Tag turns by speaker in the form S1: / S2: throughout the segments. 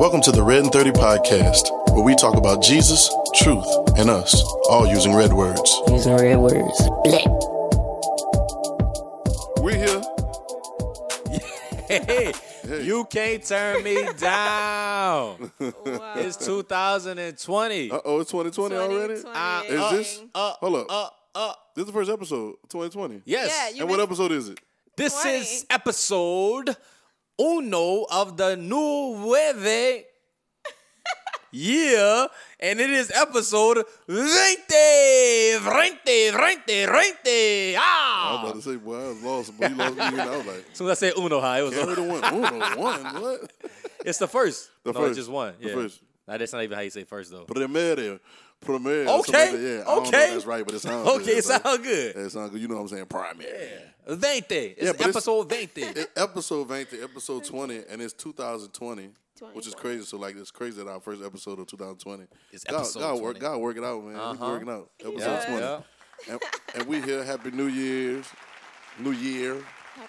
S1: Welcome to the Red and 30 podcast, where we talk about Jesus, truth, and us, all using red words.
S2: Using red words. Blech.
S1: We're here.
S3: Hey, you can't turn me down. It's 2020.
S1: Uh oh, it's 2020 already?
S4: 2020.
S3: Uh,
S4: Is
S3: uh,
S1: this-
S3: Uh,
S1: Hold up.
S3: Uh, uh,
S1: This is the first episode, 2020.
S3: yes.
S4: Yeah, you
S1: And what
S4: missed-
S1: episode is it?
S3: this
S4: 20.
S3: is episode uno of the nueve year, and it is episode 20, 20, 20,
S1: I
S3: 20.
S1: was
S3: Ah!
S1: about to say, boy, I was lost, but you lost me. And I was like,
S3: As soon as I say uno, high, it was
S1: carry the one. Ooh, the one. What?
S3: It's the first.
S1: The
S3: no,
S1: first.
S3: it's just one.
S1: The
S3: Yeah.
S1: first.
S3: Nah, that's not even how you say first, though.
S1: Primera. Primera.
S3: Okay,
S1: something like that. yeah, I don't know if
S3: okay.
S1: that's right, but it sounds good.
S3: Okay, it
S1: It's like-
S3: sound good.
S1: It sounds good. You know what I'm saying? Primary.
S3: 20. It's
S1: Yeah, but it's-
S3: episode 20.
S1: It- episode 20, episode 20, and it's 2020, which is
S4: 2020.
S1: crazy. So, like, it's crazy that our first episode of 2020.
S3: It's
S1: God,
S3: episode
S1: God, work,
S3: 20.
S1: God work it out, man. We
S3: Uh-huh.
S1: working out. Episode
S3: Yeah.
S1: 20.
S3: Yeah.
S1: And, and we here. Happy New Year's. New Year.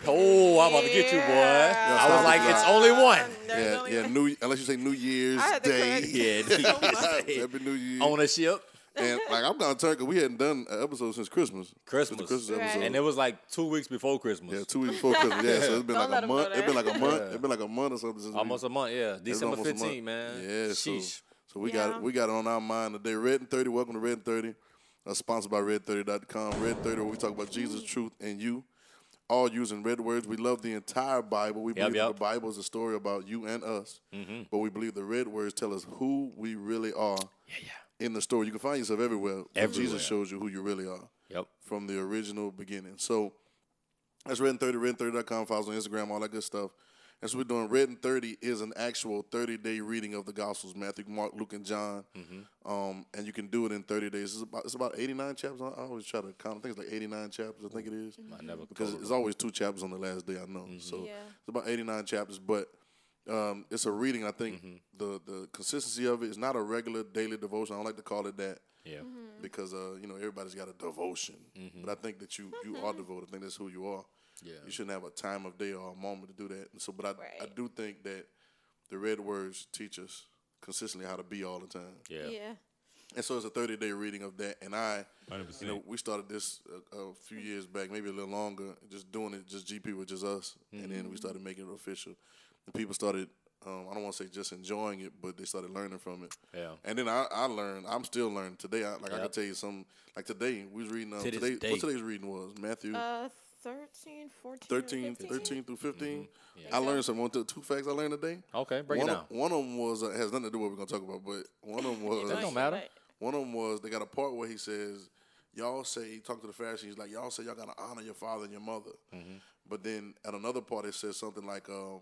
S3: Oh, I'm about to get you, boy.
S4: Yeah.
S3: I was like, it's only one.
S4: There's
S1: Yeah,
S4: only
S1: yeah.
S4: one.
S1: New unless you say New Year's
S4: I had to correct
S1: Day.
S3: Yeah, dude.
S1: Happy New Year.
S3: ownership.
S1: And like I'm down turn because we hadn't done an episode since Christmas. Since the
S3: Christmas.
S1: Christmas
S4: Right.
S1: episode.
S3: And it was like two weeks before
S1: yeah,
S3: Christmas.
S1: two weeks before Christmas. Yeah, so it's been
S4: Don't
S1: like
S4: let
S1: a
S4: 'em know
S1: month. It's
S4: that.
S1: been like a month.
S3: Yeah.
S1: It's been like a month or something. Since we-
S3: almost a month, yeah.
S1: it's
S3: December
S1: almost a month.
S3: 15th, man.
S1: Yeah, so,
S3: Sheesh.
S1: so we
S4: Yeah.
S1: got we got it on our mind today. Red and Thirty. Welcome to Red and Thirty. That's sponsored by Red30.com. Red Thirty, where we talk about Jesus, truth, and you. All using red words. We love the entire Bible. We believe that
S3: yep. Mm-hmm.
S1: the Bible is a story about you and us, but we believe the red words tell us who we really are. In the story, you can find yourself everywhere. when
S3: Everywhere.
S1: Jesus shows you who you really are
S3: Yep.
S1: from the original beginning. So that's Red and 30, red30.com, follows on Instagram, all that good stuff. That's what we're doing. Red and 30 is an actual 30 day reading of the Gospels Matthew, Mark, Luke, and John.
S3: Mm-hmm.
S1: Um, and you can do it in 30 days. It's about, it's about 89 chapters. I I always try to count. I think it's like 89 chapters, I think it is.
S3: I never Mm-hmm.
S1: Because
S3: told
S1: it's always two chapters on the last day, I know. So
S4: Yeah.
S1: it's about 89 chapters, but um, it's a reading. I think
S3: Mm-hmm.
S1: the, the consistency of it is not a regular daily devotion. I don't like to call it that
S3: Yeah.
S4: Mm-hmm.
S1: because uh, you know everybody's got a devotion. But I think that you you are devoted. I think that's who you are.
S3: Yeah.
S1: You shouldn't have a time of day or a moment to do that. And so, but I I
S4: Right.
S1: do think that the red words teach us consistently how to be all the time.
S3: Yeah.
S4: Yeah.
S1: And so it's a 30 day reading of that. And I, you know, we started this a, a few years back, maybe a little longer, just doing it, just GP with just us. And then
S3: Mm-hmm.
S1: we started making it official. And people started, um, I don't want to say just enjoying it, but they started learning from it.
S3: Yeah.
S1: And then I, I learned, I'm still learning today. I, like I can
S3: Yep.
S1: tell you some, like today, we was reading, um,
S3: To this
S1: today,
S3: day.
S1: what today's reading was? Matthew
S4: Uh, 13, 14,
S1: 13, 13 through 15. I learned some, one, two, two facts I learned today.
S3: Mm-hmm. Okay, break
S1: one
S3: it
S1: of-
S3: down.
S1: one of them was, uh, has nothing to do with what we're going to talk about, but one of them was.
S3: That don't matter.
S1: One of them was they got a part where he says, "Y'all say he talked to the Pharisees like y'all say y'all gotta honor your father and your mother,"
S3: Mm-hmm.
S1: but then at another part it says something like, um,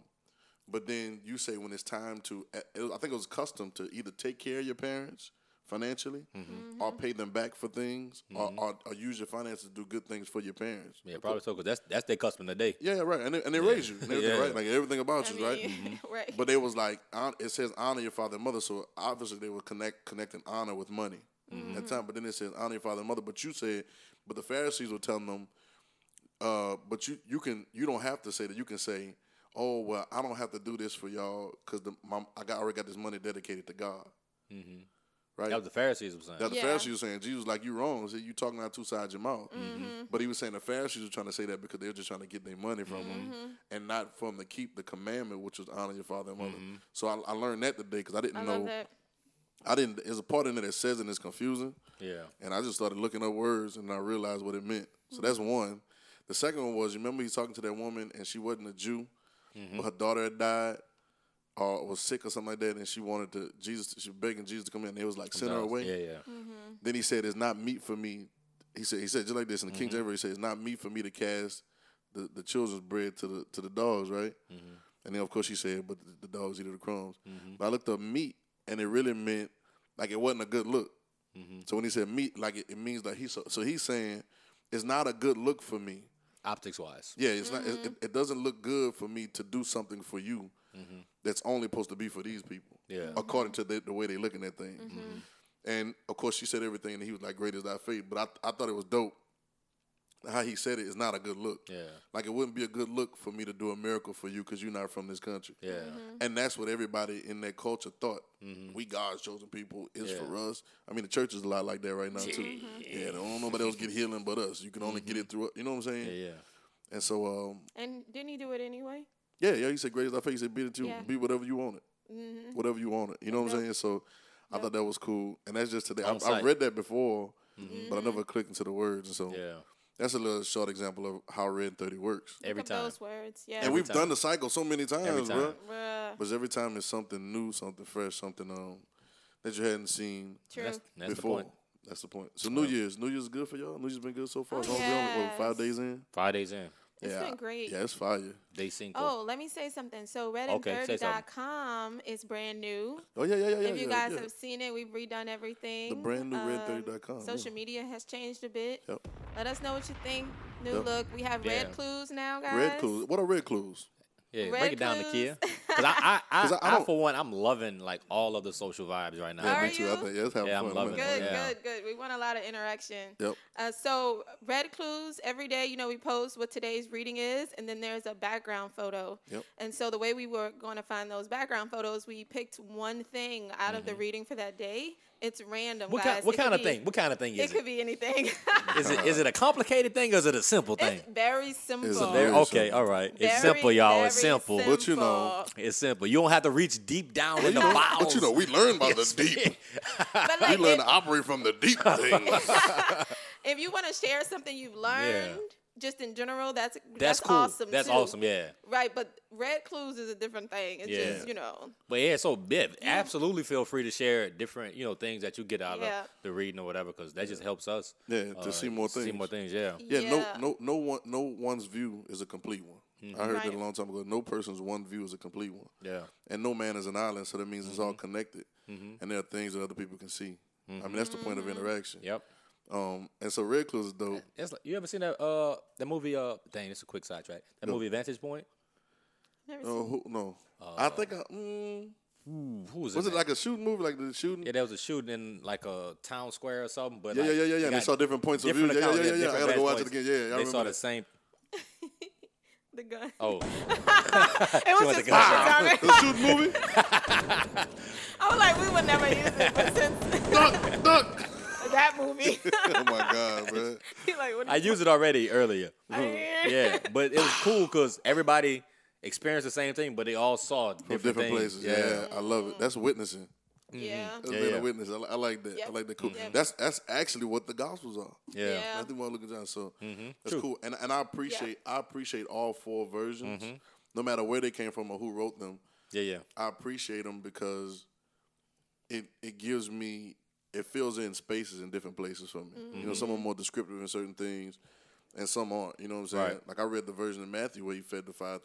S1: "But then you say when it's time to," it was- I think it was custom to either take care of your parents financially,
S3: Mm-hmm.
S1: or
S4: Mm-hmm.
S1: pay them back for things, or, or, or use your finances to do good things for your parents.
S3: Yeah, probably so, because that's, that's their custom today.
S1: Yeah, right. And they, and they raise you, and everything,
S3: Yeah.
S1: right? Like everything about
S4: I
S1: you,
S4: mean,
S1: right? Mm-hmm.
S4: right.
S1: But they was like, hon- it says honor your father and mother. So obviously they were connect connecting honor with money at time. But then it says honor your father and mother. But you said, but the Pharisees were telling them, uh, but you you can you don't have to say that. You can say, oh well, I don't have to do this for y'all because the my, I got already got this money dedicated to God. Right.
S3: Mm-hmm. That was the Pharisees were saying.
S1: Now the
S4: Yeah.
S1: Pharisees were saying Jesus, like you wrong. See, you talking out two sides of your mouth.
S4: Mm-hmm.
S1: But he was saying the Pharisees were trying to say that because they were just trying to get their money from
S4: Mm-hmm.
S1: him and not from the keep the commandment, which was honor your father and mother. So I, I learned that today because I didn't
S4: I love
S1: know.
S4: that.
S1: I didn't. There's a part in it that says and it's confusing,
S3: Yeah.
S1: and I just started looking up words and I realized what it meant. So that's
S4: Mm-hmm.
S1: one. The second one was you remember he's talking to that woman and she wasn't a Jew, but her daughter had died. Or was sick or something like that, and she wanted to Jesus. She was begging Jesus to come in. And they was like, "Send her away."
S3: Yeah, yeah.
S4: Mm-hmm.
S1: Then he said, "It's not meat for me." He said, "He said just like this in the King James Version. He said, "It's not meat for me to cast the, the children's bread to the to the dogs, right?" And then of course she said, "But the, the dogs eat of the crumbs." But I looked up meat, and it really meant like it wasn't a good look. So when he said meat, like it, it means like he so, so he's saying it's not a good look for me.
S3: Optics wise.
S1: Yeah, it's not. It, it, it doesn't look good for me to do something for you that's only supposed to be for these people.
S3: Yeah. Mm-hmm.
S1: according to the, the way they're looking at things. And of course, she said everything, and he was like, "Great is thy faith." But I, I thought it was dope how he said it is not a good look.
S3: Yeah.
S1: Like it wouldn't be a good look for me to do a miracle for you because you're not from this country.
S3: Yeah.
S4: Mm-hmm.
S3: Mm-hmm.
S1: And that's what everybody in that culture thought. We God's chosen people. It's
S3: Yeah.
S1: for us. I mean, the church is a lot like that right now too. Yeah, don't nobody else get healing but us. You can only get it through. us. You know what I'm saying?
S3: Mm-hmm. Yeah, yeah.
S1: And so, um,
S4: And didn't he do it anyway?
S1: yeah, yeah. He said, "Greatest I faith." He said, "Be it to
S4: Yeah. Mm-hmm.
S1: be whatever you want it, whatever you want it." You know what I'm saying? So, I thought that was cool, and that's just today. I,
S3: On
S1: I
S3: site.
S1: read that before, but I
S4: Mm-hmm.
S1: never clicked into the words, and so
S3: Yeah.
S1: that's a little short example of how Red Thirty works.
S4: Look
S3: Every
S4: up
S3: time.
S4: Those words. Yeah.
S1: and we've
S3: time.
S1: done the cycle so many times,
S3: time.
S1: bro.
S4: Bruh.
S1: But every time it's something new, something fresh, something um that you hadn't seen
S4: True.
S3: That's, that's the
S1: before.
S3: point.
S1: That's the point. So New Year's, New Year's is good for y'all. New Year's been good so far.
S4: Oh,
S1: As long as we only, what, five
S4: yes.
S1: days in.
S3: Five days in.
S4: It's
S1: yeah,
S4: been great.
S1: Yeah, it's fire.
S3: They cinco.
S4: Oh, let me say something. So
S3: Okay, say something.
S4: redanddirty.com is brand new.
S1: Oh yeah, yeah, yeah, yeah.
S4: if you
S1: yeah,
S4: guys
S1: yeah.
S4: have seen it, we've redone everything.
S1: The brand new red30.com,
S4: Um, Social
S1: yeah.
S4: media has changed a bit.
S1: Yep.
S4: Let us know what you think. New
S1: Yep.
S4: look. We have
S3: Yeah.
S4: red clues now, guys.
S1: Red clues. What are red clues?
S3: yeah,
S4: Red
S3: break it down,
S4: Clues.
S3: Nakia. Because I, I,
S1: 'Cause I-
S3: I,
S1: I
S3: I,
S1: don't-
S3: for one, I'm loving like all of the social vibes right now.
S1: Yeah,
S4: Are
S1: me too. I
S4: you?
S1: think yeah, it's having
S3: Yeah, I'm
S1: fun.
S3: loving
S1: man.
S4: Good,
S3: Yeah.
S4: good, good. We want a lot of interaction.
S1: Yep.
S4: Uh, so red clues every day. You know, we post what today's reading is, and then there's a background photo.
S1: Yep.
S4: And so the way we were going to find those background photos, we picked one thing out of the reading for that day. It's random.
S3: Mm-hmm. What,
S4: guys.
S3: kind, what
S4: It could
S3: kind of
S4: be-
S3: thing? What kind of thing
S4: It
S3: is
S4: could
S3: it?
S4: be anything.
S3: Is it is it a complicated thing or is it a simple thing?
S4: it's very simple.
S1: very
S3: There- okay,
S1: simple.
S3: all right. it's
S4: Very,
S3: simple, y'all. It's
S4: very
S3: simple.
S1: But you know-
S4: simple.
S3: It's simple. You don't have to reach deep down in the bowels.
S1: But you know, we learn about the deep.
S4: But
S1: We
S4: like,
S1: learn
S4: if,
S1: to operate from the deep things.
S4: if you want to share something you've learned, just in general, that's
S3: that's,
S4: that's,
S3: cool.
S4: awesome.
S3: that's
S4: too.
S3: awesome. Yeah.
S4: Right, but red clues is a different thing. It's
S3: Yeah.
S4: just you know.
S3: But yeah, so yeah, absolutely feel free to share different, you know, things that you get out
S4: Yeah.
S3: of the reading or whatever, because that just helps us. uh,
S1: Yeah, to see more
S3: See
S1: things.
S3: more things. Yeah. Mm-hmm.
S1: Yeah, no, no, no one, no one's view is a complete one. I heard that
S4: Right.
S1: a long time ago. No person's one view is a complete one.
S3: Yeah.
S1: and no man is an island, so that means it's
S3: Mm-hmm.
S1: all connected, and there are things that other people can see. I mean, that's the point of interaction.
S3: Mm-hmm. Yep.
S1: Um, and so Red Clues is dope.
S3: It's like, you ever seen that uh that movie uh dang it's a quick sidetrack that movie Vantage Point
S4: Never
S1: Oh who, no,
S3: Uh,
S1: I think I, mm,
S3: who was,
S1: was it
S3: in that?
S1: like a shooting movie, like the shooting?
S3: yeah there was a shooting in like a town square or something but
S1: Yeah,
S3: like,
S1: yeah, yeah, yeah, yeah. And they
S3: got
S1: saw different points of view.
S3: different
S1: Yeah, yeah,
S3: accounts,
S1: yeah, yeah. I
S3: different
S1: gotta go watch it
S3: vantage
S1: again. Yeah, yeah, I
S3: points. they saw
S1: remember.
S3: the
S1: that.
S3: same
S4: the gun.
S3: oh
S4: it was
S3: went
S4: just
S3: to gun
S4: pocket
S1: The
S4: timing.
S1: shooting movie.
S4: I was like, we would never use it, but since
S1: duck, duck.
S4: that movie,
S1: Oh my god, man.
S4: you're like, what
S3: I used it already earlier
S4: I-
S3: yeah but it was cool because everybody experienced the same thing but they all saw
S1: From
S3: different,
S1: different
S3: things.
S1: places. Yeah, I love it. That's witnessing.
S4: yeah. Mm-hmm.
S1: That's
S3: Yeah, Mm-hmm.
S1: being
S3: yeah.
S1: a witness. I, li- I like that. I
S4: Yep.
S1: like that. Cool.
S4: Mhm.
S1: That's that's actually what the gospels are.
S3: yeah yeah
S4: Yeah.
S1: I think we're looking down. So
S3: Mm-hmm.
S1: that's cool. And and I appreciate I appreciate all four versions,
S3: Mm-hmm.
S1: no matter where they came from or who wrote them.
S3: yeah, yeah.
S1: I appreciate them because it it gives me it fills in spaces in different places for me. You
S3: Mm-hmm.
S1: know, some are more descriptive in certain things, and some aren't. You know what I'm saying?
S3: Right. Mm-hmm.
S1: Like I read the version of Matthew where he fed the five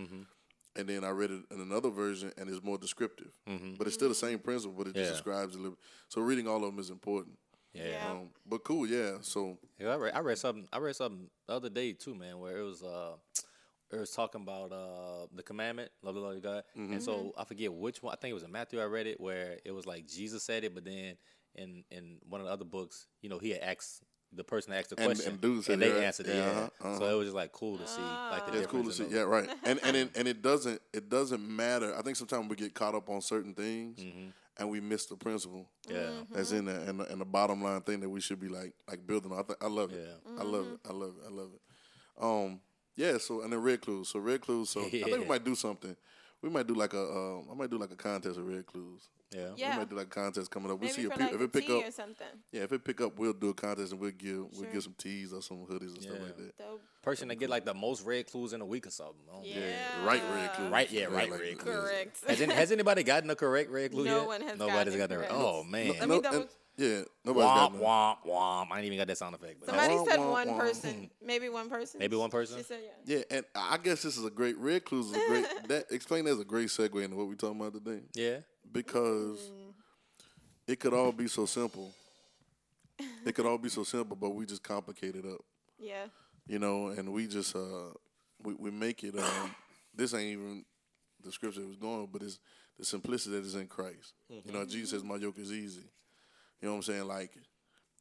S1: and then I read it in another version and it's more descriptive, but it's still the same principle, but it
S3: Mm-hmm. Yeah.
S1: just describes a little. So reading all of them is important.
S4: Yeah.
S1: Um, but cool, yeah. So
S3: Yeah, I read, I read something. I read something the other day too, man. Where it was, uh, it was talking about uh the commandment, love the Lord your God. And so
S1: Mm-hmm.
S3: I forget which one. I think it was in Matthew. I read it where it was like Jesus said it, but then in in one of the other books, you know, he had asked the person that asked the
S1: And-
S3: question,
S1: and dude said it,
S3: they
S1: right?
S3: answered it.
S1: Yeah,
S3: Yeah.
S1: uh-huh, uh-huh.
S3: So it was just like cool to see, like the
S1: Yeah, it's cool to
S3: difference
S1: see.
S3: in
S1: Yeah,
S3: those.
S1: right. And and it, and it doesn't it doesn't matter. I think sometimes we get caught up on certain things
S3: Mm-hmm.
S1: and we miss the principle
S3: Yeah.
S4: Mm-hmm.
S1: that's in there and and the bottom line thing that we should be like like building. on. I th- I love
S4: Mm-hmm.
S1: it. I love it. I love it. I love it. Um. Yeah. So and then red clues. So red clues. So I think we
S3: Yeah.
S1: might do something. We might do like a um, I might do like a contest of red clues.
S3: yeah,
S4: Yeah.
S1: We might do like a contest coming up. We'll
S4: Maybe
S1: see if,
S4: for
S1: pe-
S4: like
S1: if
S4: a
S1: it pick
S4: tea
S1: up.
S4: or something.
S1: Yeah, if it pick up, we'll do a contest and we'll give we'll
S4: Sure.
S1: give some tees or some hoodies and stuff
S3: Yeah.
S1: like that.
S4: Dope.
S3: Person that get like the most red clues in a week or something. I don't know.
S4: Yeah.
S1: Right red clues.
S3: Right, yeah, right
S1: like-
S3: red clues.
S4: Correct.
S3: Has, any, has anybody gotten the correct red clue
S4: No
S3: yet?
S4: one has
S3: Nobody's
S4: gotten it
S3: the.
S4: correct.
S3: Oh man.
S4: Let me
S1: No,
S4: double-
S1: and- yeah, nobody's got
S3: Womp
S1: none.
S3: womp womp! I ain't even got that sound effect. But oh.
S4: Somebody
S1: Wah,
S4: said
S1: wah,
S4: one
S1: wah.
S4: person, maybe one person.
S3: Hmm. Maybe one person?
S4: She said yeah.
S1: Yeah, and I guess this is a great red clues is a great that explain that's a great segue into what we're talking about today.
S3: Yeah.
S1: Because it could all be so simple. It could all be so simple, but we just complicate it up.
S4: Yeah.
S1: You know, and we just uh we, we make it um this ain't even the scripture it was going, but it's the simplicity that is in Christ. You know, Jesus says my yoke is easy. You know what I'm saying? Like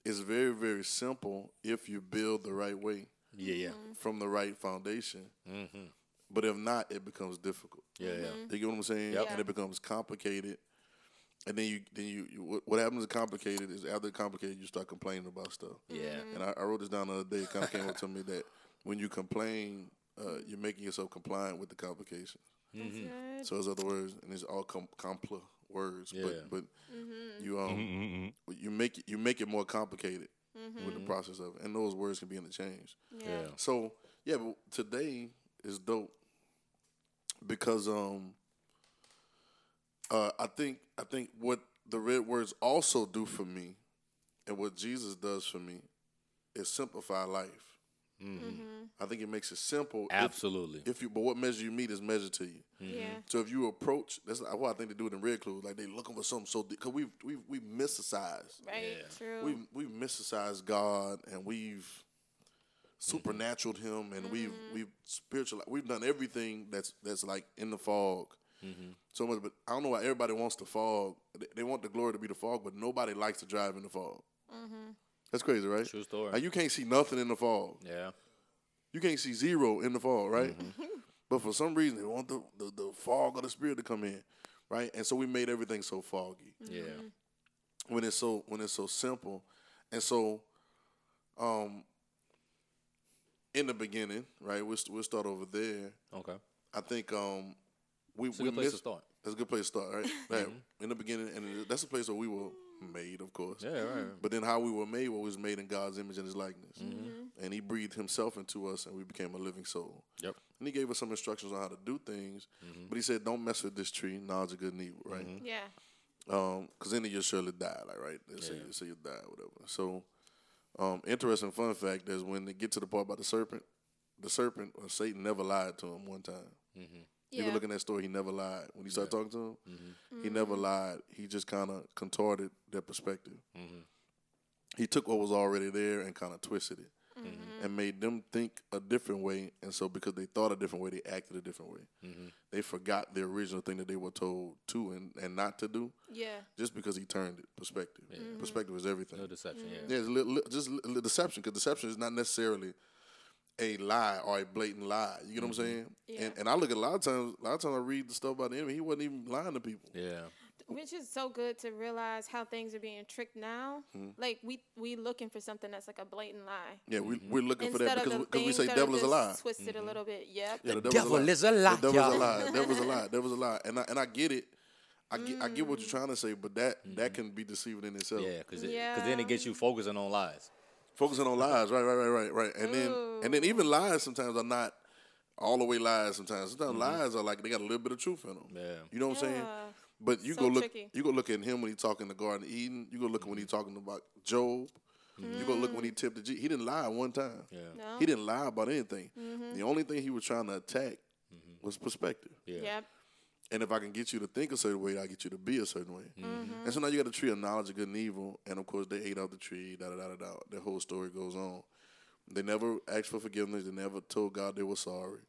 S1: it's very very simple if you build the right way
S3: Yeah, yeah,
S1: from the right foundation. But if not, it becomes difficult.
S3: Mm-hmm. yeah, yeah.
S1: You get what I'm saying?
S3: Yep.
S1: And it becomes complicated. And then you, then you, you what- what happens to complicated is after complicated, you start complaining about stuff.
S4: Mm-hmm.
S3: Yeah.
S1: And I, I wrote this down the other day. It kind of came up to me that when you complain, uh, you're making yourself compliant with the complications.
S3: Mm-hmm.
S4: Good.
S1: So, in other words, and it's all com- complex words,
S3: Yeah.
S1: but but
S4: Mm-hmm.
S1: you um you make it, you make it more complicated with the process of, it. and those words can be interchanged.
S4: Mm-hmm. yeah.
S3: Yeah.
S1: So yeah, but today is dope because um uh I think I think what the red words also do for me and what Jesus does for me is simplify life. I think it makes it simple. If,
S3: Absolutely.
S1: if you but what measure you meet is measured to you.
S3: Mm-hmm.
S4: Yeah.
S1: So if you approach, that's not what I think they do it in red clues. Like they looking for something so because we've we've we mysticized
S4: Right.
S3: Yeah.
S4: True.
S1: we've we've mysticized God and we've supernaturaled Him and we've we've spiritual we've done everything that's that's like in the fog. So much, but I don't know why everybody wants the fog. They, they want the glory to be the fog, but nobody likes to drive in the fog. That's crazy, right?
S3: True story.
S1: Like you can't see nothing in the fog.
S3: yeah.
S1: You can't see zero in the fog, right? but for some reason, they want the, the the fog of the spirit to come in, right? And so we made everything so foggy
S4: Mm-hmm.
S3: Yeah.
S1: when it's so when it's so simple and so um in the beginning right we'll, st- we'll start over there
S3: Okay.
S1: i think um we
S3: It's a
S1: we
S3: good place to
S1: missed-
S3: start. Mm-hmm.
S1: that's a good place to start right Like, in the beginning and that's the place where we were made of course
S3: Yeah. Right.
S1: but then how we were made what was made in god's image and his likeness
S3: Mm-hmm.
S1: and he breathed himself into us and we became a living soul
S3: Yep. Mm-hmm.
S1: and he gave us some instructions on how to do things but he said don't mess with this tree knowledge of good and evil right
S4: yeah.
S1: um, cause then you'll surely die, like right. They say, they say you die, whatever. So, um, interesting fun fact is when they get to the part about the serpent, the serpent or Satan never lied to him one time. You
S4: Yeah.
S1: can look in that story; he never lied. When he started talking to him, he never lied. He just kind of contorted their perspective. He took what was already there and kind of twisted it. And made them think a different way, and so because they thought a different way, they acted a different way. They forgot the original thing that they were told to and, and not to do
S4: yeah.
S1: just because he turned it perspective. Perspective is everything.
S3: Mm-hmm. No deception.
S4: Mm-hmm.
S3: Yeah.
S1: Yeah, it's li- li- just li- li- deception because deception is not necessarily a lie or a blatant lie. You get what
S3: Mm-hmm.
S1: I'm saying? And, and I look at a lot of times. A lot of times I read the stuff about the enemy. He wasn't even lying to people.
S3: Yeah.
S4: Which is so good to realize how things are being tricked now.
S1: Hmm.
S4: Like we we looking for something that's like a blatant lie.
S1: Yeah, we,
S3: Mm-hmm.
S1: we're looking for that
S4: Instead
S1: because
S4: of the
S1: we- cause we
S4: things
S1: say
S4: that are
S1: devil is a
S4: just
S1: lie.
S4: Twisted a little bit. Yep.
S1: Yeah,
S3: devil is a lie,
S1: The devil's a
S3: y'all.
S1: lie. The devil's a lie. Devil's a lie. And I and I get it. I get, I get what
S4: Mm.
S1: you're trying to say, but that that can be deceiving in itself.
S3: Mm-hmm. Yeah. Because then
S4: Yeah.
S3: it gets you focusing on lies.
S1: focusing on lies, right, right, right, right, right, and then and
S4: Mm.
S1: then even lies sometimes are not all the way lies. Sometimes sometimes lies are like they got a little bit of truth in them.
S3: Mm-hmm. Yeah.
S1: You know what I'm saying?
S4: Yeah.
S1: But you
S4: So
S1: go look,
S4: tricky.
S1: you go look at him when he talking the Garden of Eden. You go look when he
S3: Mm-hmm.
S1: talking about Job. You go look when
S4: Mm.
S1: he tipped the G. He didn't lie one time.
S3: Yeah.
S4: No.
S1: He didn't lie about anything.
S4: Mm-hmm.
S1: The only thing he was trying to attack
S3: Mm-hmm.
S1: was perspective.
S3: Yeah.
S4: Yep.
S1: And if I can get you to think a certain way, I get you to be a certain way. And so now you got a tree of knowledge of good and evil. And of course, they ate out the tree, da da da da da. The whole story goes on. They never asked for forgiveness. They never told God they were sorry.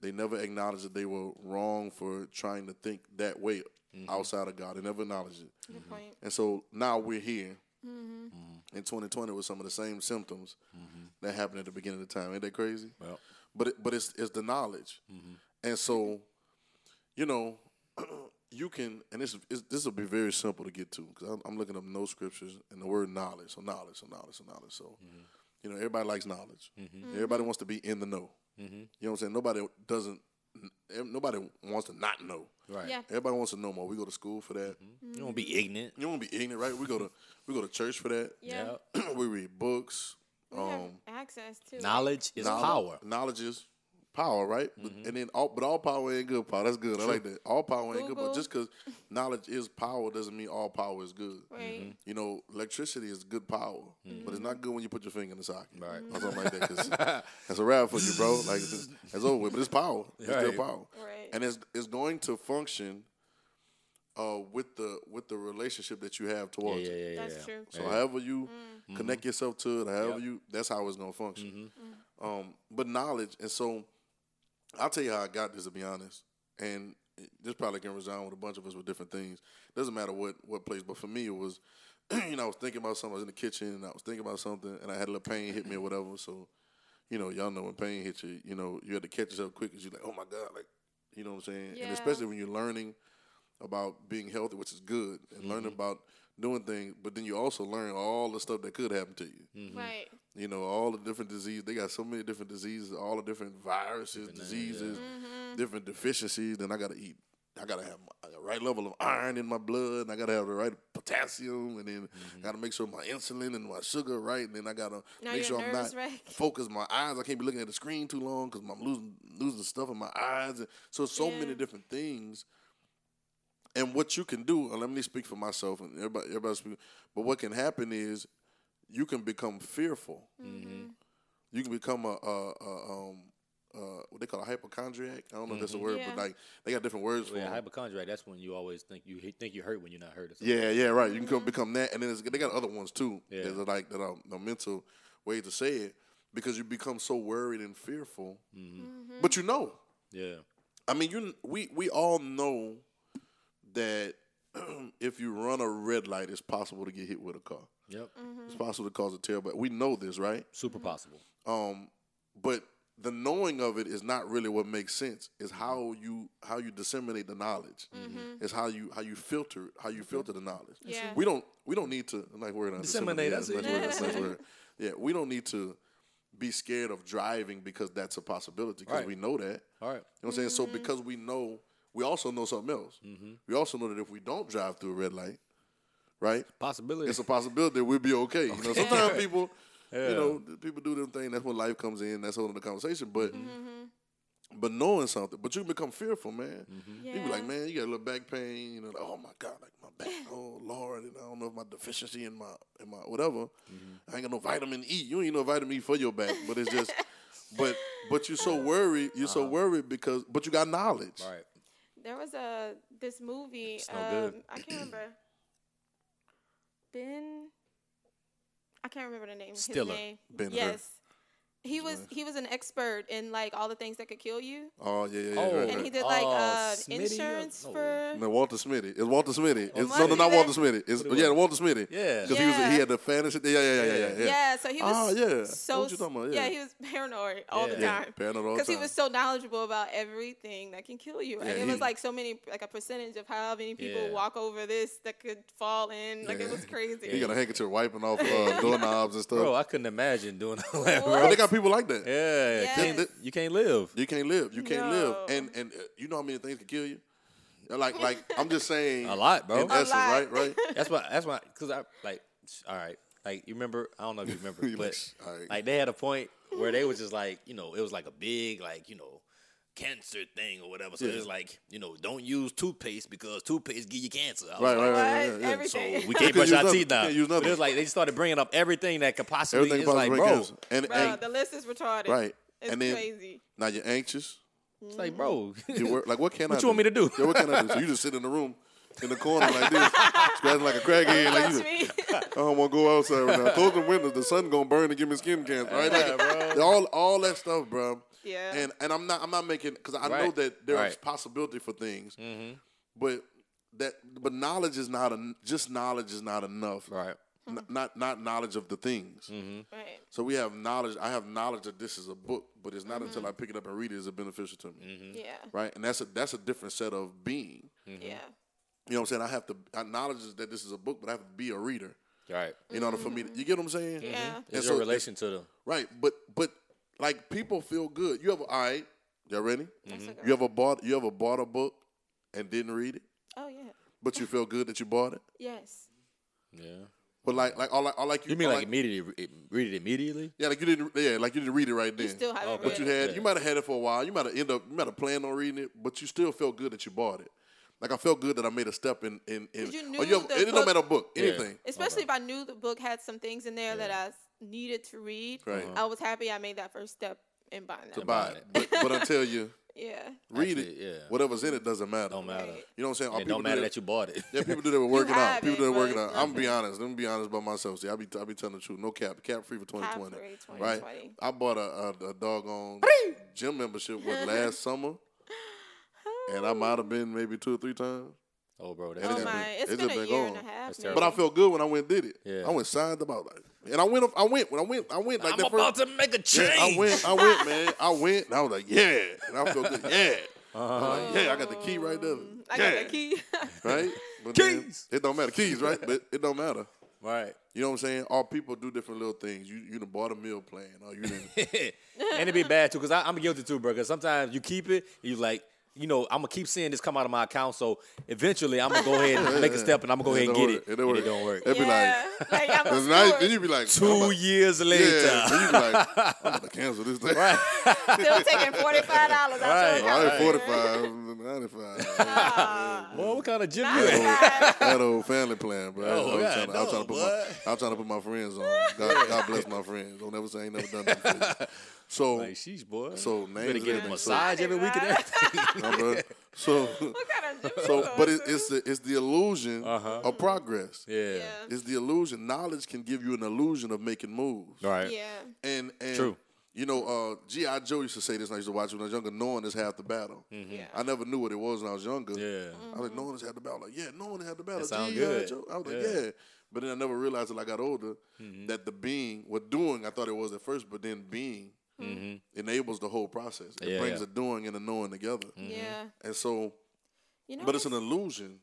S1: They never acknowledged that they were wrong for trying to think that way outside of God. They never acknowledged it.
S4: Good point.
S1: And so now we're here in 2020 with some of the same symptoms that happened at the beginning of the time. Ain't that crazy?
S3: Well.
S1: But it, but it's it's the knowledge, and so you know you can and this is this will be very simple to get to because I'm, I'm looking up no scriptures and the word knowledge. So knowledge, so knowledge, so knowledge. So you know everybody likes knowledge. Everybody wants to be in the know. You know what I'm saying? Nobody doesn't. Nobody wants to not know.
S3: Right.
S4: Yeah.
S1: Everybody wants to know more. We go to school for that.
S3: You don't be ignorant.
S1: You want to be ignorant, right? We go to we go to church for that.
S4: Yeah.
S3: Yep.
S1: we read books.
S4: We have
S1: Um,
S4: access to
S3: Knowledge is power. Mm-hmm.
S1: Knowledge is power, right? But, and then all, but all power ain't good power. That's good. I like that. All power ain't good, but
S4: Google.
S1: just because knowledge is power doesn't mean all power is good.
S4: Right. Mm-hmm.
S1: You know, electricity is good power, but it's not good when you put your finger in the socket
S3: Right.
S1: or something like that. 'cause that's a wrap for you, bro. Like it's, it's over with, but it's power. It's still
S3: Right.
S1: power,
S4: Right.
S1: and it's it's going to function uh, with the with the relationship that you have
S3: Yeah.
S1: towards
S3: Yeah.
S1: it.
S3: Yeah.
S4: That's
S3: yeah.
S4: true.
S1: So however you
S4: Mm.
S1: connect yourself to it, or however you that's how it's gonna
S3: Mm-hmm.
S1: function. Um, but knowledge, and so I'll tell you how I got this to be honest. And this probably can resound with a bunch of us with different things. Doesn't matter what what place, but for me it was, you know, I was thinking about something. I was in the kitchen and I was thinking about something, and I had a little pain hit me or whatever. So, you know, y'all know when pain hits you, you know, you had to catch yourself quick because you're like, oh my god, like, you know what I'm saying?
S4: Yeah.
S1: And especially when you're learning about being healthy, which is good, and learning about doing things, but then you also learn all the stuff that could happen to you.
S4: Right.
S1: You know, all the different diseases. They got so many different diseases, all the different viruses, diseases,
S4: Mm-hmm.
S1: different deficiencies. Then I got to eat. I got to have my- the right level of iron in my blood, and I got to have the right potassium, and then I got to make sure my insulin and my sugar right, and then I got to
S4: Now
S1: make
S4: your
S1: sure I'm
S4: nerves
S1: not
S4: right.
S1: focused. My eyes, I can't be looking at the screen too long because I'm losing losing stuff in my eyes. So so
S4: Yeah.
S1: many different things and what you can do, and let me speak for myself and everybody, everybody speak, but what can happen is you can become fearful.
S4: Mm-hmm.
S1: You can become a, a, a um, uh, what they call a hypochondriac. I don't know if that's a word,
S4: Mm-hmm. Yeah.
S1: but like they got different words for
S3: Yeah,
S1: it.
S3: hypochondriac. That's when you always think you hit- think you hurt when you're not hurt. Or something.
S1: yeah, yeah, right. You can
S4: Mm-hmm.
S1: come, become that, and then it's, they got other ones too.
S3: Yeah.
S1: That are like that are the mental way to say it because you become so worried and fearful,
S4: Mm-hmm. Mm.
S1: but you know.
S3: Yeah,
S1: I mean, you we we all know that if you run a red light, it's possible to get hit with a car.
S3: yep.
S4: Mm-hmm.
S1: It's possible to cause a tailback. We know this, right?
S3: Super possible.
S1: Um, but the knowing of it is not really what makes sense. It's how you how you disseminate the knowledge. It's how you how you filter how you filter the knowledge.
S4: Yeah.
S1: We don't we don't need to like we're not
S3: Disseminate, that's it.
S1: Nice word, nice word. Yeah, we don't need to be scared of driving because that's a possibility because
S3: Right.
S1: we know that.
S3: All
S1: You
S3: right.
S1: know what I'm saying? So because we know, we also know something else. We also know that if we don't drive through a red light, right,
S3: Possibility.
S1: it's a possibility that we'll be okay. You know, sometimes people,
S3: Yeah.
S1: you know, th- people do them thing. That's when life comes in. That's holding the conversation. But but knowing something, but you become fearful, man. You be like,
S4: Yeah.
S1: man, you got a little back pain. You know, like, oh my god, like my back. Oh Lord, and I don't know if my deficiency in my in my whatever. I ain't got no vitamin E. You ain't no vitamin E for your back, but it's just. But but you're so worried. You're so worried because but you got knowledge.
S3: All right.
S4: There was a this movie.
S3: It's no
S4: um,
S3: good.
S4: I can't remember. Ben. I can't remember the name.
S3: Stiller.
S4: His name.
S1: Ben Hur.
S4: yes. He was he was an expert in like all the things that could kill you,
S1: Oh yeah yeah yeah.
S3: Oh.
S1: right,
S4: and he
S1: right.
S4: did like
S3: Oh,
S4: uh,
S3: Smitty or-
S4: insurance
S3: no.
S4: for.
S1: No, Walter Smitty. It's Walter Smitty. It's,
S4: Walter
S1: no, no, not
S4: Smitty?
S1: Walter Smitty. It's,
S3: What it
S1: yeah,
S3: was?
S1: Walter Smitty.
S3: Yeah.
S1: Because he was
S4: Yeah.
S1: he had the fantasy. Yeah, yeah, yeah, yeah, yeah.
S3: Yeah.
S1: yeah.
S4: Yeah, so he was.
S1: Ah, yeah. I know
S4: So
S1: what you talking about, yeah.
S4: he was paranoid all the
S3: Yeah.
S1: Yeah,
S4: time.
S1: paranoid all the
S4: Because he
S1: time.
S4: was so knowledgeable about everything that can kill you. And
S1: Yeah,
S4: it
S1: he-
S4: was like so many, like a percentage of how many people
S3: Yeah.
S4: walk over this that could fall in. Like it
S1: Yeah.
S4: was crazy.
S1: He got a handkerchief wiping off uh, doorknobs and stuff.
S3: Bro, I couldn't imagine doing all that.
S4: What?
S3: Bro.
S1: but they got people like that.
S3: Yeah,
S4: Yes.
S3: can't- you can't live.
S1: You can't live. You can't live.
S4: No.
S1: And and uh, you know how many things can kill you. Uh, Like like I'm just saying
S3: A lot, bro.
S1: In
S3: A
S1: essence,
S4: lot.
S1: right, right.
S3: That's why. That's why. Cause I like. All right. Like you remember? I don't know if you remember,
S1: You like,
S3: but
S1: all right.
S3: like they had a point where they was just like, you know, it was like a big like you know cancer thing or whatever. So
S1: Yeah.
S3: it's like you know, don't use toothpaste because toothpaste give you cancer. I was
S1: Right,
S3: like,
S1: right, right,
S4: But
S1: right, right, yeah.
S3: So
S4: everything.
S3: we can't
S1: You can't
S3: brush
S1: use
S3: our
S1: nothing. You
S3: teeth now.
S1: can't use
S3: But
S1: nothing.
S3: It was like they started bringing up everything that could possibly.
S1: Everything
S3: it's
S1: about
S3: like,
S1: like,
S3: bro,
S1: And,
S4: Bro,
S1: and
S4: the list is retarded.
S1: right.
S4: It's
S1: and then
S4: crazy.
S1: now you're anxious.
S3: it's like, bro,
S1: You work, like what can I?
S3: What you want me to do?
S1: Yeah, what can I do? So you just sit in the room, in the corner like this, scratching like a crackhead. Like
S4: Touch
S1: you,
S4: me.
S1: I don't want to go outside right now. Close the windows. The sun gonna burn and give me skin cancer. Right,
S3: Yeah,
S1: like, all all that stuff, bro.
S4: Yeah.
S1: And and I'm not I'm not making because I know
S3: Right.
S1: that there's
S3: Right.
S1: possibility for things, mm-hmm. but that but knowledge is not en- just knowledge is not enough.
S3: right, Mm-hmm.
S1: N- not not knowledge of the things.
S4: right.
S1: So we have knowledge. I have knowledge that this is a book, but it's not
S4: Mm-hmm.
S1: until I pick it up and read it is it beneficial to me.
S3: Mm-hmm.
S4: Yeah.
S1: Right, and that's a that's a different set of being.
S4: Yeah.
S1: You know what I'm saying? I have to acknowledge that this is a book, but I have to be a reader.
S3: right.
S1: You know, for me, to, you get what I'm saying?
S4: Mm-hmm. Yeah. Mhm.
S1: And
S3: It's
S1: so
S3: your relation to them.
S1: right? But but like people feel good. You ever all right? Y'all ready?
S4: okay.
S1: You ever bought you ever bought a book and didn't read it,
S4: Oh, yeah.
S1: but you feel good that you bought it?
S4: Yes.
S3: Yeah.
S1: But like like all like, all like you,
S3: You mean
S1: all
S3: like immediately re- read it immediately?
S1: yeah like you didn't yeah like you didn't read it right then.
S4: You still haven't
S3: Okay.
S4: read
S1: but you
S4: it.
S1: had
S3: Yeah.
S1: you might have had it for a while. You might have end up you might have planned on reading it, but you still felt good that you bought it. Like I felt good that I made a step in in, in
S4: 'Cause you
S1: or
S4: knew
S1: ever-
S4: the
S1: it don't
S4: book-
S1: matter book anything.
S4: Especially if I knew the book had some things in there that I s- needed to read.
S1: Right. Uh-huh.
S4: I was happy I made that first step in buying that.
S1: to buy it. But, but until you
S4: Yeah.
S1: read
S3: Actually,
S1: it,
S3: yeah.
S1: whatever's in it doesn't matter.
S3: Don't matter.
S4: Right.
S1: You know what I'm saying? Or
S3: It don't
S1: people do
S3: matter
S1: that-
S3: that you bought it.
S1: Yeah, people do that with working out.
S4: have
S1: People
S4: it,
S1: do that
S4: but
S1: working out.
S4: it's
S1: I'm
S4: nothing.
S1: be honest. Let me be honest about myself. See, I be I be telling the truth. No cap. Cap free for 2020.
S4: Cap free 2020.
S1: Right. I bought a, a, a doggone gym membership what, last summer. and I might have been maybe two or three times.
S3: Oh, bro, that's
S1: And
S4: Oh
S1: it's
S3: terrible.
S4: my!
S1: been-
S4: It's
S1: it's
S4: been,
S1: just
S4: a
S1: been
S4: year and
S1: gone.
S4: a half.
S3: That's
S4: maybe.
S1: But I felt good when I went and did it.
S3: Yeah.
S1: I went signed about like, and I went, I went when I went, I went like
S3: I'm
S1: that
S3: about
S1: first.
S3: to make a
S1: Yeah,
S3: change.
S1: I went, I went, man, I went, and I was like, yeah, and I felt good, yeah, I'm like, yeah, I got the key right there,
S4: Uh-huh. I
S1: yeah,
S4: got the key.
S1: right? But then,
S3: Keys.
S1: it don't matter, keys, right? But it don't matter.
S3: Right.
S1: You know what I'm saying? All people do different little things. You you done bought a meal plan, or you done
S3: and it'd be bad too, cause I, I'm guilty too, bro. Cause sometimes you keep it, you like, you know, I'm gonna keep seeing this come out of my account, so eventually I'm gonna go ahead and make a step, and I'm gonna go ahead and get
S1: don't
S3: it.
S1: work. It
S3: and
S1: don't
S3: It don't work.
S1: It'd be
S4: yeah.
S1: like,
S4: like, I'm a
S1: it's nice.
S4: steward.
S1: Then you be like, I'm
S3: Two
S1: about-
S3: years
S1: yeah.
S3: later,
S1: Then you be like, I'm about to cancel this thing.
S3: right?
S4: still taking forty five dollars out
S3: Right.
S4: your
S1: Well, I
S4: account.
S1: ain't 45, I'm 95.
S3: Well, what kind of gym you at?
S4: Right.
S1: That old family plan, bro. I,
S3: Oh,
S1: was
S3: God,
S1: trying to, I was
S3: no,
S1: trying to put
S3: boy.
S1: my, I was trying to put my friends on. God, God bless my friends. Don't ever say I ain't never done that. So,
S3: Like, sheesh, boy.
S1: so
S3: you better
S1: names
S3: get a
S1: and
S3: massage every week and
S4: Right.
S3: everything.
S1: everything, nah, bro. So,
S4: What kind of gym you
S1: so,
S4: going
S1: but it,
S4: to?
S1: it's the it's the illusion
S3: Uh-huh.
S1: of progress.
S3: yeah.
S4: yeah.
S1: It's the illusion. Knowledge can give you an illusion of making moves.
S3: Right.
S4: yeah.
S1: And and
S3: True.
S1: you know, uh, G.I. Joe used to say this. And I used to watch it when I was younger. Knowing is half the battle.
S4: Yeah.
S1: I never knew what it was when I was younger.
S3: Mm-hmm. Yeah.
S1: I was like, knowing is half the battle. Like, yeah, knowing is half the battle.
S3: That sound
S1: G.I.
S3: good.
S1: Joe. I was like, yeah.
S3: Yeah. Mm-hmm.
S1: But then I never realized till I got older that the being, what doing, I thought it was at first, but then being enables the whole process. It
S3: Mm-hmm. Yeah, Mm-hmm.
S1: brings
S3: yeah.
S1: the doing and the knowing together.
S4: Yeah.
S1: And so,
S4: You know,
S1: Mm-hmm. but it's
S4: this-
S1: an illusion.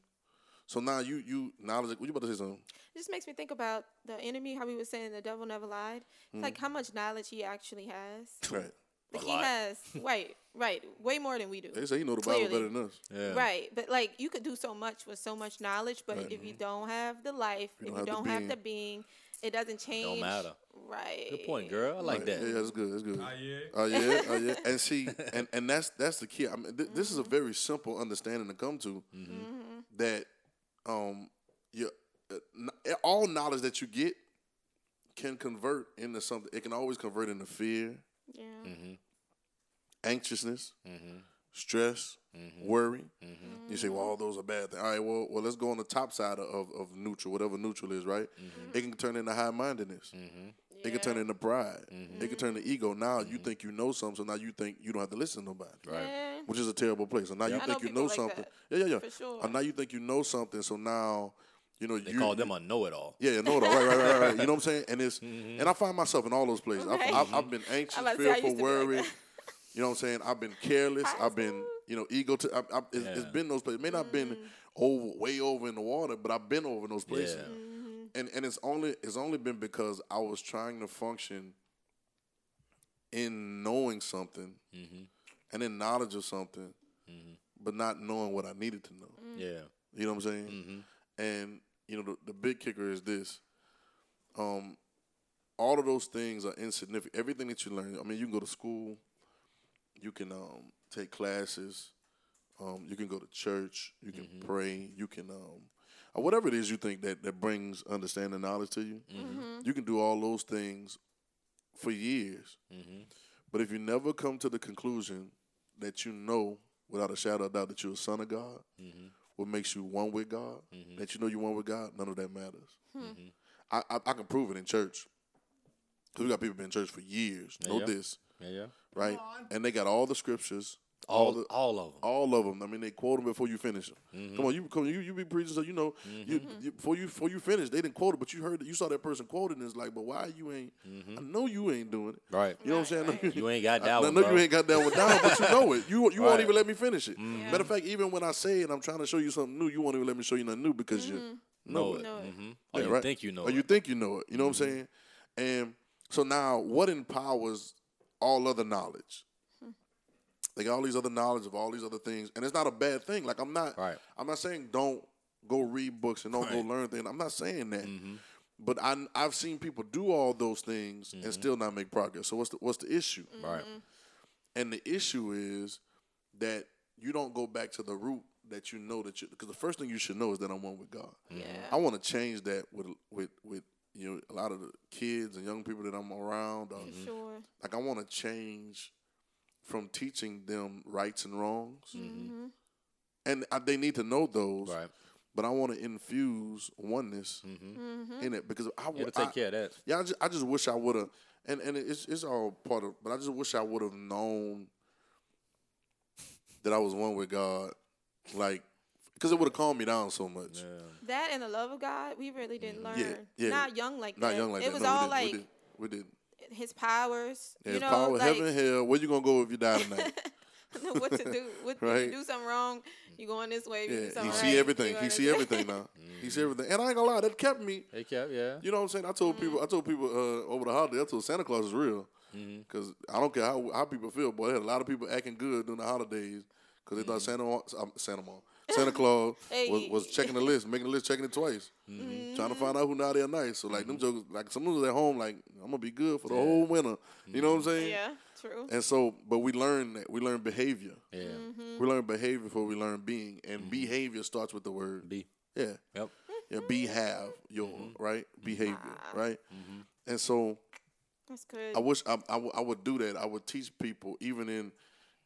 S1: So now you you knowledge. You about to say something?
S4: just makes me think about the enemy, how we were saying the devil never lied. It's like
S1: Mm-hmm.
S4: how much knowledge he actually has.
S1: Right.
S4: Like he
S3: lot.
S4: has, right, right, way more than we do.
S1: They say you know the Bible
S4: Clearly.
S1: better than us.
S3: Yeah.
S4: Right, but like you could do so much with so much knowledge, but if you don't have the life, if
S1: mm-hmm. don't have
S4: you
S1: the
S4: don't have
S1: being.
S4: the being, it doesn't change.
S3: matter.
S4: Right.
S3: Good point, girl. I like
S1: Right.
S3: that.
S1: Yeah, that's good. That's good.
S5: Ah, yeah.
S1: Oh yeah, oh yeah, and see, and and that's that's the key. I mean, th- this is a very simple understanding to come to
S3: Mm-hmm.
S1: that um, you uh, kn- all knowledge that you get can convert into something. It can always convert into fear,
S4: Yeah.
S1: Mm-hmm, anxiousness,
S3: Mm-hmm.
S1: stress, worry. You say, well, all those are bad things. All right, well, well, let's go on the top side of, of, of neutral, whatever neutral is, right?
S3: Mm-hmm.
S1: It can turn into high mindedness. It can turn into pride. It
S3: Mm-hmm.
S1: can turn into ego. Now you think you know something, so now you think you don't have to listen to nobody.
S4: Yeah.
S1: Which is a terrible place. So now you
S4: I
S1: think
S4: know
S1: you know
S4: people like
S1: something.
S4: that,
S1: yeah, yeah, yeah.
S4: for sure.
S1: And now you think you know something, so now you know
S3: They
S1: you
S3: call them a know-it-all.
S1: yeah, yeah, no, no, right, right, right, right. You know what I'm saying? And it's and I find myself in all those places.
S4: Right.
S1: I've, I've, I've been anxious,
S4: Mm-hmm. I'm about to say, I
S1: fearful,
S4: used to be like
S1: worried.
S4: that.
S1: you know what I'm saying? I've been careless.
S4: High
S1: I've been, you know, ego. To, I, I, it's, it's
S3: Yeah.
S1: been those places. It may not
S4: Mm.
S1: been over, way over in the water, but I've been over in those places.
S3: Yeah.
S4: Mm.
S1: And and it's only it's only been because I was trying to function in knowing something
S4: Mm-hmm.
S1: and in knowledge of something, but not knowing what I needed to know.
S3: Yeah.
S1: You know what I'm saying? And you know the, the big kicker is this. Um, all of those things are insignificant. Everything that you learn. I mean, you can go to school. You can um, take classes. Um, you can go to church. You can pray. You can um, uh, whatever it is you think that that brings understanding and knowledge to you. You can do all those things for years. But if you never come to the conclusion that you know without a shadow of doubt that you're a son of God, what makes you one with God,
S3: Mm-hmm.
S1: that you know you're one with God, none of that matters.
S3: Hmm.
S1: I, I I can prove it in church. Cause we got people been in church for years. Know
S3: Yeah.
S1: this,
S3: Yeah. Yeah.
S1: right? And they got all the scriptures, all,
S3: All,
S1: the
S3: all of them.
S1: all of them. I mean, they quote them before you finish them.
S3: Mm-hmm.
S1: Come on, you come you you be preaching, so you know you, you before you before you finish, they didn't quote it, but you heard it, you saw that person quoted, and it's like, but why you ain't?
S3: Mm-hmm.
S1: I know you ain't doing it.
S3: Right.
S1: You know what I'm saying?
S3: You ain't got that
S1: I
S3: one,
S1: know
S3: bro.
S1: Uh, you ain't got that one down, but you know it. You you won't
S3: Right. Mm-hmm.
S1: even let me finish it. Matter of fact, even when I say it, I'm trying to show you something new. You won't even let me show you nothing new because you know
S3: know
S1: it.
S3: it.
S4: No,
S3: Mm-hmm. Or
S1: Yeah,
S3: you
S1: right?
S3: think you know
S1: Or
S3: it. Mm-hmm.
S1: you think you know it. You know what I'm saying? And so now, what empowers all other knowledge? Like all these other knowledge of all these other things, and it's not a bad thing. Like I'm not,
S3: Right.
S1: I'm not saying don't go read books and don't go learn things. I'm not saying that.
S3: Mm-hmm.
S1: But I, I've seen people do all those things
S3: Mm-hmm.
S1: and still not make progress. So what's the, what's the issue?
S3: right.
S1: Mm-hmm. And the issue is that you don't go back to the root that you know that you because the first thing you should know is that I'm one with God.
S4: Yeah.
S1: Mm-hmm. I want to change that with with with you know a lot of the kids and young people that I'm around. Or,
S3: Mm-hmm.
S4: for sure.
S1: Like I want to change from teaching them rights and wrongs, Mm-hmm. and I, they need to know those.
S3: Mm-hmm. Right. Mm-hmm.
S1: But I want to infuse oneness in it because I
S3: You
S1: want
S3: gotta take care of that.
S1: yeah, I just, I just wish I would have, and and it's it's all part of, but I just wish I would have known that I was one with God, like because it would have calmed me down so much.
S4: That and the love of God, we really didn't learn.
S1: Yeah, Mm-hmm. yeah.
S4: Not young like
S1: Not
S4: that.
S1: young like
S4: it
S1: that.
S4: was
S1: no,
S4: all
S1: we
S4: like
S1: didn't. we did.
S4: his powers.
S1: Yeah,
S4: you know,
S1: power,
S4: like
S1: heaven, hell. Where you gonna go if you die tonight?
S4: what to do. What, If
S1: Right.
S4: you do something wrong, you going this way. if you
S1: Yeah,
S4: do something
S1: he
S4: right,
S1: see
S4: you
S1: everything.
S4: going
S1: He
S4: this
S1: see
S4: way.
S1: everything now. He see everything, and I ain't gonna lie, that kept me.
S3: Hey, Cap, yeah.
S1: You know what I'm saying? I told people, I told people uh, over the holiday, I told Santa Claus is real, because I don't care how how people feel, boy. I had a lot of people acting good during the holidays because they thought Santa Mo- um, Santa Mo- Santa Claus was, was
S4: Hey. Mm-hmm.
S1: checking the list, making the list, checking it twice, trying to find out who naughty or nice. So like them jokers, like some of them was at home, like I'm gonna be good for the whole winter. You know what I'm saying?
S4: Yeah, true.
S1: And so, but we learn that we learn behavior.
S3: Yeah.
S4: Mm-hmm.
S1: We learn behavior before we learn being, and behavior starts with the word
S3: B.
S1: Yeah.
S3: Yep.
S1: Yeah, be have your
S3: Mm-hmm.
S1: right behavior, right? And so
S4: That's good.
S1: I wish I, I, w- I would do that. I would teach people, even in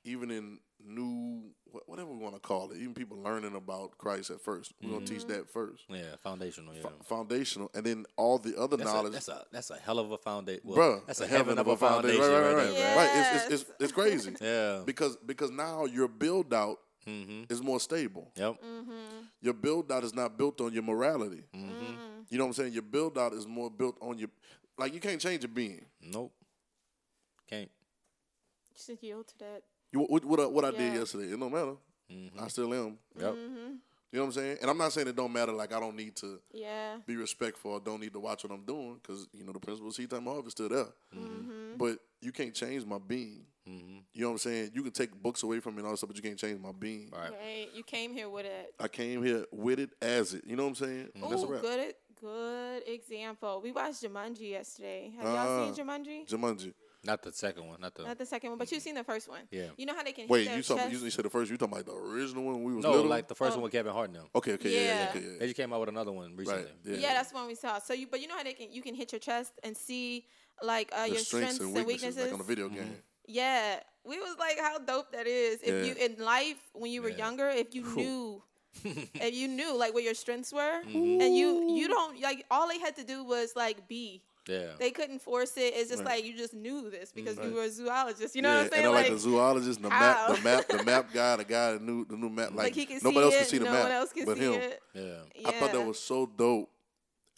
S1: even in new wha- whatever we want to call it, even people learning about Christ at 1st we We're gonna teach that first,
S3: Yeah, foundational. Mm-hmm. Yeah.
S1: Fo- foundational, and then all the other
S3: That's a,
S1: knowledge.
S3: that's a that's a hell of a foundation. Well,
S1: Bruh,
S3: that's a heaven, of a foundation,
S1: Right, right,
S3: right,
S1: right.
S3: there, right?
S4: Yeah.
S1: Right, It's, it's, it's, it's crazy
S3: Yeah.
S1: because because now your build out
S3: Mm-hmm.
S1: is more stable.
S3: Yep.
S1: Your build out is not built on your morality.
S4: Mm-hmm.
S1: You know what I'm saying? Your build out is more built on your like you can't change your being.
S3: Nope. Can't.
S4: You should yield to that.
S1: You, what what I, what I did
S4: Yeah.
S1: yesterday, it don't matter. I still am.
S3: Yep.
S1: You know what I'm saying? And I'm not saying it don't matter. Like I don't need to
S4: Yeah.
S1: be respectful. I don't need to watch what I'm doing because you know the principles of time Harvey still there.
S4: Mm-hmm.
S1: But you can't change my being. You know what I'm saying? You can take books away from me and all that stuff, but you can't change my being.
S3: Right.
S4: Right. You came here with it.
S1: I came here with it as it. You know what I'm saying? Mm-hmm. Mm, That's a
S4: Ooh,
S1: wrap.
S4: good, good example. We watched Jumanji yesterday. Have y'all
S1: Uh,
S4: seen Jumanji?
S1: Jumanji.
S3: Not the second one. Not the.
S4: Not the second one, but you've seen the first one.
S3: Yeah.
S4: You know how they can
S1: Wait,
S4: hit their
S1: you talking?
S4: chest?
S1: You, you said the first. You talking about the original one? when We was
S3: no,
S1: little?
S3: like the first
S4: Oh.
S3: one with Kevin Hart. Now
S1: Okay, okay, yeah, yeah,
S4: Yeah.
S1: okay,
S3: they
S1: yeah.
S3: just came out with another one recently.
S1: Right, yeah.
S4: Yeah, that's the one we saw. So you, but you know how they can you can hit your chest and see like uh,
S1: The
S4: your strengths, and weaknesses.
S1: like on a video game.
S4: Yeah, we was like, how dope that is. If
S1: Yeah.
S4: you in life when you were younger, if you knew, if you knew like what your strengths were,
S1: Mm-hmm.
S4: and you you don't like all they had to do was like be.
S3: Yeah.
S4: They couldn't force it. It's just
S1: Right.
S4: like you just knew this because you were a zoologist. You know
S1: yeah,
S4: what I'm saying?
S1: and I like, the zoologist, and the map,
S4: how?
S1: the map, the map guy, the guy, the new, the new map. Like,
S4: like he can
S1: nobody else
S4: see it.
S1: can see the
S4: no
S1: map,
S4: one else can
S1: but
S4: see
S1: him.
S4: it.
S3: yeah.
S4: Yeah.
S1: I thought that was so dope.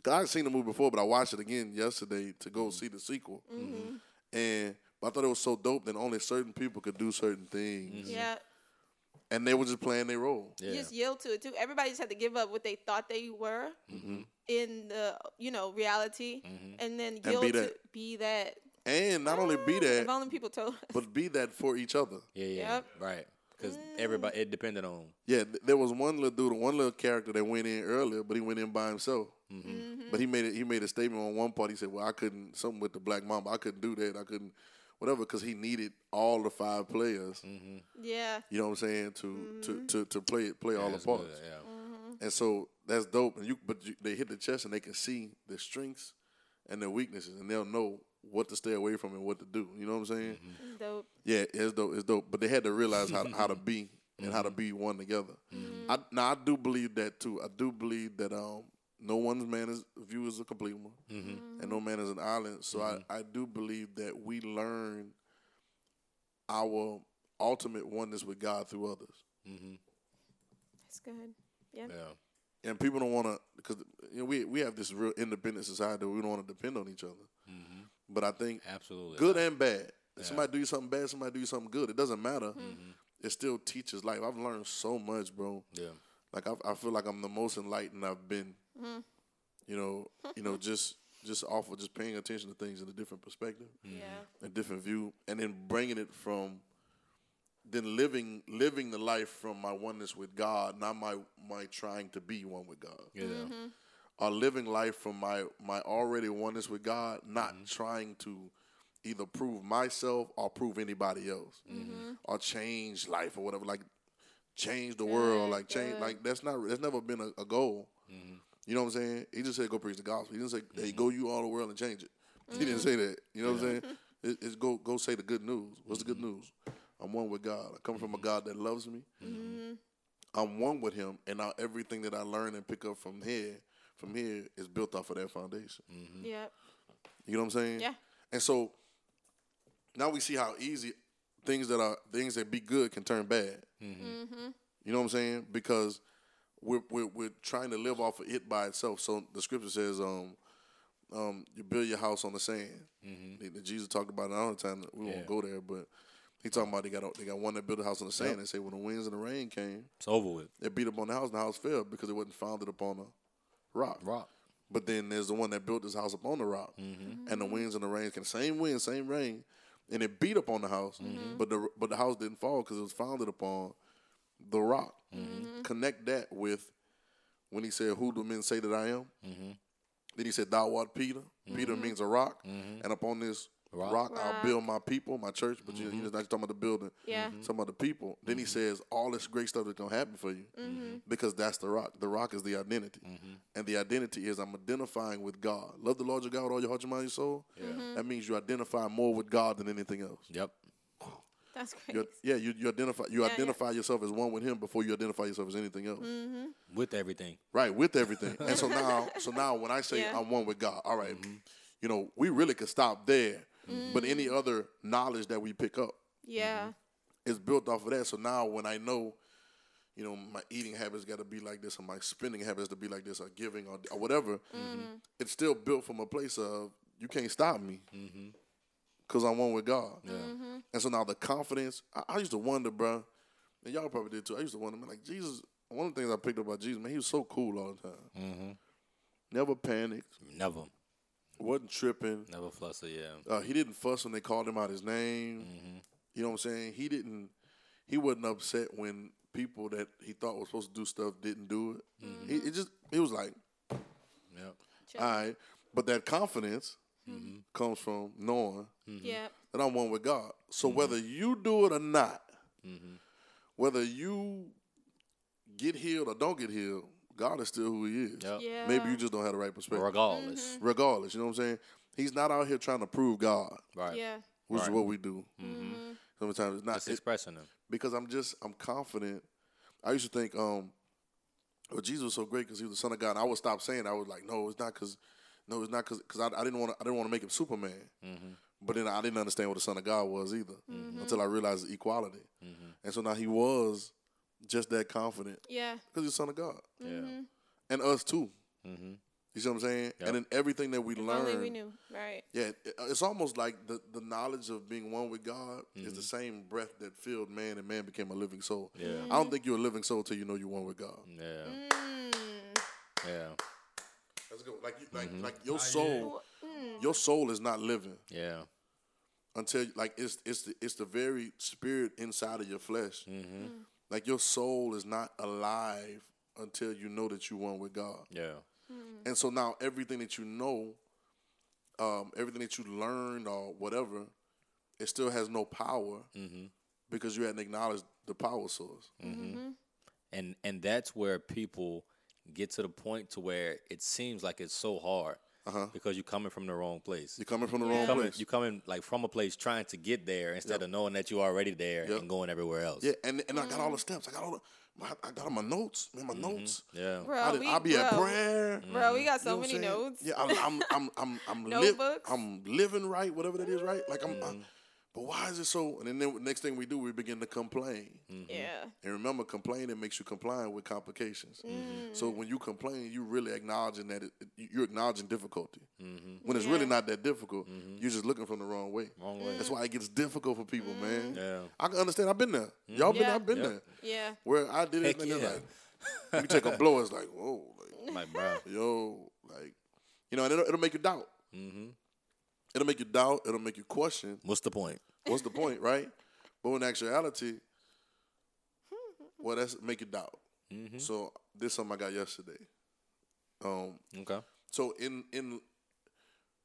S1: 'Cause I had seen the movie before, but I watched it again yesterday to
S3: Mm.
S1: go see the sequel.
S4: Mm. Mm-hmm.
S1: And but I thought it was so dope that only certain people could do certain
S3: Mm.
S1: things,
S4: yeah.
S1: and they were just playing their role.
S4: You
S3: Yeah.
S4: just yield to it too. Everybody just had to give up what they thought they were
S1: Mm-hmm.
S4: in the you know reality, and then yield
S1: be
S4: to
S1: that.
S4: be that.
S1: And not only be
S4: Ah, If
S1: that,
S4: only people told us.
S1: but be that for each other.
S3: Yeah. Yeah.
S4: Yep.
S3: Right. Because everybody, it depended on.
S1: Yeah, th- there was one little dude, one little character that went in earlier, but he went in by himself.
S3: Mm-hmm.
S1: But he made it. He made a statement on one part. He said, "Well, I couldn't something with the black mama. I couldn't do that. I couldn't, whatever, because he needed all the five players.
S3: Mm-hmm.
S4: yeah,
S1: You know what I'm saying? To to, to to play play all the
S3: That's good,
S1: parts.
S3: Yeah.
S1: And so that's dope. And you, but you, they hit the chest and they can see their strengths and their weaknesses, and they'll know what to stay away from and what to do. You know what I'm saying?
S3: Mm-hmm.
S4: dope.
S1: Yeah, it's dope. It's dope. But they had to realize how how to be and how to be one together. I, now I do believe that too. I do believe that um, no one's man is view is a complete one, and no man is an island. So I, I do believe that we learn our ultimate oneness with God through others. Mm-hmm.
S4: That's good. Yeah.
S3: Yeah.
S1: and people don't want to because you know, we we have this real independent society that we don't want to depend on each other. But I think
S3: Absolutely.
S1: good and bad. If Somebody do you something bad, somebody do you something good. It doesn't matter. It still teaches life. I've learned so much, bro.
S3: Yeah.
S1: Like I, I feel like I'm the most enlightened I've been. You know, you know, just just off of just paying attention to things in a different perspective,
S3: Mm-hmm.
S4: Yeah.
S1: a different view, and then bringing it from. Then living living the life from my oneness with God, not my my trying to be one with God
S3: Yeah.
S4: Mm-hmm.
S1: are living life from my my already oneness with God, not trying to either prove myself or prove anybody else or change life or whatever. Like change the world, like change. Like that's not that's never been a, a goal. You know what I'm saying? He just said go preach the gospel. He didn't say hey go you all the world and change it. He didn't say that. You know what I'm saying? It, it's go go say the good news. What's the good news? I'm one with God. I come from a God that loves me. I'm one with him, and now everything that I learn and pick up from here, from here, is built off of that foundation.
S3: Mm-hmm.
S4: Yeah.
S1: You know what I'm saying?
S4: Yeah.
S1: And so now we see how easy things that are things that be good can turn bad. You know what I'm saying? Because we're, we're we're trying to live off of it by itself. So the scripture says, um, um, you build your house on the sand. That Jesus talked about it all the time. We
S3: Yeah.
S1: won't go there, but he talking about they got a- they got one that built a house on the sand. They say when the winds and the rain came,
S3: It's over with.
S1: it beat up on the house, and the house fell because it wasn't founded upon a rock.
S3: Rock.
S1: But then there's the one that built this house upon the rock, and the winds and the rain can same wind, same rain, and it beat upon the house. But the but the house didn't fall because it was founded upon the rock. Connect that with when he said, "Who do men say that I am?" Then he said, "Thou art Peter." Peter means a rock, and upon this
S3: Rock.
S1: Mm-hmm. rock, Mm-hmm. I'll build my people, my church. But you, you're not talking about the building,
S4: Yeah.
S1: you're talking about the people. Then he says, "All this great stuff that's gonna happen for you."
S4: Mm-hmm.
S1: because that's the rock. The rock is the identity. And the identity is I'm identifying with God. Love the Lord your God with all your heart, your mind, your soul.
S4: Mm-hmm.
S1: That means you identify more with God than anything else.
S3: Yep.
S4: That's crazy.
S1: You, yeah, you, you identify you
S4: yeah. Mm-hmm.
S1: identify yourself as one with Him before you identify yourself as anything else.
S3: With everything.
S1: Right, with everything. and so now so now when I say
S4: Yeah.
S1: I'm one with God, all right, you know, we really could stop there.
S4: Mm-hmm.
S1: But any other knowledge that we pick up
S4: yeah.
S1: it's built off of that. So now when I know, you know, my eating habits got to be like this, or my spending habits to be like this, or giving, or, or whatever, it's still built from a place of you can't stop me because I'm one with God. And so now the confidence, I, I used to wonder, bro, and y'all probably did too. I used to wonder, man, like Jesus. One of the things I picked up about Jesus, man, he was so cool all the time.
S3: Mm.
S1: Never panicked,
S3: Mm-hmm. Never.
S1: wasn't tripping.
S3: Never fluster. Yeah.
S1: Uh, he didn't fuss when they called him out his name.
S3: Mm-hmm.
S1: You know what I'm saying? He didn't. He wasn't upset when people that he thought was supposed to do stuff didn't do it.
S3: Mm-hmm.
S1: He it just he was like,
S3: Yep.
S1: all right. But that confidence
S3: Mm-hmm.
S1: comes from knowing
S4: Yeah.
S1: that I'm one with God. So
S3: Mm-hmm.
S1: whether you do it or not, whether you get healed or don't get healed, God is still who He is.
S3: Yep.
S4: Yeah.
S1: Uh, Maybe you just don't have the right perspective.
S3: Regardless.
S1: Regardless, you know what I'm saying? He's not out here trying to prove God.
S3: Right.
S4: Mm-hmm.
S3: Mm-hmm.
S4: Yeah. Mm-hmm.
S1: which is
S3: Right.
S1: what we do. Sometimes it's not
S3: It's
S1: it-
S3: expressing them.
S1: because I'm just I'm confident. I used to think, um, oh, Jesus was so great because he was the Son of God. And I would stop saying, I was like, no, it's not because, no, it's not because I, I didn't want to I didn't want to make him Superman.
S3: Mm-hmm.
S1: But then I didn't understand what the Son of God was either
S4: Mm-hmm.
S1: until I realized the equality.
S3: Mm-hmm.
S1: And so now he was just that confident
S4: Yeah.
S1: because he's the Son of God
S3: Yeah.
S4: Mm-hmm.
S1: and us too. You see what I'm saying? And in everything that we
S4: If
S1: learn,
S4: only we knew. Right.
S1: yeah, it- uh, it's almost like the, the knowledge of being one with God is the same breath that filled man and man became a living soul.
S3: Yeah.
S1: I don't think you're a living soul till you know you're one with God.
S3: Yeah. Mm.
S4: Mm. Mm-hmm.
S3: Yeah.
S1: That's good. Like, you, like, like your soul, your soul is not living
S3: Yeah.
S1: until like it's it's the, it's the very spirit inside of your flesh. Like your soul is not alive until you know that you're one with God.
S3: Yeah.
S1: And so now everything that you know, um, everything that you learned or whatever, it still has no power because you hadn't acknowledged the power source.
S3: and and that's where people get to the point to where it seems like it's so hard
S1: Uh-huh.
S3: because you're coming from the wrong place.
S1: You're coming from the
S3: You're
S1: wrong
S3: coming,
S1: place.
S3: you're coming like from a place trying to get there instead of knowing that you're already there
S1: Yep.
S3: and going everywhere else.
S1: yeah, and and I got
S4: Mm.
S1: all the steps. I got all the, my, I got all my notes. Man,
S3: Mm-hmm.
S1: my notes.
S3: Yeah.
S4: Bro,
S1: I did,
S4: we,
S1: I be
S4: bro,
S1: at prayer.
S4: Bro, we got
S1: You know
S4: so
S1: what
S4: many
S1: I'm saying?
S4: notes.
S1: Yeah, I'm I'm I'm I'm I'm, li-
S4: Notebooks.
S1: I'm living right, whatever that is, right? Like I'm. I- but why is it so? And then the next thing we do, we begin to complain.
S3: Mm-hmm.
S4: Yeah.
S1: And remember, complaining makes you compliant with complications. So when you complain, you really acknowledging that it, it- you're acknowledging difficulty. When it's really not that difficult, you're just looking from the wrong way.
S3: Mm-hmm. Wrong way.
S1: That's why it gets difficult for people, man.
S3: Yeah.
S1: I can understand. I've been there. Y'all been.
S4: Yeah.
S1: I've been
S3: Mm-hmm. Yep.
S1: there.
S4: Yeah.
S3: Mm-hmm.
S1: Where I did it,
S3: Heck
S1: and they're
S3: yeah.
S1: like, you take a blow. It's like, whoa, like,
S3: Like, bro.
S1: yo, like, you know, and it'll, it'll make you doubt.
S3: Mm-hmm.
S1: It'll make you doubt. It'll make you question.
S3: What's the point?
S1: What's the point, right? But in actuality, well, that's make you doubt. So this something I got yesterday. Um,
S3: Okay.
S1: so in in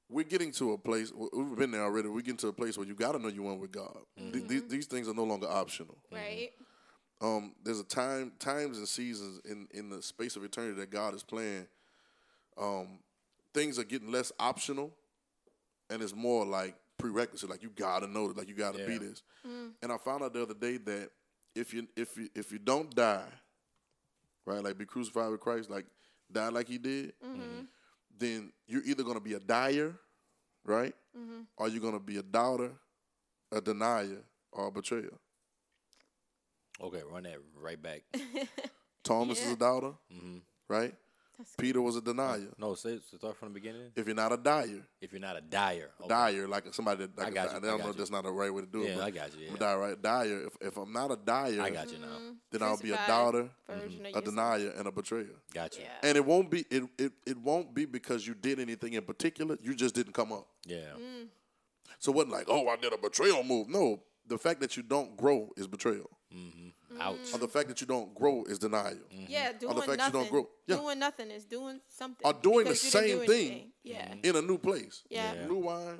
S1: we're getting to a place. we- We've been there already. We're getting to a place where you got to know you one with God. Th- these, these things are no longer optional.
S4: Right.
S1: Um, there's a time, times and seasons in in the space of eternity that God is playing. Um, things are getting less optional, and it's more like prerequisite. Like you gotta know it. Like you gotta be
S3: Yeah.
S1: this. And I found out the other day that if you if you if you don't die, right, like be crucified with Christ, like die like He did, then you're either gonna be a dyer, right, or you're gonna be a doubter, a denier, or betrayer.
S3: Okay, run that right back.
S1: Thomas is a doubter,
S3: Mm-hmm.
S1: right? Peter was a denier.
S3: No, say start from the beginning.
S1: If you're not a dyer,
S3: if you're not a dyer. Okay.
S1: dyer like somebody that like
S3: I got you,
S1: I
S3: I
S1: don't
S3: got
S1: know if
S3: you.
S1: that's not the right way to do it.
S3: Yeah,
S1: but
S3: I got
S1: I'm
S3: you,
S1: a
S3: yeah.
S1: dyer, right? Dyer. If, if I'm not a dyer,
S3: I got you now.
S1: then I'll be a
S4: Crucified
S1: doubter,
S4: version of
S1: a
S4: yourself.
S1: denier, and a betrayer.
S3: Got you.
S4: Yeah.
S1: And it won't be it, it it won't be because you did anything in particular. You just didn't come up.
S3: Yeah.
S1: So it wasn't like, oh, I did a betrayal move. No, the fact that you don't grow is betrayal.
S3: Ouch.
S1: Or the fact that you don't grow is denial.
S3: Mm-hmm.
S4: Yeah, doing
S1: fact you don't
S4: nothing.
S1: grow. Yeah.
S4: Doing nothing is doing something.
S1: Or doing the
S4: because you didn't
S1: same
S4: do
S1: thing.
S4: anything. Yeah.
S3: Mm-hmm.
S1: In a new place,
S4: Yeah. Yeah.
S1: new wine,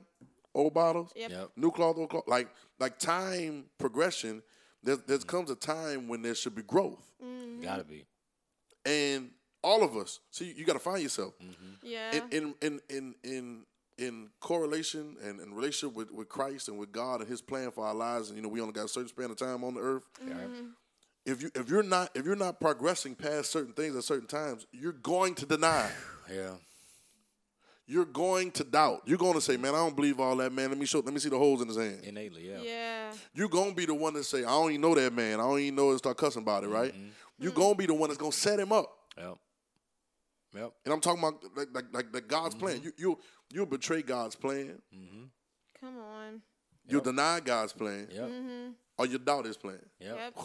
S1: old bottles,
S4: Yep.
S3: Yep.
S1: new cloth, old cloth. Like like time progression. There there comes a time when there should be growth,
S3: Gotta be.
S1: and all of us. See, you got to find yourself.
S4: Yeah.
S1: in in in in in in correlation and in relationship with, with Christ and with God and His plan for our lives, and you know we only got a certain span of time on the earth.
S3: Mm-hmm.
S1: If you if you're not if you're not progressing past certain things at certain times, you're going to deny.
S3: Yeah.
S1: You're going to doubt. You're going to say, "Man, I don't believe all that, man. Let me show. Let me see the holes in his hand."
S3: Innately. Yeah.
S4: yeah.
S1: You're gonna be the one that say, "I don't even know that man. I don't even know," and start cussing about it, right? You're gonna be the one that's gonna set him up.
S3: Yep. Yep.
S1: And I'm talking about like like like, like God's plan. You you you'll betray God's plan.
S4: Come on.
S1: You'll deny God's plan,
S3: Yep.
S1: or you doubt His plan,
S3: Mm-hmm. Yep.
S4: Yep.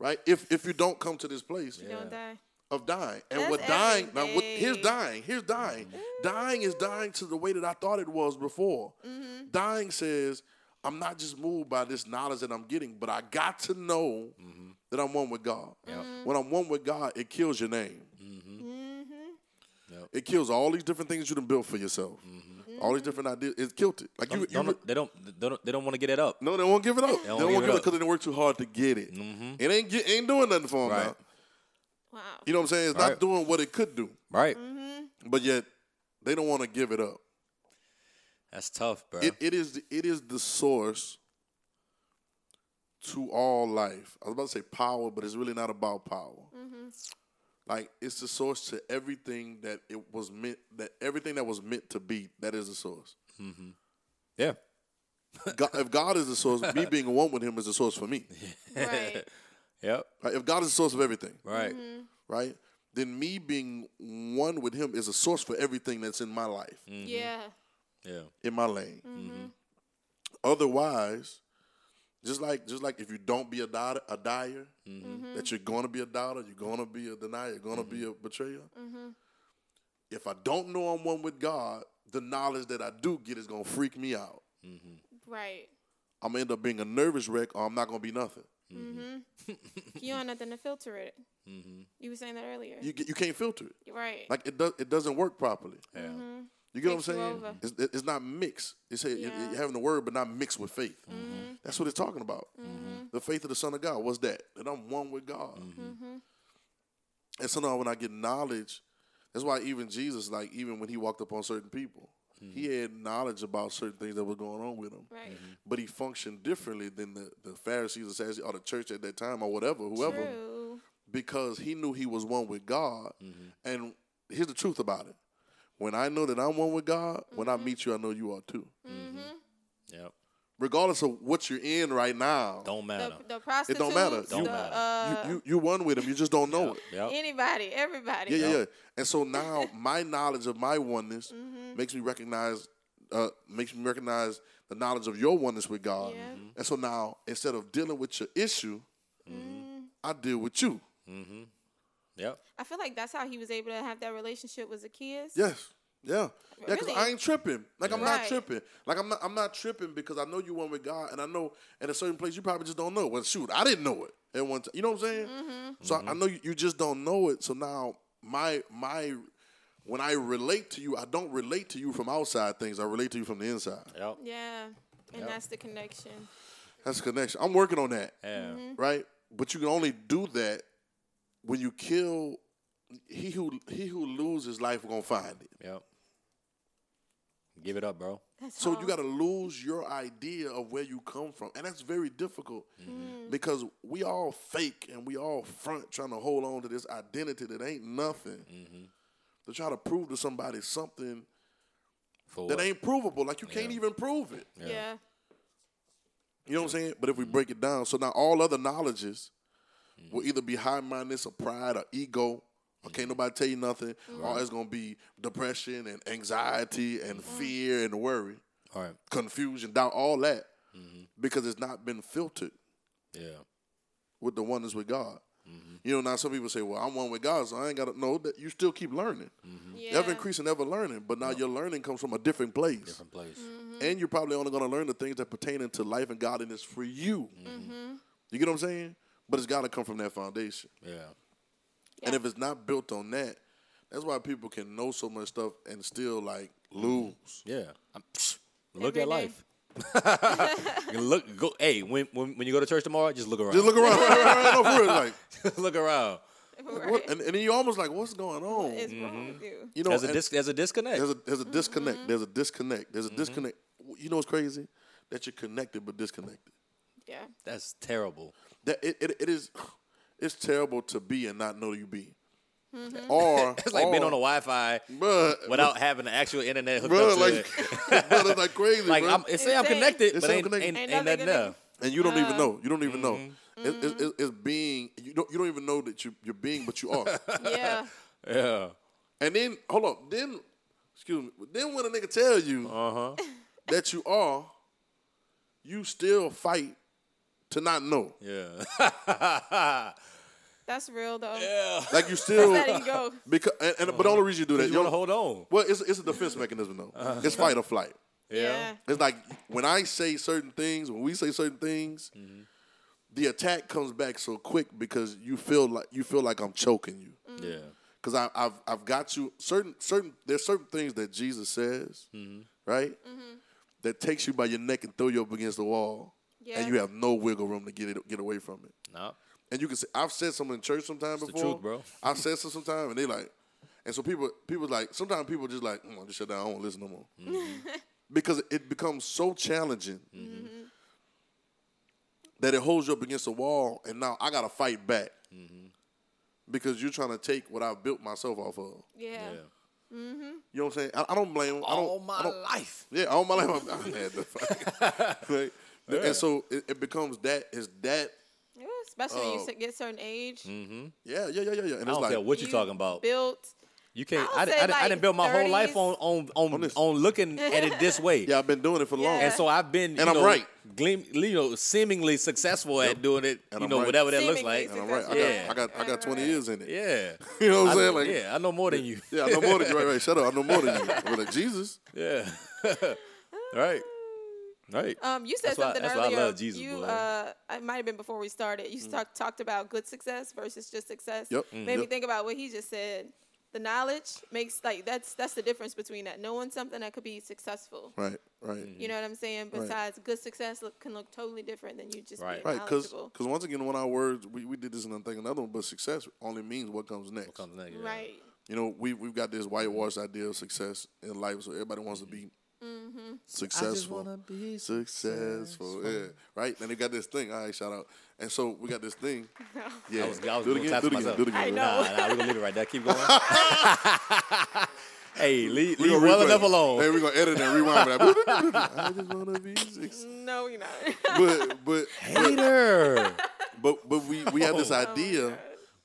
S1: right? If if you don't come to this place
S4: You Don't die.
S1: of dying, and
S4: That's
S1: what dying now, what,
S4: everything. Mm-hmm.
S1: here's dying, here's dying. Dying is dying to the way that I thought it was before.
S4: Mm-hmm.
S1: Dying says I'm not just moved by this knowledge that I'm getting, but I got to know
S3: Mm-hmm.
S1: that I'm one with God.
S4: Mm-hmm.
S1: When I'm one with God, it kills your name.
S3: Mm-hmm.
S4: Mm-hmm.
S3: Yep. Mm-hmm.
S1: It kills all these different things you done built for yourself. All these different ideas. It killed it. Like you,
S3: Don't-
S1: you
S3: don't- they don't. They don't. They don't want to get it up.
S1: No, they won't give it up. They,
S3: won't
S1: won't give
S3: give it
S1: it up
S3: up. Mm-hmm.
S1: because they didn't work too hard to get it. It ain't get, ain't doing nothing for them
S3: Right.
S1: now.
S4: Wow.
S1: You know what I'm saying? It's not
S3: Right.
S1: doing what it could do,
S3: Right.
S1: but yet they don't want to give it up.
S3: That's tough, bro.
S1: It, it is the- it is the source to all life. I was about to say power, but it's really not about power. Like it's the source to everything that it was meant that everything that was meant to be. That is the source.
S3: yeah.
S1: God, if God is the source, me being one with Him is the source for me.
S4: Right.
S3: Yep.
S1: Right? If God is the source of everything,
S3: Right.
S4: Mm-hmm.
S1: right? Then me being one with him is a source for everything that's in my life,
S4: Yeah.
S3: Yeah.
S1: in my lane.
S4: Mm-hmm.
S1: Otherwise, just like just like if you don't be a doubter, a dyer,
S4: Mm-hmm.
S1: that you're gonna be a doubter, you're gonna be a denier, you're gonna be a betrayer.
S4: Mm-hmm.
S1: If I don't know I'm one with God, the knowledge that I do get is gonna freak me out.
S4: Right.
S1: I'm gonna end up being a nervous wreck, or I'm not gonna be nothing.
S4: Mm-hmm. You don't have nothing to filter it.
S3: Mm-hmm.
S4: You were saying that earlier.
S1: You you can't filter it.
S4: You're right.
S1: Like it does it doesn't work properly.
S3: Yeah.
S4: Mm-hmm.
S1: You get
S4: Takes
S1: what
S4: you
S1: I'm saying?
S4: over.
S1: It's, it- it's not mixed. It's a-
S4: Yeah. Mm-hmm.
S1: you're having the word, but not mixed with faith. That's what it's talking about. The faith of the Son of God. What's that? That I'm one with God.
S4: Mm-hmm.
S1: And so now when I get knowledge, that's why even Jesus, like even when he walked up on certain people, he had knowledge about certain things that were going on with him.
S4: right.
S1: But he functioned differently than the, the Pharisees or Sadducees or the church at that time or whatever, whoever,
S4: True.
S1: because he knew he was one with God. And here's the truth about it. When I know that I'm one with God, when
S4: Mm-hmm.
S1: I meet you, I know you are too.
S3: Yep.
S1: Regardless of what you're in right now,
S3: Don't
S4: The,
S3: matter.
S4: the prostitutes.
S1: don't matter.
S3: Don't
S4: the,
S3: matter.
S4: Uh,
S1: you, you you one with him. You just don't know it.
S3: Yep.
S4: anybody. Everybody.
S1: Yeah, yeah, yeah. And so now my knowledge of my oneness makes me recognize, uh, makes me recognize the knowledge of your oneness with God.
S4: Yeah. Mhm.
S1: And so now instead of dealing with your issue, I deal with you.
S3: Yep.
S4: I feel like that's how he was able to have that relationship with Zacchaeus.
S1: Yes. Yeah. Yeah, because
S4: Really?
S1: I ain't tripping. Like I'm not
S4: Right.
S1: tripping. Like I'm not. I'm not tripping because I know you one with God, and I know at a certain place you probably just don't know. Well, shoot, I didn't know it at one time. You know what I'm saying?
S4: Mm-hmm.
S1: So I, I know you, you just don't know it. So now my my when I relate to you, I don't relate to you from outside things. I relate to you from the inside.
S3: Yep.
S4: Yeah. And that's the connection.
S1: That's a connection. I'm working on that,
S3: Yeah.
S4: Mm-hmm.
S1: right? But you can only do that when you kill. He who he who loses life gonna find it.
S3: Yep. Give it up, bro.
S4: That's
S1: So
S4: all.
S1: you got to lose your idea of where you come from, and that's very difficult because we all fake and we all front trying to hold on to this identity that ain't nothing. To try to prove to somebody something
S3: For
S1: that
S3: what?
S1: ain't provable, like you can't even prove it.
S4: Yeah.
S1: You know what I'm saying? But if we break it down, so now all other knowledges will either be high mindedness or pride or ego. Or can't nobody tell you nothing. Or it's gonna be depression and anxiety and fear and worry,
S3: All right.
S1: confusion, doubt, all that. Because it's not been filtered
S3: Yeah.
S1: with the oneness with God. You know, now some people say, "Well, I'm one with God, so I ain't got to know that." You still keep learning,
S4: Yeah.
S1: ever increasing, ever learning. But now your learning comes from a different place,
S3: Different place.
S4: Mm-hmm.
S1: and you're probably only going to learn the things that pertain to life and godliness for you.
S4: Mm-hmm.
S1: You get what I'm saying? But it's got to come from that foundation.
S3: Yeah.
S1: And
S4: Yeah.
S1: if it's not built on that, that's why people can know so much stuff and still like lose.
S3: Yeah. I'm, look
S4: Every
S3: at
S4: day.
S3: life. You look go hey, when, when when you go to church tomorrow, just look around.
S1: Just look around, right, right, right, no, for real, like
S3: Look around.
S1: what? Mm-hmm. And, and then you almost like, what's going on?
S4: It's wrong with you.
S1: you know,
S3: there's a
S1: and-
S3: dis- there's a disconnect. Mm-hmm.
S1: There's a there's a disconnect. There's a disconnect. There's a disconnect. You know what's crazy? That you're connected but disconnected.
S4: Yeah.
S3: That's terrible.
S1: That it, it, it is it's terrible to be and not know you be. Or
S3: It's like being on a
S1: or-
S3: Wi-Fi
S1: bruh,
S3: without having the actual internet hooked
S1: bruh,
S3: up to
S1: like,
S3: it.
S1: bruh, it's like crazy.
S3: Like
S1: bruh.
S3: I'm, it say I'm
S4: It say-
S3: connected,
S1: It
S3: but
S1: say I'm
S3: ain't
S1: connected.
S3: ain't,
S4: Ain't
S3: ain't
S4: nothing
S3: nothing there.
S1: and you don't even know. You don't even
S3: Mm-hmm.
S1: know. It, it, it, it's being you don't you don't even know that you you're being, but you are.
S4: Yeah.
S3: Yeah.
S1: and then hold up. Then excuse me. Then when a nigga tell you
S3: Uh-huh.
S1: that you are, you still fight to not know.
S3: Yeah.
S4: That's real though.
S1: Like you still
S4: Letting go.
S1: Because and, and but the only reason you do that,
S3: you want
S1: yo-
S3: to hold Uh-huh. on.
S1: well, it's it's a defense mechanism though. It's fight or flight.
S4: Yeah.
S1: It's like when I say certain things, when we say certain things,
S3: Mm-hmm.
S1: the attack comes back so quick because you feel like you feel like I'm choking you
S4: Mm-hmm.
S3: Yeah.
S1: because I I've I've got you certain certain there's certain things that Jesus says right that takes you by your neck and throw you up against the wall
S4: Yeah.
S1: and you have no wiggle room to get it get away from it.
S3: No.
S1: And you can say I've said something in church sometime
S3: the
S1: before.
S3: truth, bro.
S1: I've said something sometime, and they like, and so people, people like sometimes people just like, mm, I just shut down. I don't wanna listen no more
S3: Mm-hmm.
S1: because it becomes so challenging that it holds you up against a wall, and now I gotta fight back
S3: Mm-hmm.
S1: because you're trying to take what I've built myself off of.
S4: Yeah.
S3: Yeah.
S1: You know what I'm saying? I, I don't blame. 'em. I don't,
S3: All
S1: I
S3: my
S1: don't-
S3: life.
S1: yeah, all my life I've, I've had the fight. Like, And so it, it becomes that is that.
S4: Yeah, Especially when
S3: Uh,
S1: Oh.
S4: you s- get certain age,
S3: mm.
S1: Yeah, yeah, yeah, yeah, yeah. And
S3: I
S1: it's
S3: don't
S1: like
S3: care what you
S4: you
S3: talking about.
S4: built.
S3: You can't.
S4: I would
S3: I, did
S4: say
S3: I, did I
S4: like
S3: didn't build my whole life
S4: 30s.
S3: on on on, on,
S1: this.
S3: looking at it this way.
S1: Yeah, I've been doing it for long.
S4: Yeah.
S3: And so I've been, you
S1: And I'm
S3: know,
S1: right.
S3: gleam, you know, seemingly successful at doing it.
S1: And
S3: you
S1: I'm
S3: know,
S1: right.
S3: whatever that looks
S4: Seemingly
S3: like.
S1: And I'm right. I got,
S3: Yeah.
S1: I got, I got 20 years in it.
S3: Yeah,
S1: You know what
S3: I
S1: I'm saying?
S3: know-
S1: Like, yeah.
S3: yeah, I know more than you.
S1: I know more than you. Right, right. Shut up. I know more than you. I'm like, Jesus.
S3: Yeah, right, right.
S4: Um, you said
S3: That's why-
S4: something
S3: that's why I
S4: earlier.
S3: love Jesus,
S4: you,
S3: boy. Mm.
S4: uh, it might have been before we started. You talk, talked about good success versus just success.
S1: Yep. Mm.
S4: Made me
S1: Yep.
S4: think about what he just said. The knowledge makes like that's that's the difference between that knowing something that could be successful.
S1: Right, right.
S3: Mm.
S4: You know what I'm saying? Besides, good success look, can look totally different than you just
S3: Right.
S4: being
S1: Right, because
S4: knowledgeable.
S1: once again, one of our words, we, we did this and I think another one, but success only means what comes next.
S3: Comes next, yeah.
S4: Right.
S1: You know, we, we've got this whitewashed idea of success in life, so everybody wants to be
S4: Mm-hmm.
S3: I just
S1: successful.
S3: wanna be
S1: successful, yeah, right? And they got this thing. All right, shout out. And so we got this thing. Yeah,
S3: I was, I was
S1: do it again,
S3: gonna clap
S1: do it
S3: to
S1: again,
S3: myself.
S1: do it again.
S4: I
S1: bro.
S4: know.
S3: Nah, nah, we're gonna leave it right there. Keep going. hey, leave,
S1: We
S3: leave
S1: gonna
S3: well
S1: replay it.
S3: enough
S1: Hey,
S3: alone.
S1: we're gonna edit and rewind for that. I just wanna be successful.
S4: No, you're not.
S1: But but
S3: Hater.
S1: but but we we have this idea,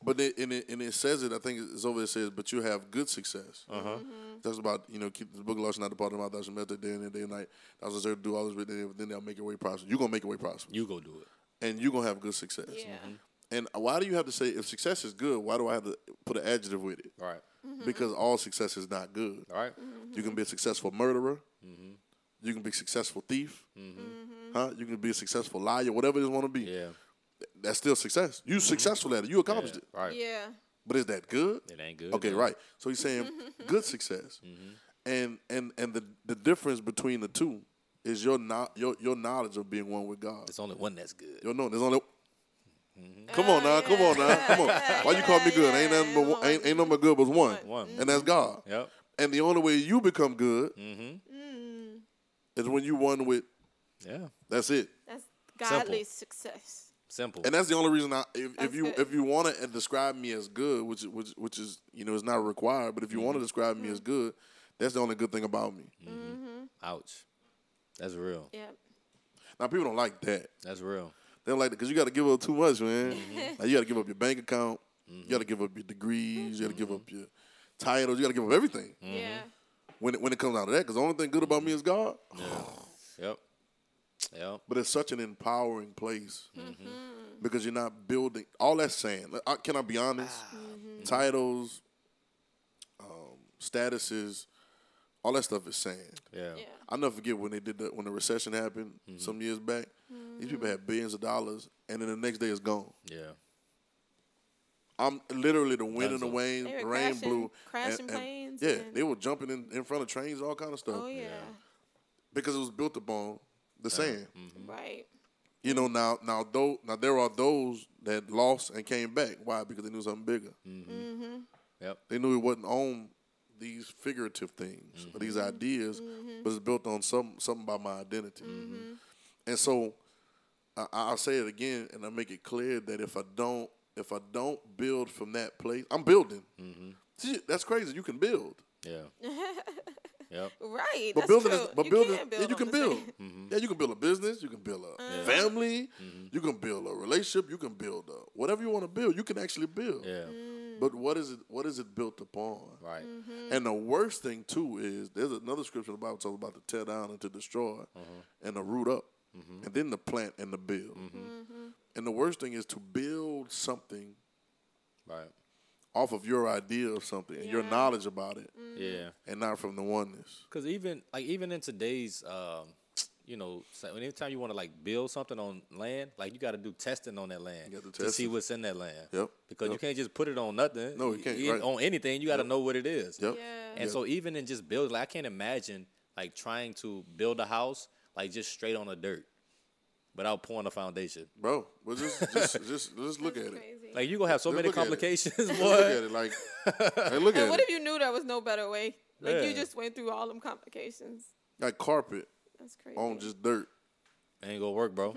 S1: but it, and it and it says it. I think it's over. It says, but you have good success. That's about you know keep the book of law shall not depart from my thou shalt meditate day and day and night. Thou shalt serve to do all this with them. Then they'll make your way prosperous. You are gonna make your way prosperous,
S3: you go do it.
S1: and you are gonna have good success.
S4: yeah.
S3: Mm-hmm.
S1: And why do you have to say if success is good? Why do I have to put an adjective with it?
S3: All right,
S1: Because all success is not good.
S3: all right.
S1: You can be a successful murderer. You can be a successful thief. Huh? You can be a successful liar. Whatever it is want to be.
S3: Yeah, Mm-hmm.
S1: That's still success. You successful at it. You accomplished it.
S3: all right.
S4: Yeah.
S1: But is that good?
S3: It ain't good. Mm-hmm.
S1: Okay,
S3: no.
S1: right. So he's saying good success, and and and the the difference between the two is your not your your knowledge of being one with God.
S3: It's only one that's good.
S1: You know, there's only.
S3: Mm-hmm.
S1: Come on now, come on now, come on. Why you call me good? ain't nothing but one, ain't ain't nothing but good but one,
S3: One.
S1: and that's God.
S3: Yep.
S1: And the only way you become good is when you one with.
S3: Yeah.
S1: That's it.
S4: That's godly success.
S3: Simple.
S1: And that's the only reason I, if, if
S4: That's
S1: you
S4: good.
S1: if you want to describe me as good, which which which is you know it's not required, but if you want to describe me
S4: Mm-hmm.
S1: as good, that's the only good thing about me.
S3: Ouch. That's real.
S4: Yeah.
S1: Now people don't like that.
S3: That's real.
S1: They don't like that because you got to give up too much, man. Like, you got to give up your bank account. You got to give up your degrees. You got to give
S4: Mm-hmm.
S1: up your titles. You got to give up everything
S3: Mm-hmm.
S4: Yeah.
S1: when it, when it comes down to that. Because the only thing good about me is God.
S3: Yep. Yep.
S1: But it's such an empowering place
S4: Mm-hmm.
S1: because you're not building all that sand. I, can I be honest?
S4: Ah. Mm-hmm.
S1: Titles, um, statuses, all that stuff is sand.
S3: Yeah.
S4: Yeah.
S1: I'll never forget when they did that when the recession happened
S4: Mm-hmm.
S1: some years back. These people had billions of dollars, and then the next day it's gone.
S3: Yeah.
S1: I'm literally the wind and the
S3: Dunzo.
S1: rain,
S4: They
S1: rain
S4: were crashing-
S1: blew,
S4: crashing
S1: and, and-
S4: planes
S1: Yeah,
S4: and-
S1: they were jumping in, in front of trains, all kind of stuff,
S4: Oh yeah.
S1: because it was built upon the sand.
S4: Right.
S1: You know, now now though now there are those that lost and came back. Why? Because they knew something bigger.
S3: Yep.
S1: They knew it wasn't on these figurative things or these ideas, but it's built on some something about my identity. And so I, I'll say it again, and I make it clear that if I don't if I don't build from that place, I'm building. See, that's crazy. You can build,
S3: Yeah. yep.
S4: Right.
S1: but
S4: that's
S1: building
S4: true.
S1: is but
S4: you
S1: building
S4: can
S1: yeah,
S4: build
S1: you
S4: on
S1: can
S4: the Uh-huh. sand.
S1: build. Yeah, you can build a business. You can build a family. You can build a relationship. You can build a, whatever you want to build. You can actually build.
S3: Yeah.
S4: Mm.
S1: But what is it? What is it built upon?
S3: Right.
S1: And the worst thing too is there's another scripture in the Bible talks about to tear down and to destroy, and to root up, and then to plant and to build.
S4: Mm-hmm.
S1: And the worst thing is to build something
S3: Right.
S1: off of your idea of something and your knowledge about it,
S4: Mm.
S3: Yeah.
S1: and not from the oneness.
S3: Because even like even in today's, um, you know, so anytime you want to like build something on land, like you got to do testing on that land
S1: You gotta
S3: to
S1: test
S3: see
S1: it.
S3: what's in that land.
S1: Yep.
S3: Because you
S1: Yep.
S3: can't just put it on nothing.
S1: No, you can't,
S3: ain't
S1: right.
S3: On anything, you got to know what it is.
S1: Yep.
S4: Yeah.
S3: And so even in just building, like, I can't imagine like trying to build a house like just straight on the dirt, without pouring a foundation.
S1: Bro, well, just just just, just look at
S4: That's
S1: it.
S4: crazy.
S3: Like you gonna have so
S1: Just
S3: many
S1: look at it.
S3: complications,
S1: Just Look at
S3: boy.
S1: it like, like, look
S4: And
S1: at
S4: what
S1: it
S4: if you knew there was no better way? Like
S3: Yeah.
S4: you just went through all them complications.
S1: like carpet
S4: That's crazy.
S1: on just dirt,
S3: Ain't gonna work, bro.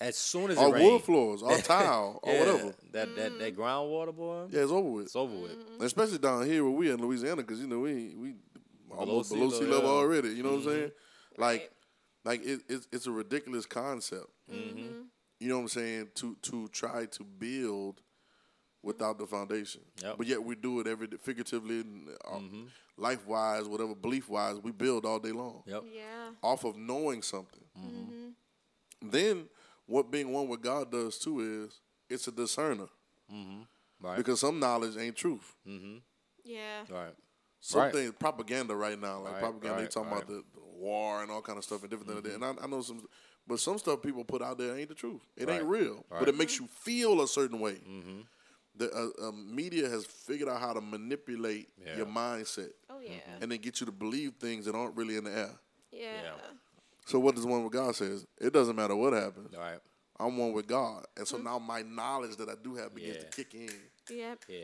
S3: As soon as it
S1: or
S3: rains,
S1: wood floors, or tile, or
S3: yeah,
S1: whatever.
S3: That that that groundwater, boy.
S1: Yeah, it's over with.
S3: It's over with.
S1: especially down here where we in Louisiana, because you know we we almost
S3: sea
S1: below sea
S3: level,
S1: level
S3: yeah.
S1: already. You know what I'm saying? Like, like it, it's it's a ridiculous concept. Mm-hmm. You know what I'm saying? To to try to build without the foundation,
S3: Yep.
S1: but yet we do it every day, figuratively, and uh, life wise, whatever belief wise, we build all day long
S3: Yep.
S4: Yeah.
S1: off of knowing something.
S3: Mm-hmm.
S1: Then what being one with God does too is it's a discerner
S3: Right.
S1: because some knowledge ain't truth.
S4: Yeah.
S3: right. Right.
S1: something propaganda right now, like
S3: Right,
S1: propaganda. they
S3: right,
S1: talking
S3: right. Mm-hmm.
S1: about the, the war and all kind of stuff and different things like that. And I, I know some, but some stuff people put out there ain't the truth. It ain't
S3: Right, Mm-hmm.
S1: real, but it makes you feel a certain way. The uh, uh, media has figured out how to manipulate
S3: Yeah.
S1: your mindset
S4: Oh yeah.
S1: Mm-hmm. and then get you to believe things that aren't really in the air.
S4: Yeah.
S3: Yeah.
S1: So what does one with God says? It doesn't matter what happens.
S3: All right.
S1: I'm one with God, and
S4: Mm-hmm.
S1: so now my knowledge that I do have begins
S3: Yeah.
S1: to kick in.
S4: Yep.
S3: Yeah.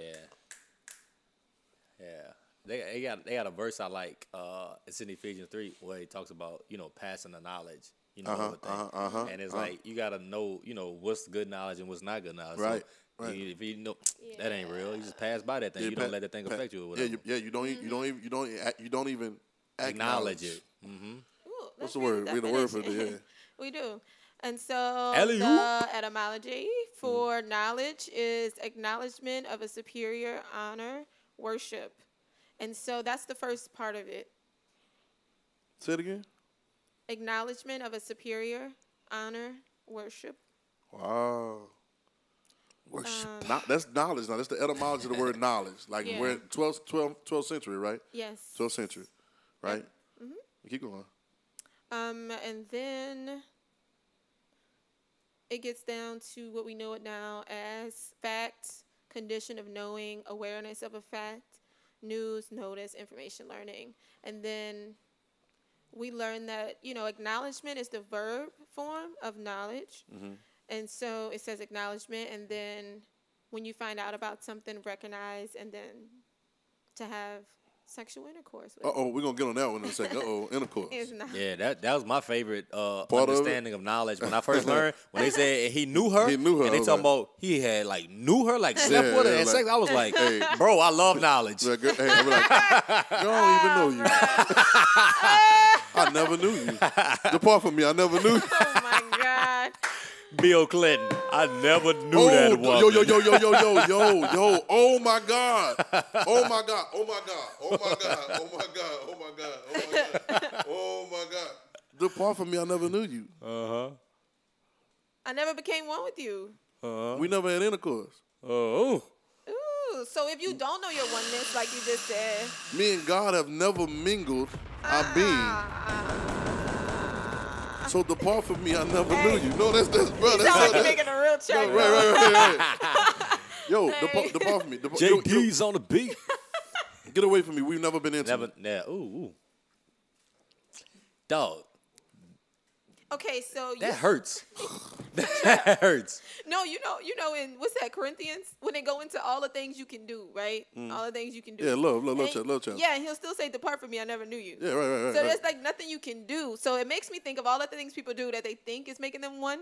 S3: Yeah. They, they got they got a verse I like. Uh, it's in Ephesians three where he talks about you know passing the knowledge. You know,
S1: Uh-huh,
S3: the thing.
S1: uh-huh, uh-huh,
S3: and it's
S1: uh-huh.
S3: like you gotta know you know what's good knowledge and what's not good knowledge. So
S1: Right, right.
S3: you- if you know that ain't real, you just pass by that thing.
S1: Yeah,
S3: you
S1: pa-
S3: don't let that thing
S1: pa-
S3: affect you. Or
S1: Yeah,
S3: whatever.
S1: you, yeah. You don't. e- You don't
S4: Mm-hmm.
S1: even. You don't. e- You don't even
S3: acknowledge it.
S4: Ooh,
S1: What's
S4: that's
S1: the
S4: really
S1: word? We the word for the
S4: definition.
S1: yeah.
S4: we do. And so
S3: Alley-oop.
S4: the etymology for knowledge is acknowledgement of a superior honor, worship. And so that's the first part of it.
S1: Say it again.
S4: Acknowledgement of a superior honor, worship.
S1: Wow. Worship. Kno- that's knowledge. Now that's the etymology of the word knowledge. Like
S4: Uh. Yeah.
S1: we're 12th, 12th, 12th century, right?
S4: Yes.
S1: 12th century, right?
S4: Mm-hmm.
S1: Keep going.
S4: Um, and then it gets down to what we know it now as fact, condition of knowing, awareness of a fact, news, notice, information, learning. And then we learn that, you know, acknowledgement is the verb form of knowledge. And so it says acknowledgement, and then when you find out about something, recognize, and then to have sexual intercourse with.
S1: Uh oh, we're gonna get on that one in a second. Uh oh, intercourse.
S4: It's not.
S3: Yeah, that that was my favorite uh,
S1: Part of it?
S3: understanding of, knowledge when I first learned when they said he knew her.
S1: He knew her,
S3: And they
S1: I was
S3: talking about he had like knew her, like slept
S1: Yeah,
S3: with her
S1: yeah,
S3: and
S1: like,
S3: sex. I was like,
S1: hey.
S3: bro, I love knowledge.
S1: Like, hey, I'm like, girl, I don't even know you. I never knew you. Depart from me. I never knew you.
S4: Oh my God.
S3: Bill Clinton. I never knew
S1: Oh,
S3: that
S1: yo,
S3: woman.
S1: yo, yo, yo, yo, yo, yo, yo, yo. Oh my God. Oh my God. Oh my God. Oh my God. Oh my God. Oh my God. Oh my God. Oh my God. Depart from me. I never knew you.
S3: Uh
S4: I never became one with you.
S3: huh. Uh huh.
S1: We never had intercourse.
S3: Oh.
S4: Ooh. So if you don't know your oneness, like you just said,
S1: Me and God have never mingled
S4: Ah.
S1: our being. So depart from me. I never
S4: Hey.
S1: knew you. No, that's that's bro. That's,
S4: sound like
S1: that's,
S4: you're making a real check.
S1: right, right, right, right. Yo, depart, depart from me. Depart, yo, yo,
S3: JD's on the beat.
S1: get away from me. We've never been intimate.
S3: Never. Yeah. Ooh. ooh. Dog.
S4: Okay, so you,
S3: That hurts. that hurts.
S4: no, you know, you know, in what's that Corinthians when they go into all the things you can do, right? All the things you can do.
S1: Mm. Yeah, love, love, love,
S4: And-
S1: child, love, child.
S4: Yeah, and he'll still say, "Depart from me, I never knew you."
S1: Yeah, right, right, right.
S4: So
S1: right.
S4: there's like nothing you can do. So it makes me think of all the things people do that they think is making them one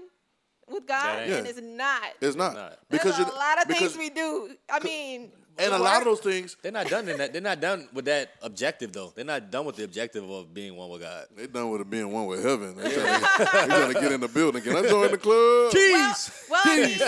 S4: with God,
S3: ain't-
S4: and
S1: Yeah.
S4: it's not.
S1: It's not.
S3: not.
S1: Because
S4: there's a
S1: you-
S4: lot of
S1: because-
S4: things we do. I mean,
S1: and
S4: the
S1: a lot of
S4: work-
S1: those things
S3: They're not done in that. They're not done with that objective though. They're not done with the objective of being one with God.
S1: they done with it being one with heaven. They trying to, they trying to get in the building. Can I join the club?
S3: Keys.
S4: Well, I mean,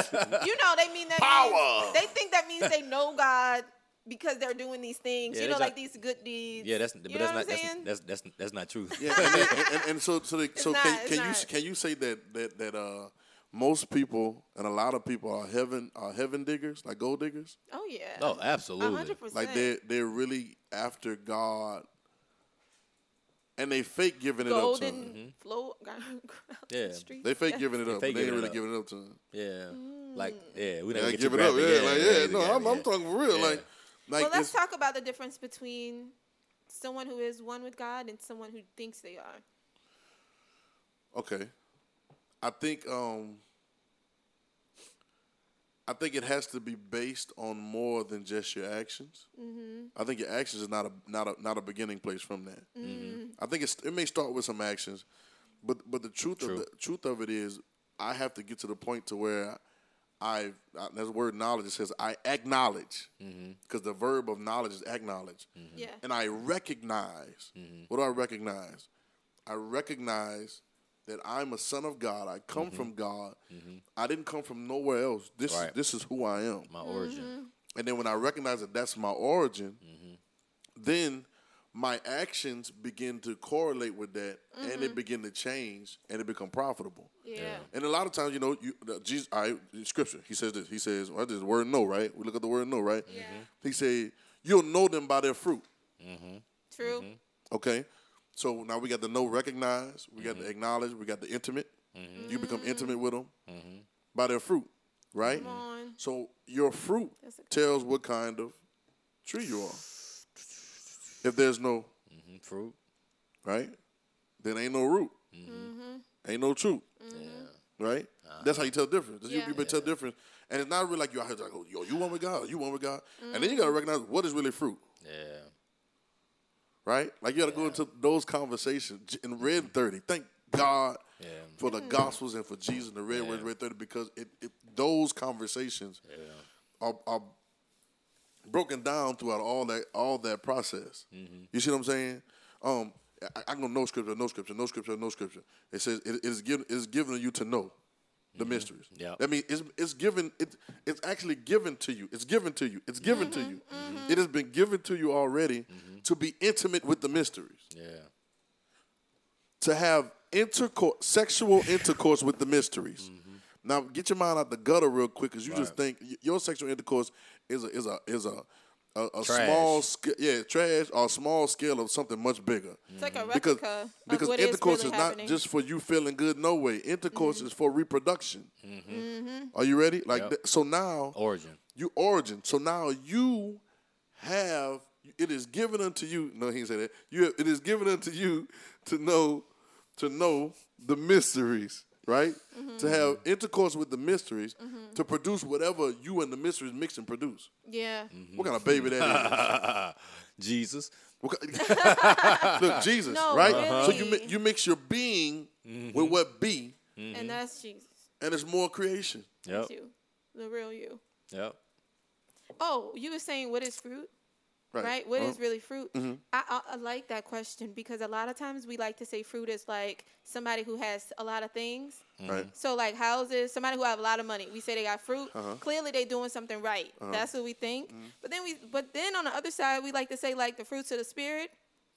S4: you know, they mean that.
S1: Power.
S4: Means, they think that means they know God because they're doing these things.
S3: Yeah,
S4: you
S3: they
S4: know, like
S3: try-
S4: these good deeds.
S3: Yeah, that's
S4: you
S3: but
S4: know
S3: that's
S4: what
S3: not
S4: I'm saying.
S3: that's, that's that's that's not true.
S1: Yeah, and, they, and, and, and so so, they, so
S4: not,
S1: can,
S4: it's
S1: can you
S4: not.
S1: can you say that that that uh most people and a lot of people are heaven are heaven diggers like gold diggers
S4: oh yeah.
S3: Oh, absolutely.
S4: hundred percent.
S1: like they're they're really after God and they fake giving it up to
S4: golden
S1: him.
S4: flow. ground-
S3: Yeah.
S4: street.
S1: They fake giving it up,
S3: fake
S1: but they ain't
S3: giving it
S1: really
S3: up.
S1: giving it up to him.
S3: Yeah.
S4: Mm.
S3: Like yeah, we never
S1: Like,
S3: get
S1: give
S3: your
S1: it up,
S3: graphic.
S1: yeah, like yeah,
S3: we
S1: no,
S3: got
S1: I'm,
S3: it,
S1: I'm
S3: yeah.
S1: talking for real,
S3: Yeah.
S1: like, like
S4: well, let's
S1: it's-
S4: talk about the difference between someone who is one with God and someone who thinks they are.
S1: Okay. I think um I think it has to be based on more than just your actions. I think your actions is not a not a not a beginning place from that. I think it's it may start with some actions, but but the truth of the truth of it is I have to get to the point to where I, I that word knowledge it says I acknowledge because the verb of knowledge is acknowledge
S3: Mm-hmm.
S4: Yeah.
S1: and I recognize. What do I recognize? I recognize that I'm a son of God. I come from God. I didn't come from nowhere else. This is
S3: Mm-hmm. Right.
S1: this is who I am.
S3: My origin.
S4: Mm-hmm.
S1: And then when I recognize that that's my origin,
S3: Mm-hmm.
S1: then my actions begin to correlate with that, and it begin to change, and it become profitable.
S4: Yeah.
S1: And a lot of times, you know, you, the, Jesus, I scripture. He says this. He says, "What is the word no?" Right? We look at the word no, right?
S4: Yeah. Mhm.
S3: Mm-hmm.
S1: He said, "You'll know them by their fruit."
S4: True.
S3: Mm-hmm.
S1: Okay. So now we got the no recognize, we got the acknowledge, we got the intimate. You become intimate with them by their fruit, right?
S4: on.
S1: So your fruit
S4: That's a good
S1: tells what kind of tree you are. If there's no
S3: Mhm, Fruit.
S1: right, then ain't no root,
S4: Mm-hmm.
S1: ain't no truth, right? That's how you tell difference. That's
S4: Yeah.
S1: You, you can tell difference, and it's not really like you out here like, oh, yo, you one with God, you one with God, and then you
S4: Mm-hmm.
S1: gotta recognize what is really fruit.
S3: Yeah.
S1: right? Like you got to go into those conversations J- in Red Thirty. Thank God
S3: Yeah.
S1: for the Gospels and for Jesus and the Red Red, Red Thirty because it, it those conversations are, are broken down throughout all that all that process. You see what I'm saying? Um, I, I go no scripture, no scripture, no scripture, no scripture. It says it, it is given it is given to you to know. The mysteries.
S3: Yep.
S1: I mean, it's it's given. It, it's actually given to you. It's given to you. It's given to you. It has been given to you already to be intimate with the mysteries
S3: Yeah.
S1: to have intercourse, sexual intercourse with the mysteries.
S3: Mm-hmm.
S1: Now get your mind out the gutter real quick, cause you just think y- your sexual intercourse is a is a is a a, a
S3: Trash.
S1: small sca- yeah trash or a small scale of something much bigger.
S3: Mm.
S4: It's like a replica
S1: Mm-hmm. Because
S4: of
S1: because
S4: what is
S1: intercourse
S4: really
S1: is not
S4: happening. Mm-hmm.
S1: just for you feeling good, no way. Intercourse is for reproduction. Are you ready? Like
S3: Mm-hmm. Yep.
S1: th- so now
S3: Origin.
S1: you origin. So now you have it is given unto you. No, he didn't say that. You have, it is given unto you to know to know the mysteries, right?
S4: Mm-hmm.
S1: To have intercourse with the mysteries to produce whatever you and the mysteries mix and produce.
S4: Yeah.
S3: Mm-hmm.
S1: What kind of baby that is?
S3: Jesus.
S1: What kind- Look, Jesus,
S4: No,
S1: right? So you mi-
S4: really.
S1: you mix your being with what be,
S4: And that's Jesus.
S1: and it's more creation.
S3: Yep.
S4: You. The real you.
S3: Yep.
S4: Oh, you were saying what is fruit?
S1: Right.
S4: right? What is
S1: Uh-huh.
S4: really fruit? I, I, I like that question because a lot of times we like to say fruit is like somebody who has a lot of things.
S1: Right.
S4: So like houses, somebody who have a lot of money, we say they got fruit.
S1: Uh-huh.
S4: Clearly they doing something right. That's what we think.
S1: Mm-hmm.
S4: But then we, but then on the other side, we like to say like the fruits of the spirit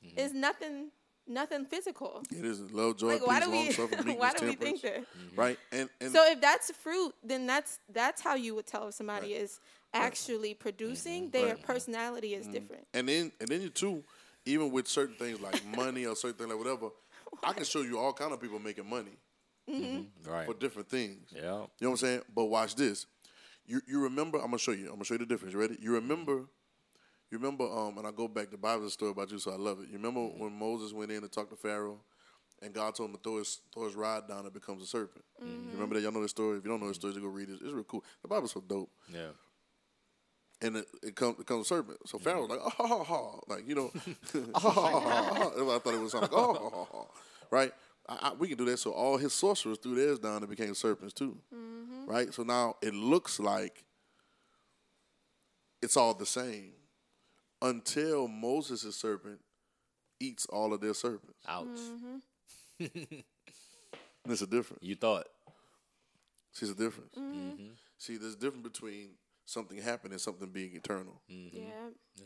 S1: Mm-hmm.
S4: is nothing, nothing physical.
S1: It is love, joy,
S4: Like
S1: peace,
S4: why do
S1: long
S4: we,
S1: suffering, meekness,
S4: why do we
S1: temperance.
S4: think that?
S1: Right. And and
S4: So if that's fruit, then that's that's how you would tell if somebody is actually
S1: Mm-hmm.
S4: producing. Their personality is different.
S1: and then and then you too, even with certain things like money or certain thing like whatever, I can show you all kind of people making money
S3: Right.
S1: for different things.
S3: Yeah.
S1: You know what I'm saying? But watch this. You you remember? I'm gonna show you. I'm gonna show you the difference. You ready? You remember? You remember? Um, and I go back. The Bible's a story about you, so I love it. You remember
S3: Mm-hmm.
S1: when Moses went in to talk to Pharaoh, and God told him to throw his throw his rod down and it becomes a serpent.
S3: Mm-hmm.
S1: You remember that? Y'all know the story. If you don't know the story, just go read it. It's real cool. The Bible's so dope
S3: Yeah.
S1: and it, it comes it comes serpent. So Pharaoh was like, oh, ha, ha, ha. like you know, Ah, ha, ha, ha, ha, ha. That's what I thought it was sound like, oh, ha, ha, ha, ha. right? I, I, we can do that. So all his sorcerers threw theirs down and became serpents too, right? So now it looks like it's all the same until Moses' serpent eats all of their serpents.
S3: Ouch.
S4: Mm-hmm.
S1: There's a difference.
S3: You thought.
S1: See, there's a difference. See, there's a difference between something happening and something being eternal.
S4: Yeah.
S3: Yeah.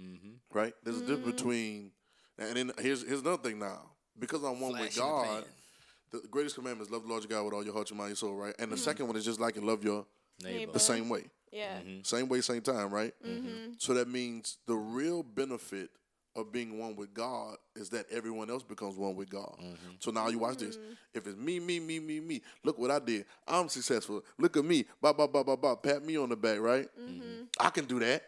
S3: Mm-hmm.
S1: right? There's a difference between, and then here's here's another thing now. Because I'm one with
S3: Flash in the
S1: God,
S3: pan.
S1: the, greatest commandment is love the Lord your God with all your heart, your mind, your soul, right? And the second one is just like and love your
S3: Neighbor.
S1: the same way,
S4: Yeah.
S1: same way, same time, right? So that means the real benefit of being one with God is that everyone else becomes one with God. So now you watch this. If it's me, me, me, me, me, look what I did. I'm successful. Look at me. Ba ba ba ba ba. Pat me on the back, right? I can do that.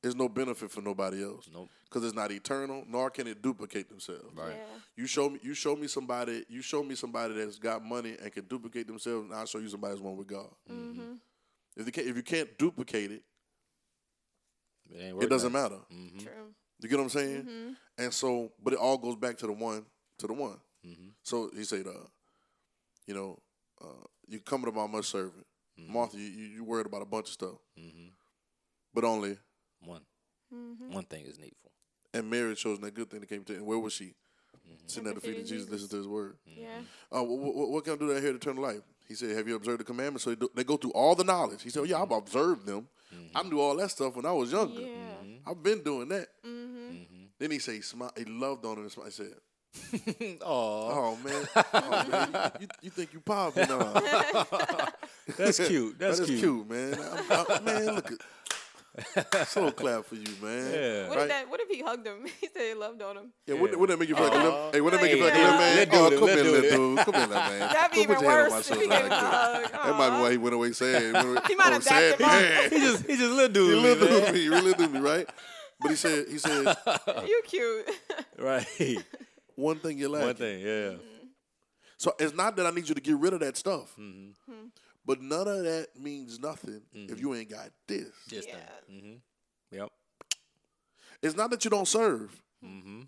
S1: There's no benefit for nobody else.
S3: Nope.
S1: Because it's not eternal, nor can it duplicate themselves.
S3: Right.
S4: Yeah.
S1: You show me you show me somebody you show me somebody that's got money and can duplicate themselves, and I'll show you somebody that's one with God. Mm-hmm. If, you can't, if you can't duplicate it,
S3: It, ain't
S1: it
S3: worth
S1: doesn't
S3: nothing.
S1: matter.
S4: True. Mm-hmm.
S1: You get what I'm saying? And so, but it all goes back to the one, to the one.
S3: Mm-hmm,
S1: So he said, uh, you know, uh, you coming to my much servant, Martha. You, you you worried about a bunch of stuff, but only
S3: mm-hmm. One.
S4: Mm-hmm.
S3: One thing is needful.
S1: and Mary chose that good thing that came to. And where was she? Sitting at the feet of Jesus, listen to His word.
S4: Yeah.
S1: Uh, what, what, what can I do that here to eternal life? He said, Have you observed the commandments? So they, do, they go through all the knowledge. He said, Yeah, I've observed them.
S3: Mm-hmm.
S1: I knew all that stuff when I was younger.
S4: Yeah. Mm-hmm.
S1: I've been doing that.
S3: Mm-hmm.
S1: Then he said, he, smiled, he loved on her and smiled. He said,
S3: Oh,
S1: Oh man, oh, man. You, you think you popping? Huh?
S3: that's cute. That's,
S1: That's cute. man. I'm, I'm, man, look at so clap for you, man.
S3: Yeah.
S4: What
S1: right?
S4: if that? What if he hugged him? he said he loved on him.
S1: Yeah, wouldn't, wouldn't that make you feel like a little? Hey, wouldn't that make you feel like a
S4: Yeah.
S1: little man?
S3: Let
S1: Oh,
S3: dude it,
S1: come
S3: let
S1: here,
S3: dude
S1: little
S3: it.
S1: dude. Come here, little man.
S4: That'd be
S1: Go
S4: even
S1: put your hand on
S4: worse.
S1: my
S4: if
S1: shoulder
S4: he gave him a
S1: like that.
S4: hug.
S1: That might be
S4: Aw.
S1: why he went away sad. He, went away,
S4: He might
S1: oh,
S4: have
S1: sad
S4: backed him up.
S1: man.
S3: He just he just little dude.
S1: He
S3: me,
S1: really
S3: man.
S1: do me. He really do me, right? But he said, he said,
S4: You cute.
S3: Right.
S1: one thing you lack.
S3: One thing. Yeah.
S1: So it's not that I need you to get rid of that stuff,
S3: Mm-hmm.
S4: Hmm.
S1: but none of that means nothing if you ain't got this.
S3: Just
S4: yeah.
S3: that. Mm-hmm. Yep.
S1: It's not that you don't serve. And
S3: Mm-hmm.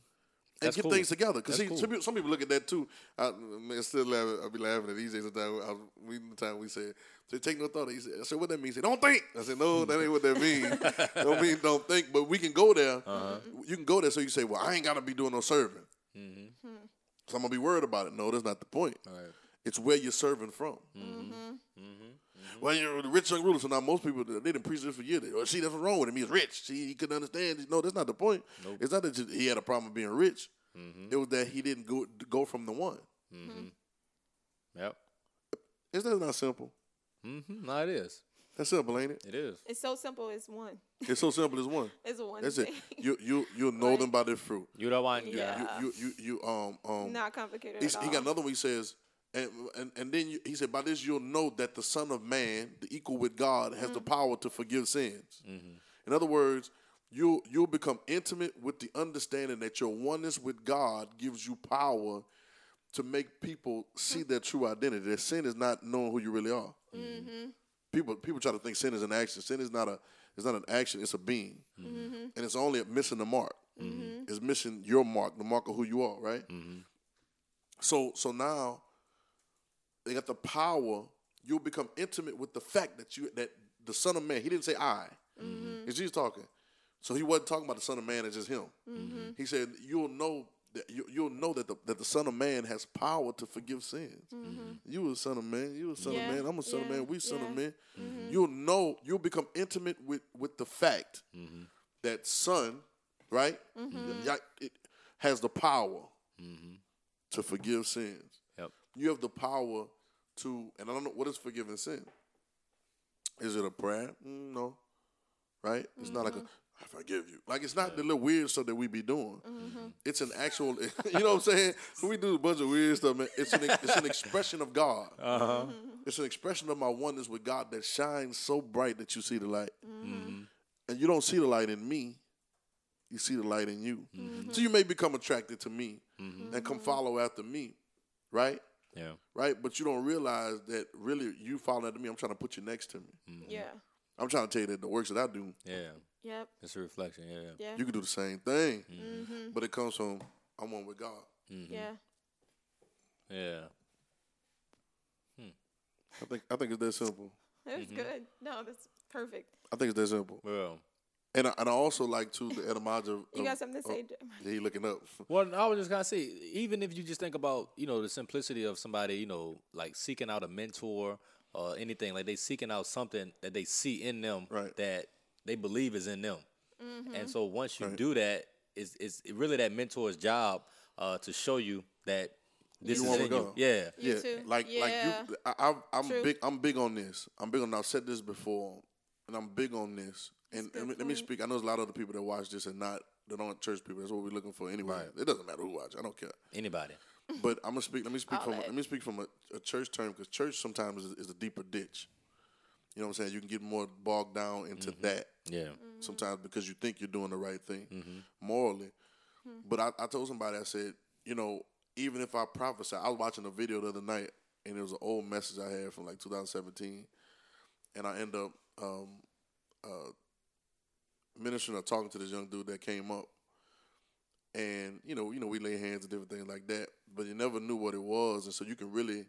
S3: That's
S1: get
S3: cool.
S1: things together, because
S3: That's
S1: see,
S3: cool.
S1: some, people, some people look at that too. I, man, still laughing. I be laughing at these days. Sometimes I was reading the time we said, "So take no thought." He said, "I said what that means." He said, "Don't think." I said, "No, that ain't what that means. don't mean don't think." But we can go there.
S3: Uh-huh.
S1: You can go there. So you say, "Well, I ain't gotta be doing no serving."
S3: Mm-hmm.
S1: So I'm gonna be worried about it. No, that's not the point.
S3: All right.
S1: It's where you're serving from. Well, you're the rich young ruler. So now most people they didn't preach this for years. They, oh, see, that's what's wrong with him. He's rich. See, he couldn't understand. No, that's not the point. It's not that you- he had a problem being rich. It was that he didn't go go from the one.
S3: Yep.
S1: It's that's not simple.
S3: Mm-hmm. No, it is.
S1: That's simple, ain't it?
S3: It is.
S4: It's so simple. It's one.
S1: It's so simple as one.
S4: It's one
S1: That's it.
S4: thing.
S1: You you you'll know them by their fruit.
S3: You don't want.
S4: Yeah.
S3: Yeah.
S1: You you you, you um um.
S4: Not complicated
S1: he's-
S4: at all.
S1: he got another one. He says. And, and and then you, he said, "By this you'll know that the Son of Man, the equal with God, has
S4: Mm-hmm.
S1: the power to forgive sins." In other words, you'll you'll become intimate with the understanding that your oneness with God gives you power to make people see their true identity. That sin is not knowing who you really are.
S4: Mm-hmm.
S1: People people try to think sin is an action. Sin is not a it's not an action. It's a being,
S4: Mm-hmm.
S1: and it's only missing the mark. It's missing your mark, the mark of who you are. Right. So so now they got the power. You'll
S4: Mm-hmm.
S1: become intimate with the fact that you that the Son of Man. He didn't say I. It's Jesus talking. So he wasn't talking about the Son of Man; it's just him.
S4: Mm-hmm.
S1: He said, "You'll know that you, you'll know that the that the Son of Man has power to forgive sins. You a Son of Man. You a Son
S4: Mm-hmm. Yeah,
S1: of Man. I'm a Son of
S4: yeah,
S1: Man. We Son
S4: yeah. Mm-hmm.
S1: of Man. You'll know. You'll become intimate with with the fact that Son, right,
S4: Mm-hmm.
S1: yeah, it has the power to forgive sins.
S3: Yep.
S1: You have the power to, and I don't know what is forgiving sin. Is it a prayer? Mm, no, right? It's not like a, I forgive you. Like it's not the little weird stuff that we be doing. It's an actual, you know what I'm saying? We do a bunch of weird stuff, man. It's an it's an expression of God.
S3: Uh-huh.
S1: It's an expression of my oneness with God that shines so bright that you see the light, and you don't see the light in me. You see the light in you, so you may become attracted to me and come follow after me, right?
S3: Yeah.
S1: right? But you don't realize that really you following after me. I'm trying to put you next to me.
S4: Yeah.
S1: I'm trying to tell you that the works that I do,
S3: Yeah.
S4: Yep.
S3: It's a reflection. Yeah. yeah.
S4: Yeah.
S1: you can do the same thing,
S4: Mm-hmm.
S1: but it comes from I'm one with God.
S4: Yeah.
S3: Yeah.
S1: I think I think it's that simple.
S4: That's
S1: Mm-hmm.
S4: good. No, that's perfect.
S1: I think it's that simple.
S3: Well,
S1: And I, and I also like too the etymology. Of,
S4: You got something to
S1: Oh.
S4: say? J-
S1: Yeah, he looking up.
S3: well, I was just gonna say, even if you just think about, you know, the simplicity of somebody, you know, like seeking out a mentor or anything, like they seeking out something that they see in them
S1: Right. Mm-hmm.
S3: that they believe is in them, and so once you do that, it's it's really that mentor's job uh, to show you that this
S1: You
S3: is
S1: wanna
S3: in you.
S1: go.
S3: Yeah.
S4: You
S1: yeah,
S4: too.
S1: like
S4: Yeah.
S1: like you. I, I, I'm
S4: True.
S1: big. I'm big on this. I'm big on. I've said this before, and I'm big on this. And let me, let me speak. I know there's a lot of other people that watch this and not that aren't church people. That's what we're looking for anyway. It doesn't matter who watch. I don't care.
S3: Anybody.
S1: But I'm gonna speak. Let me speak from.
S4: Holla.
S1: Let me speak from a, a church term because church sometimes is, is a deeper ditch. You know what I'm saying? You can get more bogged down into that
S3: Yeah.
S1: sometimes because you think you're doing the right thing morally. But I, I told somebody, I said, you know, even if I prophesy, I was watching a video the other night and it was an old message I had from like 2017, and I end up um, uh, ministering or talking to this young dude that came up. And you know, you know, we lay hands and different things like that, but you never knew what it was, and so you can really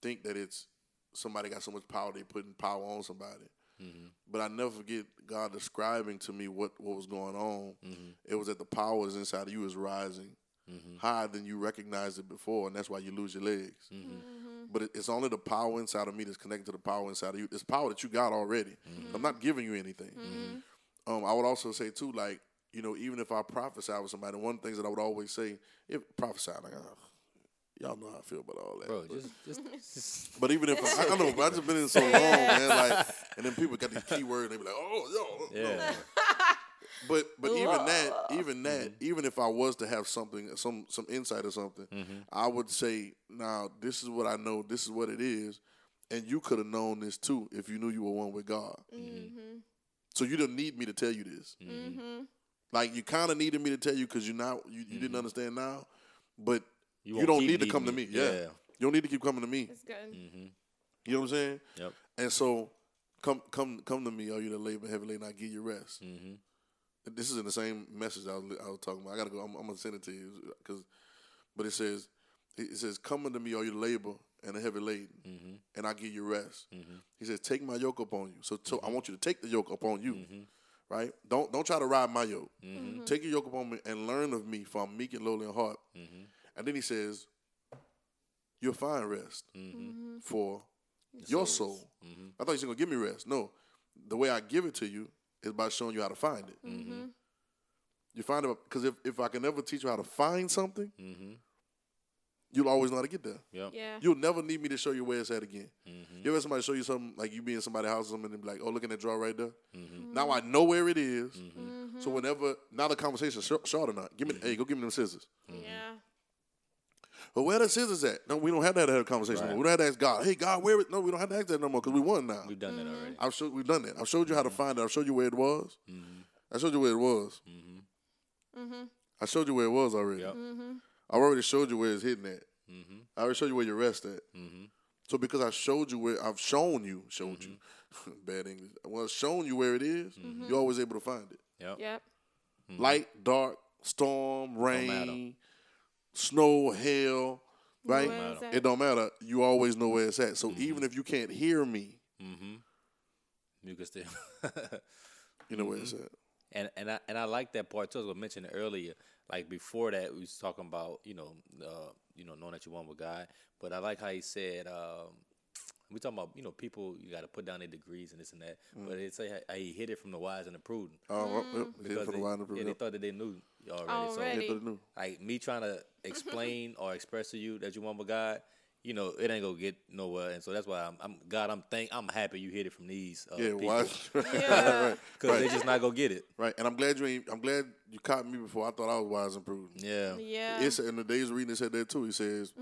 S1: think that it's somebody got so much power they putting power on somebody
S3: mm-hmm.
S1: but I never forget God describing to me what, what was going on. It was that the power is inside of you is rising higher than you recognized it before, and that's why you lose your legs. But it, it's only the power inside of me that's connected to the power inside of you. It's power that you got already. I'm not giving you anything. Um, I would also say too, like you know, even if I prophesy with somebody, one of the things that I would always say, if prophesy, like "Ugh, y'all know how I feel about all that.
S3: Bro,
S1: but-
S3: just, just, just
S1: but even if I, I don't know, but I just been in so long, man. Like, and then people got these keywords, and they be like, "Oh, yo."
S3: yeah.
S1: But but even that, even that, even if I was to have something, some some insight or something,
S3: Mm-hmm.
S1: I would say, "Now this is what I know. This is what it is." And you could have known this too if you knew you were one with God.
S4: Mm-hmm.
S1: So you didn't need me to tell you this.
S3: Mm-hmm.
S1: Like you kind of needed me to tell you because you now you, you didn't understand now, but you,
S3: won't
S1: don't
S3: keep
S1: need to
S3: needing
S1: come to me. Yeah. Mm-hmm.
S3: Yeah.
S1: you don't need to keep coming to me.
S4: It's good.
S1: You know what I'm saying?
S3: Yep.
S1: And so, come, come, come to me, all you that labor heavily, and I give you rest.
S3: Mm.
S1: This is in the same message I was, I was talking about. I gotta go. I'm, I'm gonna send it to you because, but it says, it says, come unto me, all you labor and a heavy laden, and I give you rest. He says, take my yoke upon you. So, so I want you to take the yoke upon you. Right? Don't don't try to ride my yoke. Take your yoke upon me and learn of me, for I'm meek and lowly in heart. And then he says, You'll find rest for your soul. I thought you said gonna give me rest. No, the way I give it to you is by showing you how to find
S4: Mm-hmm.
S1: it.
S3: Mm-hmm.
S1: You find it because if, if I can never teach you how to find something, Mm-hmm. you'll always know how to get there.
S3: Yep.
S4: Yeah.
S1: You'll never need me to show you where it's at again. You ever had somebody show you something like you be in somebody's house or something and be like, "Oh, look in that drawer right there." Now I know where it is. So whenever now the conversation sh- short or not, give me hey, go give me them scissors.
S3: Mm-hmm.
S4: Yeah.
S1: But where the scissors at? No, we don't have that have a conversation. no more. We don't have to ask God. Hey, God, where it? No, we don't have to ask that no more because we won now.
S3: We've done that already.
S1: I've showed we've done that. I've showed you how to find it. I've showed you where it was. I showed you where it was. I showed you where it was already.
S3: Yep.
S1: I've already showed you where it's hidden at. I already showed you where your rest at. So because I showed you where I've shown you, showed you, bad English. Well, I've shown you where it is, You're always able to find it.
S3: Yep.
S4: Yep.
S1: Light, dark, storm,
S3: matter.
S1: rain, snow, hail, right?
S4: Where is that?
S1: It don't matter. Mm-hmm. You always know where it's at. So even if you can't hear me,
S3: You can still.
S1: you know where it's at.
S3: and and I and I like that part too. As I mentioned earlier, like before that, we was talking about you know, uh, you know, knowing that you're one with God. But I like how he said. Um, we talking about you know people you got to put down their degrees and this and that, but it's like how he hid it from the wise and the prudent
S1: Mm. Oh, yep, yep. Hit it
S3: because
S1: for the
S3: they,
S1: line of
S3: yeah, they thought that they knew already. So
S4: Already.
S3: like me trying to explain or express to you that you want with God, you know, it ain't gonna get nowhere. And so that's why I'm, I'm God. I'm thank. I'm happy you hid it from these. Uh,
S1: Yeah,
S3: people,
S1: wise.
S4: Yeah.
S1: right,
S3: Because
S1: right,
S3: they just not gonna get it.
S1: right. And I'm glad you. Ain't, I'm glad you caught me before I thought I was wise and prudent.
S3: Yeah.
S4: Yeah. Mm-hmm.
S1: It's and the days reading it said that too. He says,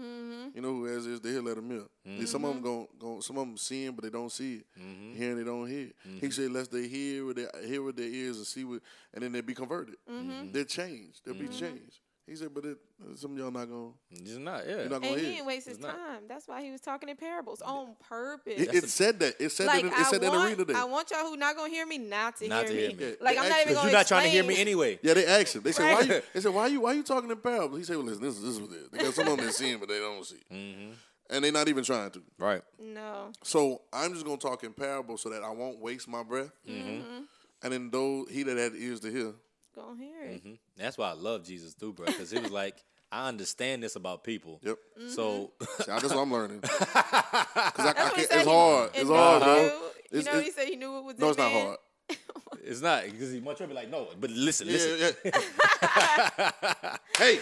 S1: you know who has this, they let him in. And Some of them gon' gon' some of them seeing, but they don't see it. Hearing, they don't hear. He said, lest they hear with their hear with their ears and see with, and then they be converted.
S4: Mm-hmm.
S1: They're changed. They'll be changed. He said, but it, some of y'all not gonna.
S3: Just not. Yeah.
S1: You're not gonna
S4: and he
S1: hear.
S4: didn't
S1: It,
S4: waste his
S3: It's not.
S4: time. That's why he was talking in parables on purpose.
S1: it, it said that. It said
S4: like
S1: that. in-
S4: I
S1: It said that in the
S4: want,
S1: reading today.
S4: I want y'all who not gonna hear me not to,
S3: Not
S4: hear,
S3: to hear
S4: me.
S3: me.
S4: Like
S1: Yeah, they
S4: I'm not even
S1: actually-
S4: gonna
S3: You're not trying to hear me
S4: explain.
S3: anyway.
S1: Yeah, they asked him. They said,
S4: Right.
S1: "Why you?" They said, "Why you? Why you talking in parables?" He said, "Well, listen, this, this is what it is. They got some of them that seeing, but they don't see, and they're not even trying to."
S3: Right.
S4: No.
S1: So I'm just gonna talk in parables so that I won't waste my breath.
S4: Mm-hmm.
S1: And then though he that had ears to hear,
S4: Gonna hear it.
S3: Mhm. That's why I love Jesus too, bro. Because he was like, I understand this about people.
S1: yep,
S3: So
S1: See, that's what I'm learning. 'Cause I- I
S4: That's
S1: can't-
S4: what he said.
S1: it's
S4: he-
S1: hard.
S4: in
S1: It's hard,
S4: Matthew,
S1: bro.
S4: You
S1: It's-
S4: know, he
S1: it's-
S4: said he knew what was
S1: No,
S4: in
S1: it's not
S4: man.
S1: hard.
S3: it's not because he might try to be like, no, but listen,
S1: Yeah,
S3: listen.
S1: yeah. yeah. hey,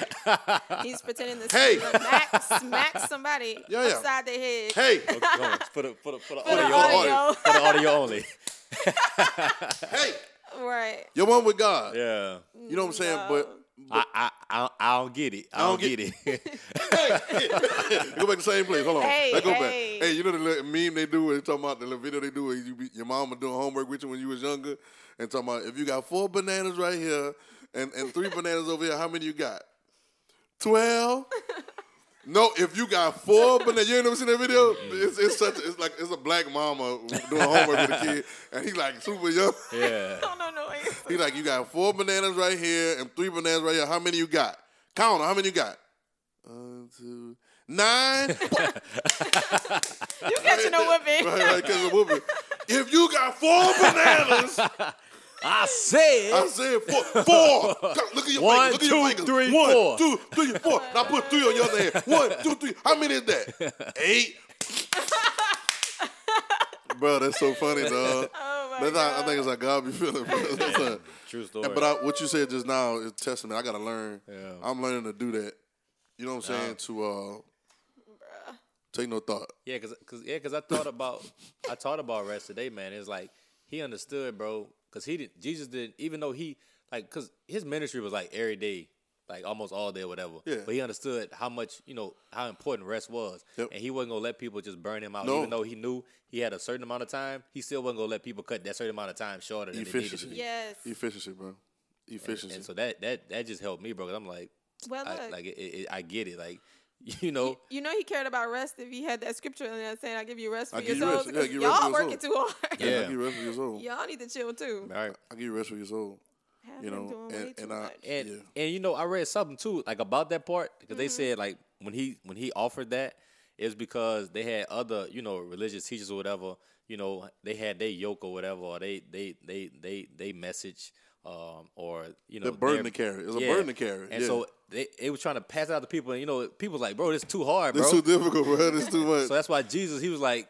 S4: He's pretending to
S1: Hey.
S4: smack, smack somebody
S1: Yeah, yeah.
S4: upside their head.
S1: hey,
S3: Okay, hold on. For the for the for the
S4: For the
S3: audio,
S1: audio.
S3: only. for the audio only.
S1: hey!
S4: right.
S1: Your one with God.
S3: Yeah.
S1: You know what I'm saying? But
S3: I, I I I don't get it. I don't,
S1: don't
S3: get, it.
S1: go back to the same place. Hold on.
S4: Hey,
S1: Let's go
S4: hey.
S1: back. Hey, you know the little meme they do? They talking about the little video they do where you be, your mama doing homework with you when you was younger, and talking about if you got four bananas right here and and three bananas over here, how many you got? Twelve. No, if you got four bananas, you ain't never seen that video. It's, it's such it's like it's a black mama doing homework with a kid, and he's like super young.
S3: yeah.
S4: I don't know. answer.
S1: He like, you got four bananas right here and three bananas right here. How many you got? Count 'em. How many you got? One, two, nine.
S4: You catching a
S1: right,
S4: whipping.
S1: right, 'cause of whooping. If you got four bananas,
S3: I said
S1: I said four. Four. Come, Look at your
S3: One,
S1: fingers. Look at your fingers.
S3: two, three,
S1: One,
S3: four.
S1: two, three, four. And I put three on your other hand. One, two, three. How many is that? Eight. bro, that's so funny, dog.
S4: Oh my
S1: That's how, I
S4: God.
S1: think it's a God be feeling, bro. That's a-
S3: true story.
S1: And- but I, what you said just now is testament. I gotta learn.
S3: Yeah.
S1: I'm learning to do that. You know what I'm saying? To uh, take no thought.
S3: yeah, cause, cause yeah, cause I thought about I thought about rest today, man. It's like he understood, bro. Cause he didn't. Jesus didn't. Even though he like, cause his ministry was like every day, like almost all day, or whatever.
S1: Yeah.
S3: But he understood how much you know how important rest was,
S1: Yep.
S3: and he wasn't gonna let people just burn him out.
S1: No.
S3: Even though he knew he had a certain amount of time, he still wasn't gonna let people cut that certain amount of time shorter than they needed to
S1: Efficiency.
S3: be.
S4: Yes.
S1: Efficiency, bro. Efficiency.
S3: And so that that that just helped me, bro. i I'm like,
S4: Well,
S3: I,
S4: look.
S3: like it, it, I get it, like you know.
S4: you know he cared about rest if he had that scripture and that saying, "I give you rest for
S1: I
S4: your
S1: give you rest.
S4: souls."
S1: Yeah,
S4: 'cause
S1: give you rest for
S4: y'all
S1: your
S4: working too hard.
S3: Yeah.
S1: I give you rest for your soul.
S4: y'all need to chill too.
S3: All right.
S1: I give you rest for your soul.
S4: Have
S1: You
S4: been
S1: know,
S4: doing way
S1: and,
S4: too
S1: and I
S4: much.
S3: And
S1: yeah.
S3: and you know, I read something too, like about that part, because they said like when he when he offered that, it was because they had other you know religious teachers or whatever. You know, they had their yoke or whatever, or they they they they they message. Um, or you know,
S1: The burden to
S3: their-
S1: carry. It's a burden to carry.
S3: and
S1: Yeah.
S3: so they, they was trying to pass it out to people, and you know, people like, bro, this too hard, bro.
S1: It's too difficult, bro. It's too much.
S3: so that's why Jesus, he was like,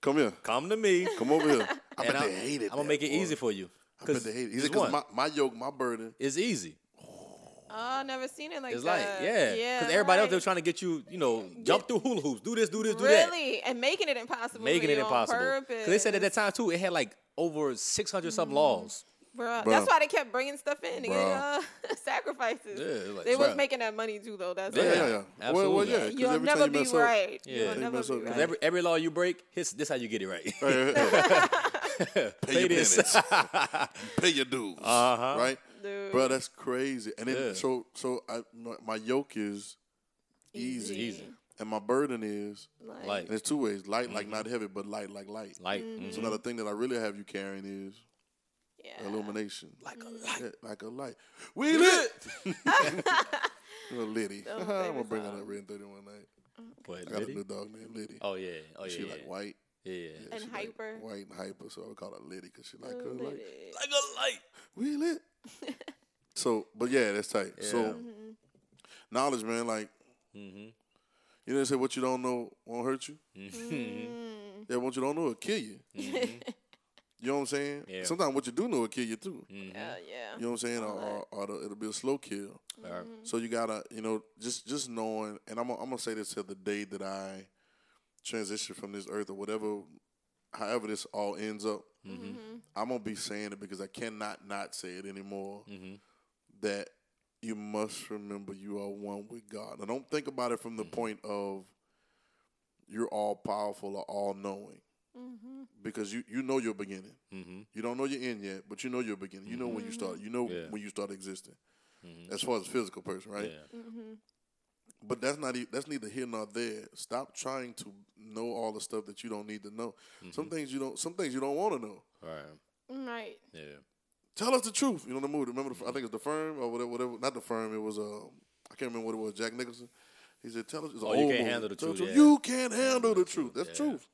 S1: Come here.
S3: come to me,
S1: Come over here. I
S3: and
S1: bet
S3: I'm,
S1: they hate it.
S3: I'm gonna make it easy for you.
S1: I bet they hate it. He said,
S3: just
S1: "Cause
S3: one.
S1: my, my yoke, my burden.
S3: It's easy.
S4: Oh, I never seen it like
S3: It's
S4: that.
S3: like, yeah.
S4: uh, yeah.
S3: Because everybody else,
S4: right.
S3: they were trying to get you, you know, jump through hula hoops, do this, do this, do that.
S4: really and making it impossible,
S3: Making
S4: for
S3: it
S4: you
S3: impossible.
S4: On purpose. Mm-hmm.
S3: Because they said at that time, too, it had like over 600 something laws.
S4: Bruh.
S1: Bruh.
S4: That's why they kept bringing stuff in to get uh,
S1: Bruh.
S4: sacrifices.
S3: Yeah, like,
S4: they was
S1: bruh.
S4: making that money too, though. That's
S1: Yeah,
S4: why.
S1: yeah, yeah. Well, well,
S3: absolutely.
S1: yeah. 'cause
S4: You'll
S1: every
S4: never
S1: time you
S4: be
S1: mess up-
S4: right.
S3: Yeah.
S4: You'll
S3: You
S4: never
S1: mess
S4: be
S1: up, you
S4: right.
S1: mess
S3: Every, every law you break, his, this how you get it right.
S1: Pay your
S3: this.
S1: penance. Pay your dues.
S3: Uh-huh.
S1: Right,
S4: Dude.
S1: bro. That's crazy. And then
S3: Yeah.
S1: so so I my, my yoke is easy,
S3: Easy.
S1: and my burden is
S4: Like,
S3: like,
S1: there's two ways. Light like
S3: Mm-hmm.
S1: not heavy, but light like light.
S3: like,
S4: Mm-hmm.
S3: mm,
S1: So now the thing that I really have you carrying is
S4: yeah.
S1: illumination.
S3: like
S4: Mm.
S3: a light.
S1: Yeah, like a light. We lit. Little Liddy.
S4: Those
S1: I'm gonna
S4: babies
S1: bring
S4: are-
S1: her up Red 31 night.
S3: But
S1: I got
S3: Liddy?
S1: a little dog named Liddy.
S3: Oh, yeah. Oh, yeah.
S1: she
S3: yeah.
S1: like white.
S3: Yeah.
S4: And
S1: she
S4: hyper.
S1: Like white and hyper, so I would call her Liddy because she like her.
S4: Little
S1: Like,
S4: bitty.
S3: Like a light.
S1: we lit. So, but yeah, that's tight. So,
S3: Yeah.
S4: Mm-hmm.
S1: knowledge, man. Like,
S3: Mm-hmm.
S1: you know, they say what you don't know won't hurt you.
S3: Mm-hmm.
S4: Mm-hmm. Mm,
S1: Yeah, what you don't know will kill you. You know what I'm saying?
S3: Yeah.
S1: Sometimes what you do know will kill you too.
S3: Mm-hmm.
S4: Yeah, yeah.
S1: You know what I'm saying? Or, or, or the- it'll be a slow kill.
S3: Or-
S1: So you gotta, you know, just just knowing, and I'm gonna- I'm gonna say this till the day that I transition from this earth or whatever, however this all ends up.
S4: Mm-hmm.
S3: Mm-hmm.
S1: I'm gonna be saying it because I cannot not say it anymore.
S4: Mm-hmm.
S1: That you must remember you are one with God. Now don't think about it from
S3: Mm.
S1: the point of you're all powerful or all knowing.
S4: Mm-hmm.
S1: Because you, you know your beginning.
S3: Mm-hmm.
S1: You don't know your end yet, but you know your beginning. You know when you start. You know
S3: Yeah.
S1: when you start existing as far as physical person, right?
S3: Mm-hmm. Yeah.
S1: But that's not e- that's neither here nor there. Stop trying to know all the stuff that you don't need to know. Some
S3: Mm-hmm.
S1: things you don't. Some things you don't want to know.
S3: Right.
S4: Mm-hmm. Right.
S3: Yeah.
S1: Tell us the truth. You know the movie. Remember, the, I think it's the firm or whatever. Whatever. Not the firm. It was uh, I can't remember what it was. Jack Nicholson. He said, "Tell us." It's an
S3: Oh, you
S1: old
S3: can't
S1: movie.
S3: handle the
S1: Tell
S3: truth, yeah.
S1: You can't handle the truth. That's
S3: yeah.
S1: truth.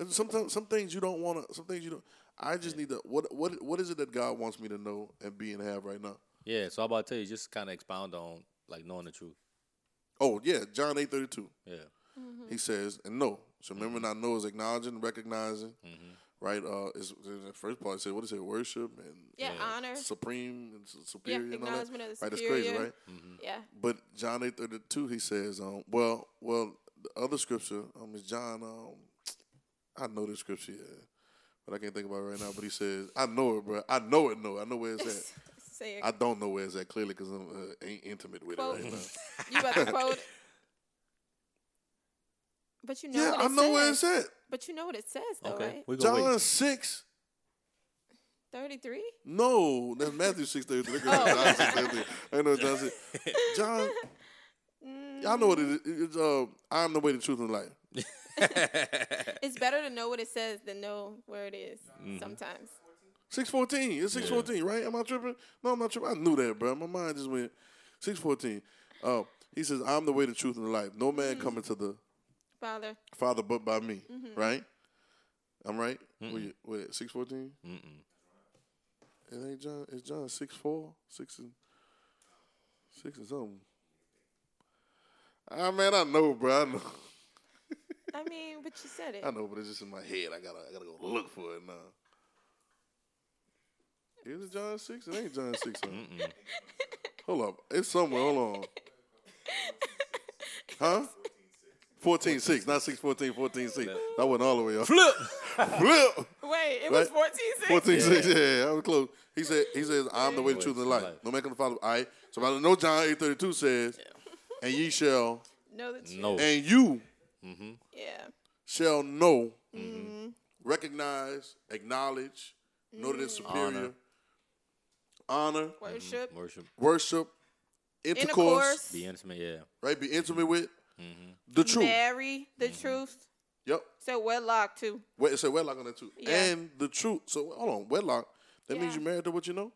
S1: And Sometimes some things you don't want to. Some things you don't. I just need to. What what what is it that God wants me to know and be and have right now?
S3: Yeah. So I'm about to tell you, just kind of expound on like knowing the truth.
S1: Oh yeah, John eight thirty two.
S3: Yeah.
S1: He says, and no. So remember, not know is acknowledging, recognizing,
S3: Mm-hmm.
S1: right? Uh, is the first part said, what is it? Worship and
S4: Yeah, honor.
S1: supreme and su- superior and all that.
S4: acknowledgement of the
S1: right, that's crazy,
S4: superior.
S1: right? Mm.
S4: Yeah.
S1: But John eight thirty two, he says, um, well, well, the other scripture, um, is John. Um, I know this scripture, yeah, but I can't think about it right now. But he says, I know it, bro. I know it. No, I know where it's at.
S4: Say it.
S1: I don't know where it's at clearly because I'm uh, ain't intimate with
S4: Quote.
S1: it right now.
S4: you about to quote. But you know
S1: yeah,
S4: what it
S1: I know
S4: says.
S1: where it's at.
S4: But you know what it says, though,
S3: Okay.
S4: right?
S3: We're gonna
S1: John
S3: wait.
S1: six.
S4: 33?
S1: No, that's Matthew six thirty. Look
S4: Oh.
S1: at John six thirty. I know John six. John,
S4: Mm.
S1: y'all know what it is. It's uh, I'm the way, the truth, and the life.
S4: It's better to know what it says than know where it is
S1: Mm-hmm.
S4: sometimes.
S1: Six fourteen. It's six fourteen, right? Am I tripping? No, I'm not tripping. I knew that, bro. My mind just went six fourteen. Uh, he says, "I'm the way, the truth, and the life. No man coming to the
S4: Father,
S1: Father but by me." Right? I'm right. Wait, wait, six fourteen. It ain't John. It's John six four, six and six and something. Ah man, I know, bro. I know,
S4: I mean, but you said it.
S1: I know, but it's just in my head. I gotta, I gotta go look for it now. Is it John six? It ain't John six. Huh? Hold up, it's somewhere. Hold on. Huh? 14 6, not 6 14, 14 6. That went all the way up. Flip! Flip!
S4: Wait, it was
S1: Right? 14
S4: 14
S1: 6, yeah, yeah, I was close. He said, he says, I'm the way, the truth, and the life. No man can follow. All right. So I know John eight thirty two says, and ye shall,
S4: Know the truth.
S3: No.
S1: and you
S4: Yeah.
S1: Mm-hmm. shall know, Mm-hmm. recognize, acknowledge, know that it's superior, Mm-hmm. honor,
S4: Worship.
S3: Worship.
S1: worship, intercourse,
S4: Intercourse.
S3: Be intimate. Yeah.
S1: right? Be intimate with the truth. Mm-hmm.
S4: Marry the truth.
S1: Yep.
S4: So wedlock, too.
S1: Wait, it said wedlock on that too.
S4: Yeah.
S1: And the truth. So hold on, wedlock. That means
S4: Yeah.
S1: you married to what you know.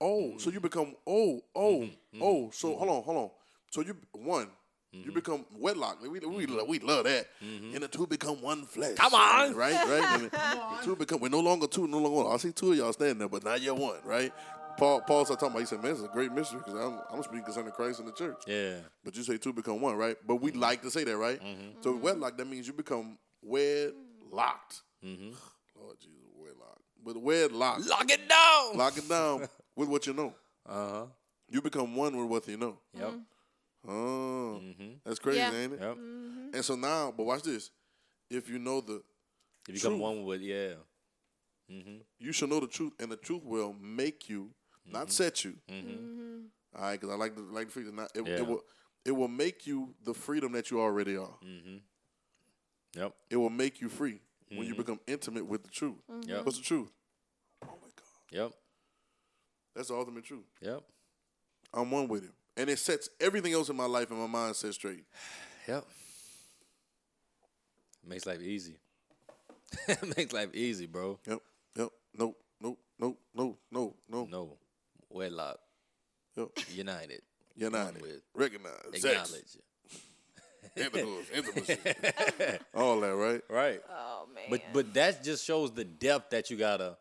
S1: Oh, so you become oh oh oh. So hold on, hold on. So you one, you become wedlock. We we, lo- we love that. And the two become one flesh. Come
S3: on.
S1: right, right. I mean, the two become we're no longer two, no longer one. I see two of y'all standing there, but now you're one, right? Paul Paul started talking about. He said, "Man, it's a great mystery because I'm I'm speaking concerning Christ and the church."
S3: Yeah.
S1: But you say two become one, right? But
S3: Mm-hmm.
S1: we like to say that, right? So wedlock that means you become wedlocked. Lord Jesus, wedlock. But wedlock,
S3: Mm-hmm. Lock it down.
S1: lock it down with what you know.
S3: Uh huh.
S1: You become one with what you know.
S3: Yep.
S1: Oh,
S3: Mm-hmm.
S1: that's crazy,
S4: Yeah.
S1: ain't it?
S3: Yep.
S1: And so now, but watch this: if you know the,
S3: You become
S1: Truth.
S3: one with yeah. Mm-hmm.
S1: you shall know the truth, and the truth will make you,
S3: Mm-hmm.
S1: not set you. All right, because I like the like the freedom. Not, it,
S3: Yeah.
S1: it will, it will make you the freedom that you already are.
S3: Yep.
S1: it will make you free when
S3: Mm-hmm.
S1: you become intimate with the truth.
S3: Yep.
S1: What's the truth? Oh my God,
S3: Yep.
S1: that's the ultimate truth.
S3: Yep.
S1: I'm one with Him, and it sets everything else in my life and my mind set straight.
S3: Yep. Makes life easy. Makes life easy, bro.
S1: Yep, yep, nope, nope, nope, no, no, no.
S3: No. Wedlock.
S1: Yep.
S3: United.
S1: You're not
S3: with.
S1: it. Recognize,
S3: Acknowledge.
S1: sex, intercourse, intimacy, all that, right?
S3: Right.
S4: Oh, man.
S3: But but that just shows the depth that you gotta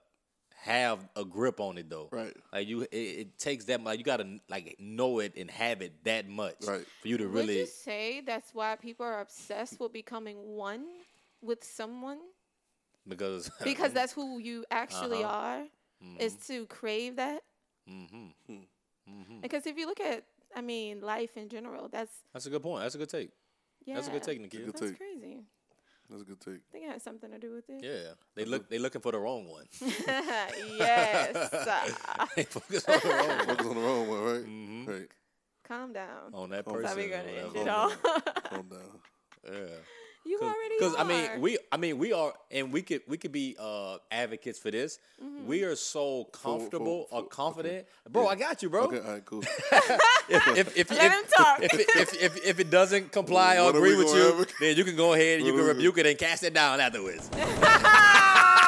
S3: have a grip on it though.
S1: Right.
S3: Like you, it, it takes that much. You gotta like know it and have it that much
S1: Right.
S3: for you to
S4: Would
S3: really.
S4: you say that's why people are obsessed with becoming one with someone?
S3: Because
S4: Because that's who you actually
S3: Uh-huh.
S4: are, is to crave that.
S3: Mm-hmm. Hmm.
S4: Mm-hmm. Because if you look at, I mean, life in general, that's
S3: that's a good point. That's a good take.
S4: yeah,
S3: That's a good take,
S1: Good
S3: Nikia.
S4: That's
S1: take.
S4: crazy.
S1: That's a good take.
S4: I think it has something to do with it.
S3: Yeah, they look they looking for the wrong one.
S4: yes.
S3: They focus on the wrong one.
S1: Focus on the wrong one, right?
S3: Mm-hmm.
S1: Right.
S4: Calm down.
S3: on that
S1: Calm down.
S3: person.
S4: That's how we
S3: or
S4: gonna
S3: whatever.
S4: end it all.
S1: Calm down.
S3: Yeah.
S4: you already
S3: because
S4: are.
S3: I mean we I mean we are and we could we could be uh advocates for this.
S4: Mm-hmm.
S3: We are so comfortable
S1: for-
S3: or confident, bro. I got you, bro.
S1: Okay, all right, cool.
S3: If if
S4: Let
S3: if,
S4: him talk.
S3: if, if, if, if it doesn't comply or
S1: What are we
S3: agree with
S1: gonna
S3: you,
S1: advocate?
S3: then you can go ahead and you
S1: What
S3: can
S1: are we-
S3: rebuke it and cast it down afterwards.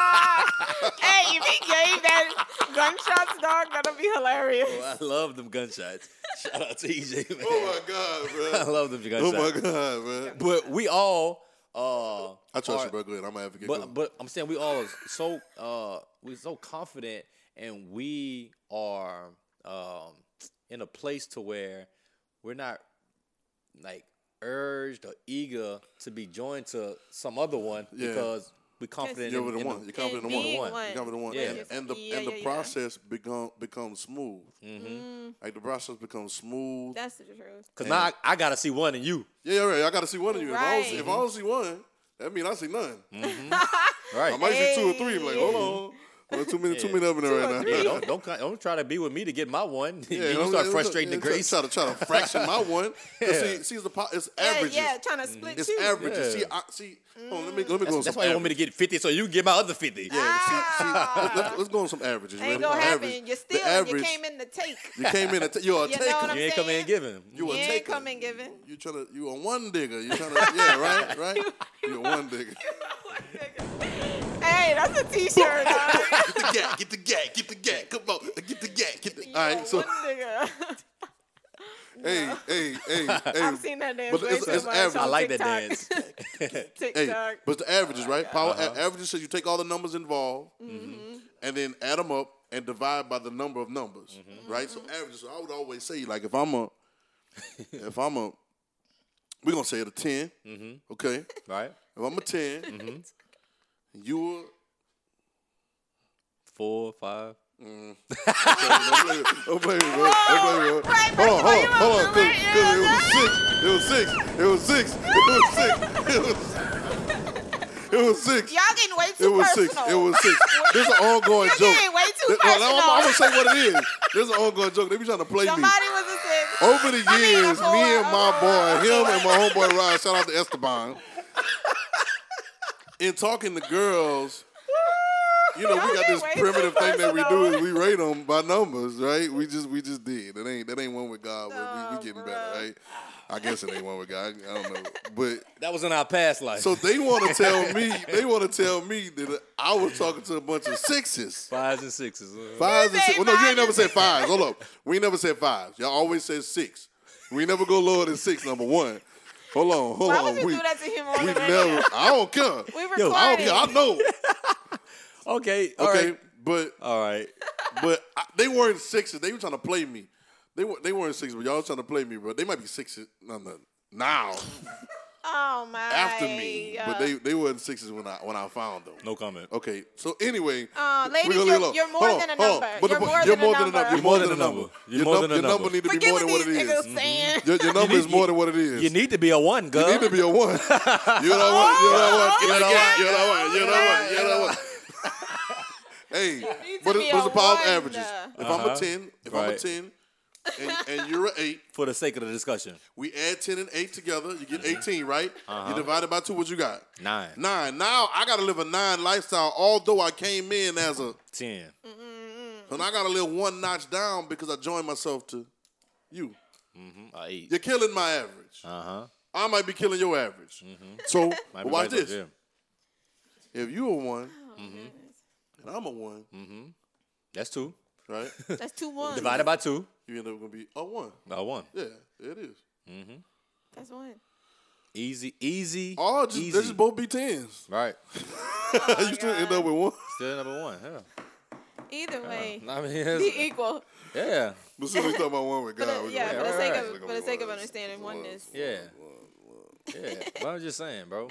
S4: hey, if he gave that gunshots, dog, that'll be hilarious.
S3: Oh, I love them gunshots. Shout out to EJ man.
S1: oh my
S3: I
S1: god, bro.
S3: love them gunshots.
S1: Oh my god, man.
S3: But we all uh
S1: I trust
S3: are-
S1: you, bro. Go ahead. I'm gonna advocate.
S3: But but I'm saying we all is so uh we're so confident and we are um in a place to where we're not like urged or eager to be joined to some other one
S1: Yeah.
S3: because we're confident.
S1: You're
S3: in-
S1: with the
S3: in
S1: one. You're confident in the
S4: And
S1: one.
S4: being
S1: You're
S4: one.
S1: confident in the one.
S3: Yeah.
S1: And, and the and
S4: Yeah, yeah, Mm-hmm.
S1: the
S4: yeah.
S1: process become becomes smooth.
S3: Mm-hmm.
S1: Like the process becomes smooth.
S4: That's the truth.
S3: Cause now I, I gotta see one in you,
S1: yeah, yeah, right. I gotta see one of you. If, I
S4: Right.
S1: don't, if I don't see one, that means I see none. I
S3: right?
S1: might see two or three. Like hold on, Well, too many, too many up in there right
S3: Yeah,
S1: now.
S3: don't, don't ki- don't try to be with me to get my one.
S1: Yeah,
S3: then you
S1: don't-
S3: start
S1: don't-
S3: frustrating the
S1: yeah,
S3: grace.
S1: Try, try to try to fraction my one. 'Cause See, see, it's the po- it's averages.
S4: Yeah, yeah, trying to split
S1: Mm-hmm. It's
S4: you.
S1: averages.
S3: Yeah.
S1: See, I, see. Hold on, let me let me go. on
S3: That's
S1: some
S3: why you want me to get fifty, so you get my other fifty.
S1: Yeah, see, see, let- let's, let's go on some averages.
S4: Ain't
S1: ready?
S4: gonna happen.
S1: Average.
S4: You
S1: The
S4: still you
S1: average-
S4: came in to take.
S1: You came in. A t- you're a
S4: You know
S1: taker.
S4: what I'm
S3: You ain't coming
S4: saying?
S3: and giving.
S1: you a
S4: You ain't
S1: taker.
S4: coming giving.
S1: You trying to. You a one digger. You trying to. Yeah, right, right. You a one digger.
S4: hey, that's a t-shirt. dog.
S1: Get the gat. Get the gat. Get the gat. Come on. Get the gat. Get the.
S4: You
S1: All
S4: a
S1: right. So
S4: one nigga.
S1: hey, hey, hey, hey.
S4: I've seen that dance.
S1: But
S4: way
S1: it's-
S4: too
S1: it's
S4: much
S1: average.
S4: on
S1: I
S3: I like that
S4: TikTok.
S3: dance.
S1: Hey,
S4: TikTok.
S1: but the averages, right?
S4: Oh
S1: Power a- averages says you take all the numbers involved,
S4: Mm-hmm.
S1: and then add them up and divide by the number of numbers,
S4: Mm-hmm.
S1: right? So averages. So I would always say, like, if I'm a, if I'm a, we're gonna say it a 10
S4: Mm-hmm.
S1: okay? If
S3: right?
S1: I'm a 10 you a
S3: Four, five.
S1: Don't play with me, bro. Don't play with me, bro. Hold on, hold on, hold on. 'cause- 'cause It was six. It was six. It was six. It was six. It was six.
S4: Y'all getting way too
S1: It was six.
S4: personal.
S1: It was six. This is an ongoing
S4: You're
S1: joke.
S4: getting way too
S1: Th- well, I'm, I'm gonna
S4: personal.
S1: say what it is. This is an ongoing joke. They be trying to play me.
S4: Somebody was a six.
S1: Over the
S4: I mean, a
S1: years,
S4: four,
S1: me and my
S4: a
S1: boy,
S4: four.
S1: him and my homeboy Rod, shout out to Esteban. In talking to girls, you know, we
S4: Y'all
S1: got
S4: get
S1: this
S4: way too
S1: primitive thing that we do
S4: personal.
S1: is we rate them by numbers, right? We just we just did. That ain't that ain't one with God. but we, we getting better,
S4: bruh.
S1: right? I guess it ain't one with God. I don't know, but
S3: That was in our past life.
S1: so they want to tell me they want to tell me that I was talking to a bunch of sixes.
S3: fives and sixes.
S1: Fives and
S4: say
S1: six. Well, no, you ain't
S4: five
S1: never
S4: and
S1: said
S4: six.
S1: fives. Hold up. We ain't never said fives. Y'all always said six. We never go lower than six, number one. Hold on, hold
S4: Why
S1: on.
S4: would you
S1: we
S4: do that to him on
S1: we
S4: the
S1: never.
S4: radio?
S1: I don't care.
S4: We
S1: I
S4: recorded.
S1: don't care. I know.
S3: Okay. All right.
S1: Okay, but
S3: All right.
S1: but I, they weren't sixes. They were trying to play me. They were they weren't sixes, but y'all was trying to play me, bro. They might be sixes. No, no. Now
S4: Oh my.
S1: after me,
S4: Uh,
S1: but they they weren't sixes when I when I found them.
S3: No comment.
S1: Okay, so anyway,
S4: Uh,
S1: we
S4: ladies,
S1: gonna leave
S4: you're-
S1: it alone.
S4: you're more
S1: Hold on,
S4: than a
S1: hold on.
S4: number.
S1: But the
S4: You're
S1: point-
S4: more
S1: you're
S4: than a
S1: more than
S4: number.
S1: enough. You're more than a number.
S3: You're more than a
S1: Your num- your
S3: number.
S1: number need to be
S4: Forget
S1: more
S4: what
S1: than what
S4: these
S1: it is. Mm-hmm.
S4: niggas saying.
S1: Your, your number
S3: need-
S1: is more than what it is.
S3: You need to be a one, girl.
S1: You need to be a one. You're not one. You're
S4: Oh,
S1: not one. You're not one. You're not one. You're not one. You're not one. Hey,
S4: need to
S1: what
S4: be
S1: is, what's
S4: a
S1: the power of
S4: one. uh.
S1: averages? If I'm a
S3: Uh-huh.
S1: ten, if I'm a
S3: Right.
S1: ten, and, and you're a eight,
S3: For the sake of the discussion.
S1: we add ten and eight together, you get eighteen, right? You divide it by two, what you got?
S3: Uh-huh. Nine.
S1: Nine. Now I gotta live a nine lifestyle, although I came in as a,
S3: Ten.
S1: and I gotta live one notch down because I joined myself to you.
S3: Mm, uh, eight.
S1: You're killing my average.
S3: Uh huh.
S1: I might be killing your average.
S3: Mm-hmm.
S1: So but watch this. If you a one
S4: Mm-hmm.
S1: and I'm a one,
S3: Mm. That's two.
S1: right?
S4: That's two ones.
S3: Divided by two.
S1: you end up gonna be a one.
S3: Uh, one.
S1: Yeah, it is.
S4: That's one.
S3: Easy. Easy.
S1: All Oh, just
S3: easy.
S1: they just both be tens.
S3: Right.
S1: you still end up with one.
S3: Still number one. Yeah.
S4: Either
S1: Uh,
S4: way,
S3: I mean, it's-
S4: be equal.
S3: yeah,
S1: But soon we talk about one with
S4: For
S1: God.
S4: the-
S1: we
S4: uh,
S1: gonna
S4: yeah,
S3: for
S1: be
S3: the
S1: like,
S3: sake
S1: "Alright,
S3: of-
S1: we're gonna
S4: for the
S1: be
S4: sake of
S1: one,
S4: understanding
S1: one,
S4: oneness."
S1: one,
S3: yeah.
S1: one, one.
S3: yeah. But I'm just saying, bro.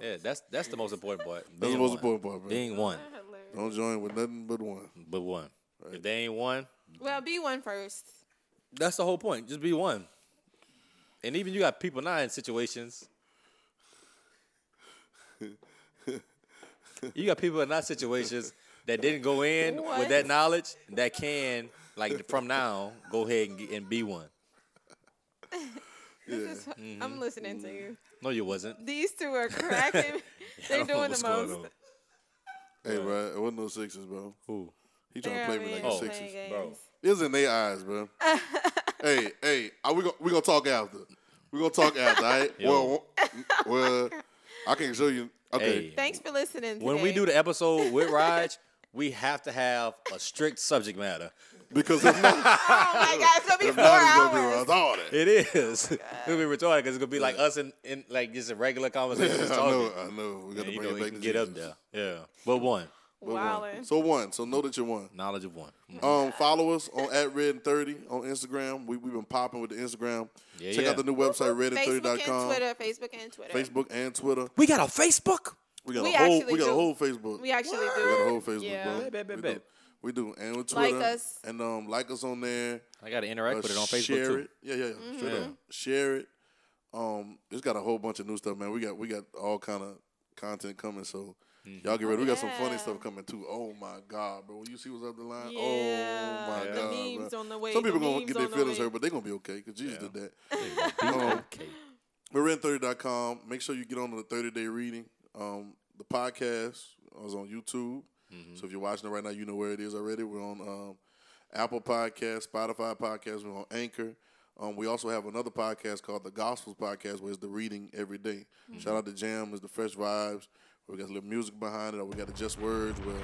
S3: Yeah, that's that's the most important part.
S1: That's
S3: being
S1: the most
S3: one.
S1: important part, bro.
S3: Being one,
S1: Don't join with nothing but one.
S3: but one. If they ain't one,
S4: Well, be one first.
S3: that's the whole point. Just be one. And even you got people not in situations. you got people in not situations that didn't go in with
S4: What?
S3: that knowledge that can, like from now, go ahead and, get, and be one.
S1: Yeah.
S4: I'm listening
S1: Mm-hmm.
S4: to you.
S3: No, you wasn't.
S4: These two are cracking.
S3: I
S4: They're
S3: don't know
S4: doing
S3: what's
S4: the
S3: going
S4: most.
S3: on.
S1: Hey, bro, it wasn't no sixes, bro.
S3: Who?
S1: He trying
S4: They're
S1: to play me like
S4: over
S1: a
S4: here
S3: the
S1: sixes.
S4: playing games.
S3: Bro.
S1: It was in their eyes, bro. hey, hey, are we gonna we gonna talk after? We gonna talk after, all right? Well, well, I can show you. Okay,
S3: Hey.
S4: Thanks for listening. Today.
S3: When we do the episode with Raj, we have to have a strict subject matter.
S1: because if not,
S4: oh my God, it's gonna be
S1: if
S4: four
S1: not, it's gonna be
S4: hours.
S1: retarded.
S3: It is.
S4: Oh,
S3: It'll be retarded because it's gonna be like us in, in like just a regular conversation.
S1: I
S3: just talking.
S1: know, I know. We got
S3: And
S1: to
S3: you
S1: bring
S3: know,
S1: it
S3: you
S1: back
S3: can
S1: to
S3: get up
S1: Jesus.
S3: there. Yeah, but one
S1: But one.
S4: Wowing.
S1: So one. So know that you're one.
S3: knowledge of one. Mm.
S1: Um, follow us on at Red and Thirty on Instagram. We have been popping with the Instagram.
S3: Yeah,
S1: Check
S3: yeah.
S1: out the new website
S4: Facebook and
S1: redand30.com,
S4: Twitter. Facebook and Twitter.
S1: Facebook and Twitter.
S3: We got a Facebook.
S1: We got
S4: We
S1: a whole
S4: actually
S1: we got a
S4: do.
S1: whole Facebook.
S4: We actually
S1: We got a
S4: do.
S1: whole Facebook,
S4: Yeah.
S1: bro.
S3: Bet, bet, bet,
S1: we do.
S3: bet.
S1: We do, and on
S4: Like
S1: Twitter,
S4: us.
S1: and um, like us on there.
S3: I gotta interact
S1: uh,
S3: with it on Facebook
S1: share
S3: too.
S1: it, yeah, yeah, yeah.
S4: Mm-hmm.
S1: straight up.
S3: Yeah.
S1: Share it. Um, it's got a whole bunch of new stuff, man. We got we got all kind of content coming, so
S3: Mm-hmm.
S1: y'all get ready. We got some funny
S4: Yeah.
S1: stuff coming too. Oh my god, bro! When you see what's up the line,
S4: Yeah,
S1: oh my
S4: the
S1: god,
S4: memes
S1: bro.
S4: on the way,
S1: Some people
S4: the
S1: gonna
S4: memes
S1: get their
S4: on the
S1: feelings
S4: way.
S1: hurt, but they gonna be okay because Jesus
S3: Yeah.
S1: did that. Um,
S3: Okay.
S1: we're in 30.com. Make sure you get on to the 30 day reading. Um, the podcast is on YouTube. So if you're watching it right now, you know where it is already. We're on um, Apple Podcasts, Spotify Podcasts, we're on Anchor. Um, we also have another podcast called the Gospels Podcast, where it's the reading every day. Shout out to Jam, it's the Fresh Vibes. We got a little music behind it, or we got the Just Words, where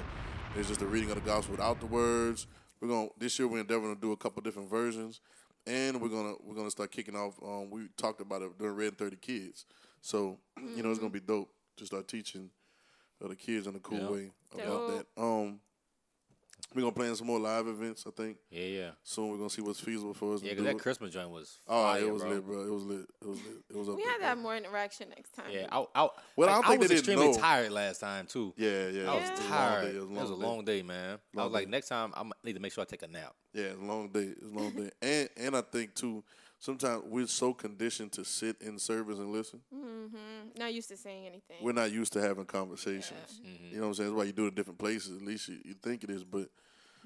S1: it's just the reading of the gospel without the words. We're going to this year we're endeavoring to do a couple different versions and we're gonna we're gonna start kicking off. Um, we talked about it during Red and Thirty Kids, so you know it's gonna be dope to start teaching uh, the kids in a cool
S3: Yeah.
S1: way about
S4: Dope.
S1: that. Um, we're gonna plan some more live events. I think
S3: Yeah, yeah,
S1: soon we're gonna see what's feasible for us.
S3: yeah.
S1: to
S3: Cause
S1: do.
S3: that Christmas joint was.
S1: oh,
S3: fire,
S1: it was
S3: bro.
S1: lit, bro. It was lit. It was lit. It was up
S4: We
S1: there,
S4: had to
S1: bro.
S4: have more interaction next time.
S3: Yeah, I, I,
S1: Well, I don't
S3: like,
S1: think they
S3: was
S1: didn't
S3: extremely
S1: know.
S3: tired last time too.
S1: Yeah, yeah.
S3: I
S1: it
S3: was
S1: a long
S3: tired.
S1: day,
S3: It was, a long day, man. I
S1: Long
S3: was like,
S1: day.
S3: next time I need to make sure I take a nap.
S1: Yeah, it's a long day. It's a long day. And and I think too, sometimes we're so conditioned to sit in service and listen.
S4: Mm-hmm. Not used to saying anything.
S1: we're not used to having conversations.
S3: Mm-hmm.
S1: You know what I'm saying? That's why you do it in different places. At least you, you think it is, but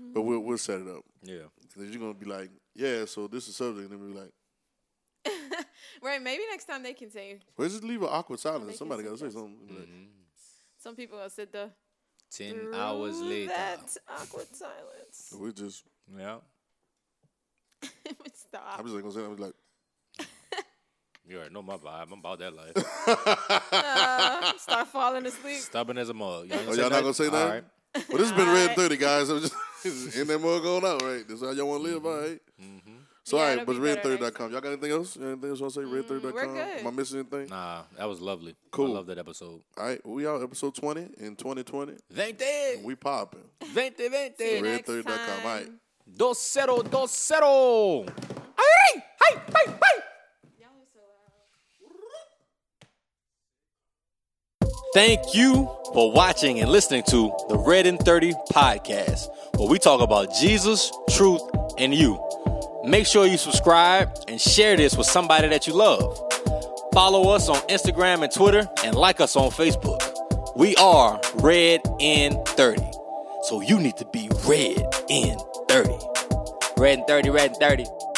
S4: Mm-hmm.
S1: but we'll we'll set it up.
S3: Yeah.
S1: 'Cause you're gonna be like, yeah. So this is subject, and then we'll be like,
S4: right? Maybe next time they can say.
S1: well, just leave an awkward silence.
S4: Make
S1: Somebody
S4: it
S1: gotta say
S4: suggest-
S1: something. We'll be
S3: Mm-hmm.
S1: like,
S4: Some people will sit the.
S3: Ten hours
S4: through
S3: later.
S4: That awkward silence.
S1: so we just,
S3: Yeah.
S4: Stop.
S1: I'm just like gonna say, I'm like,
S3: You already know my vibe. I'm about that life.
S4: Uh, start falling asleep.
S3: Stubborn as a mug. Y'all,
S1: oh, y'all not gonna say
S3: All
S1: nothing?
S3: right.
S1: Well, this has been
S4: All
S1: Red
S4: right.
S1: Thirty, guys. I'm just in that mug going out, right? This is how y'all want to live, all right? So,
S4: Mm-hmm. Yeah,
S1: all right,
S4: it'll
S1: but
S4: be
S1: Red
S4: better next Mm,
S1: Y'all got anything else? Anything else you want to say? Red Thirty.com.
S4: we're good.
S1: Am I missing anything?
S3: Nah, that was lovely.
S1: Cool.
S3: I love that episode.
S1: All right, we out episode twenty in 2020.
S3: Vente,
S1: We popping.
S3: vente,
S4: See you
S3: vente.
S4: next
S1: Red30.com.
S4: time.
S1: All right.
S3: Dos cero, dos cero. Ay, ay, ay, ay.
S4: Y'all are so loud.
S5: Thank you for watching and listening to the Red and 30 podcast, where we talk about Jesus, truth, and you. Make sure you subscribe and share this with somebody that you love. Follow us on Instagram and Twitter and like us on Facebook. We are Red and 30. So you need to be Red and 30. Red and 30, Red and 30.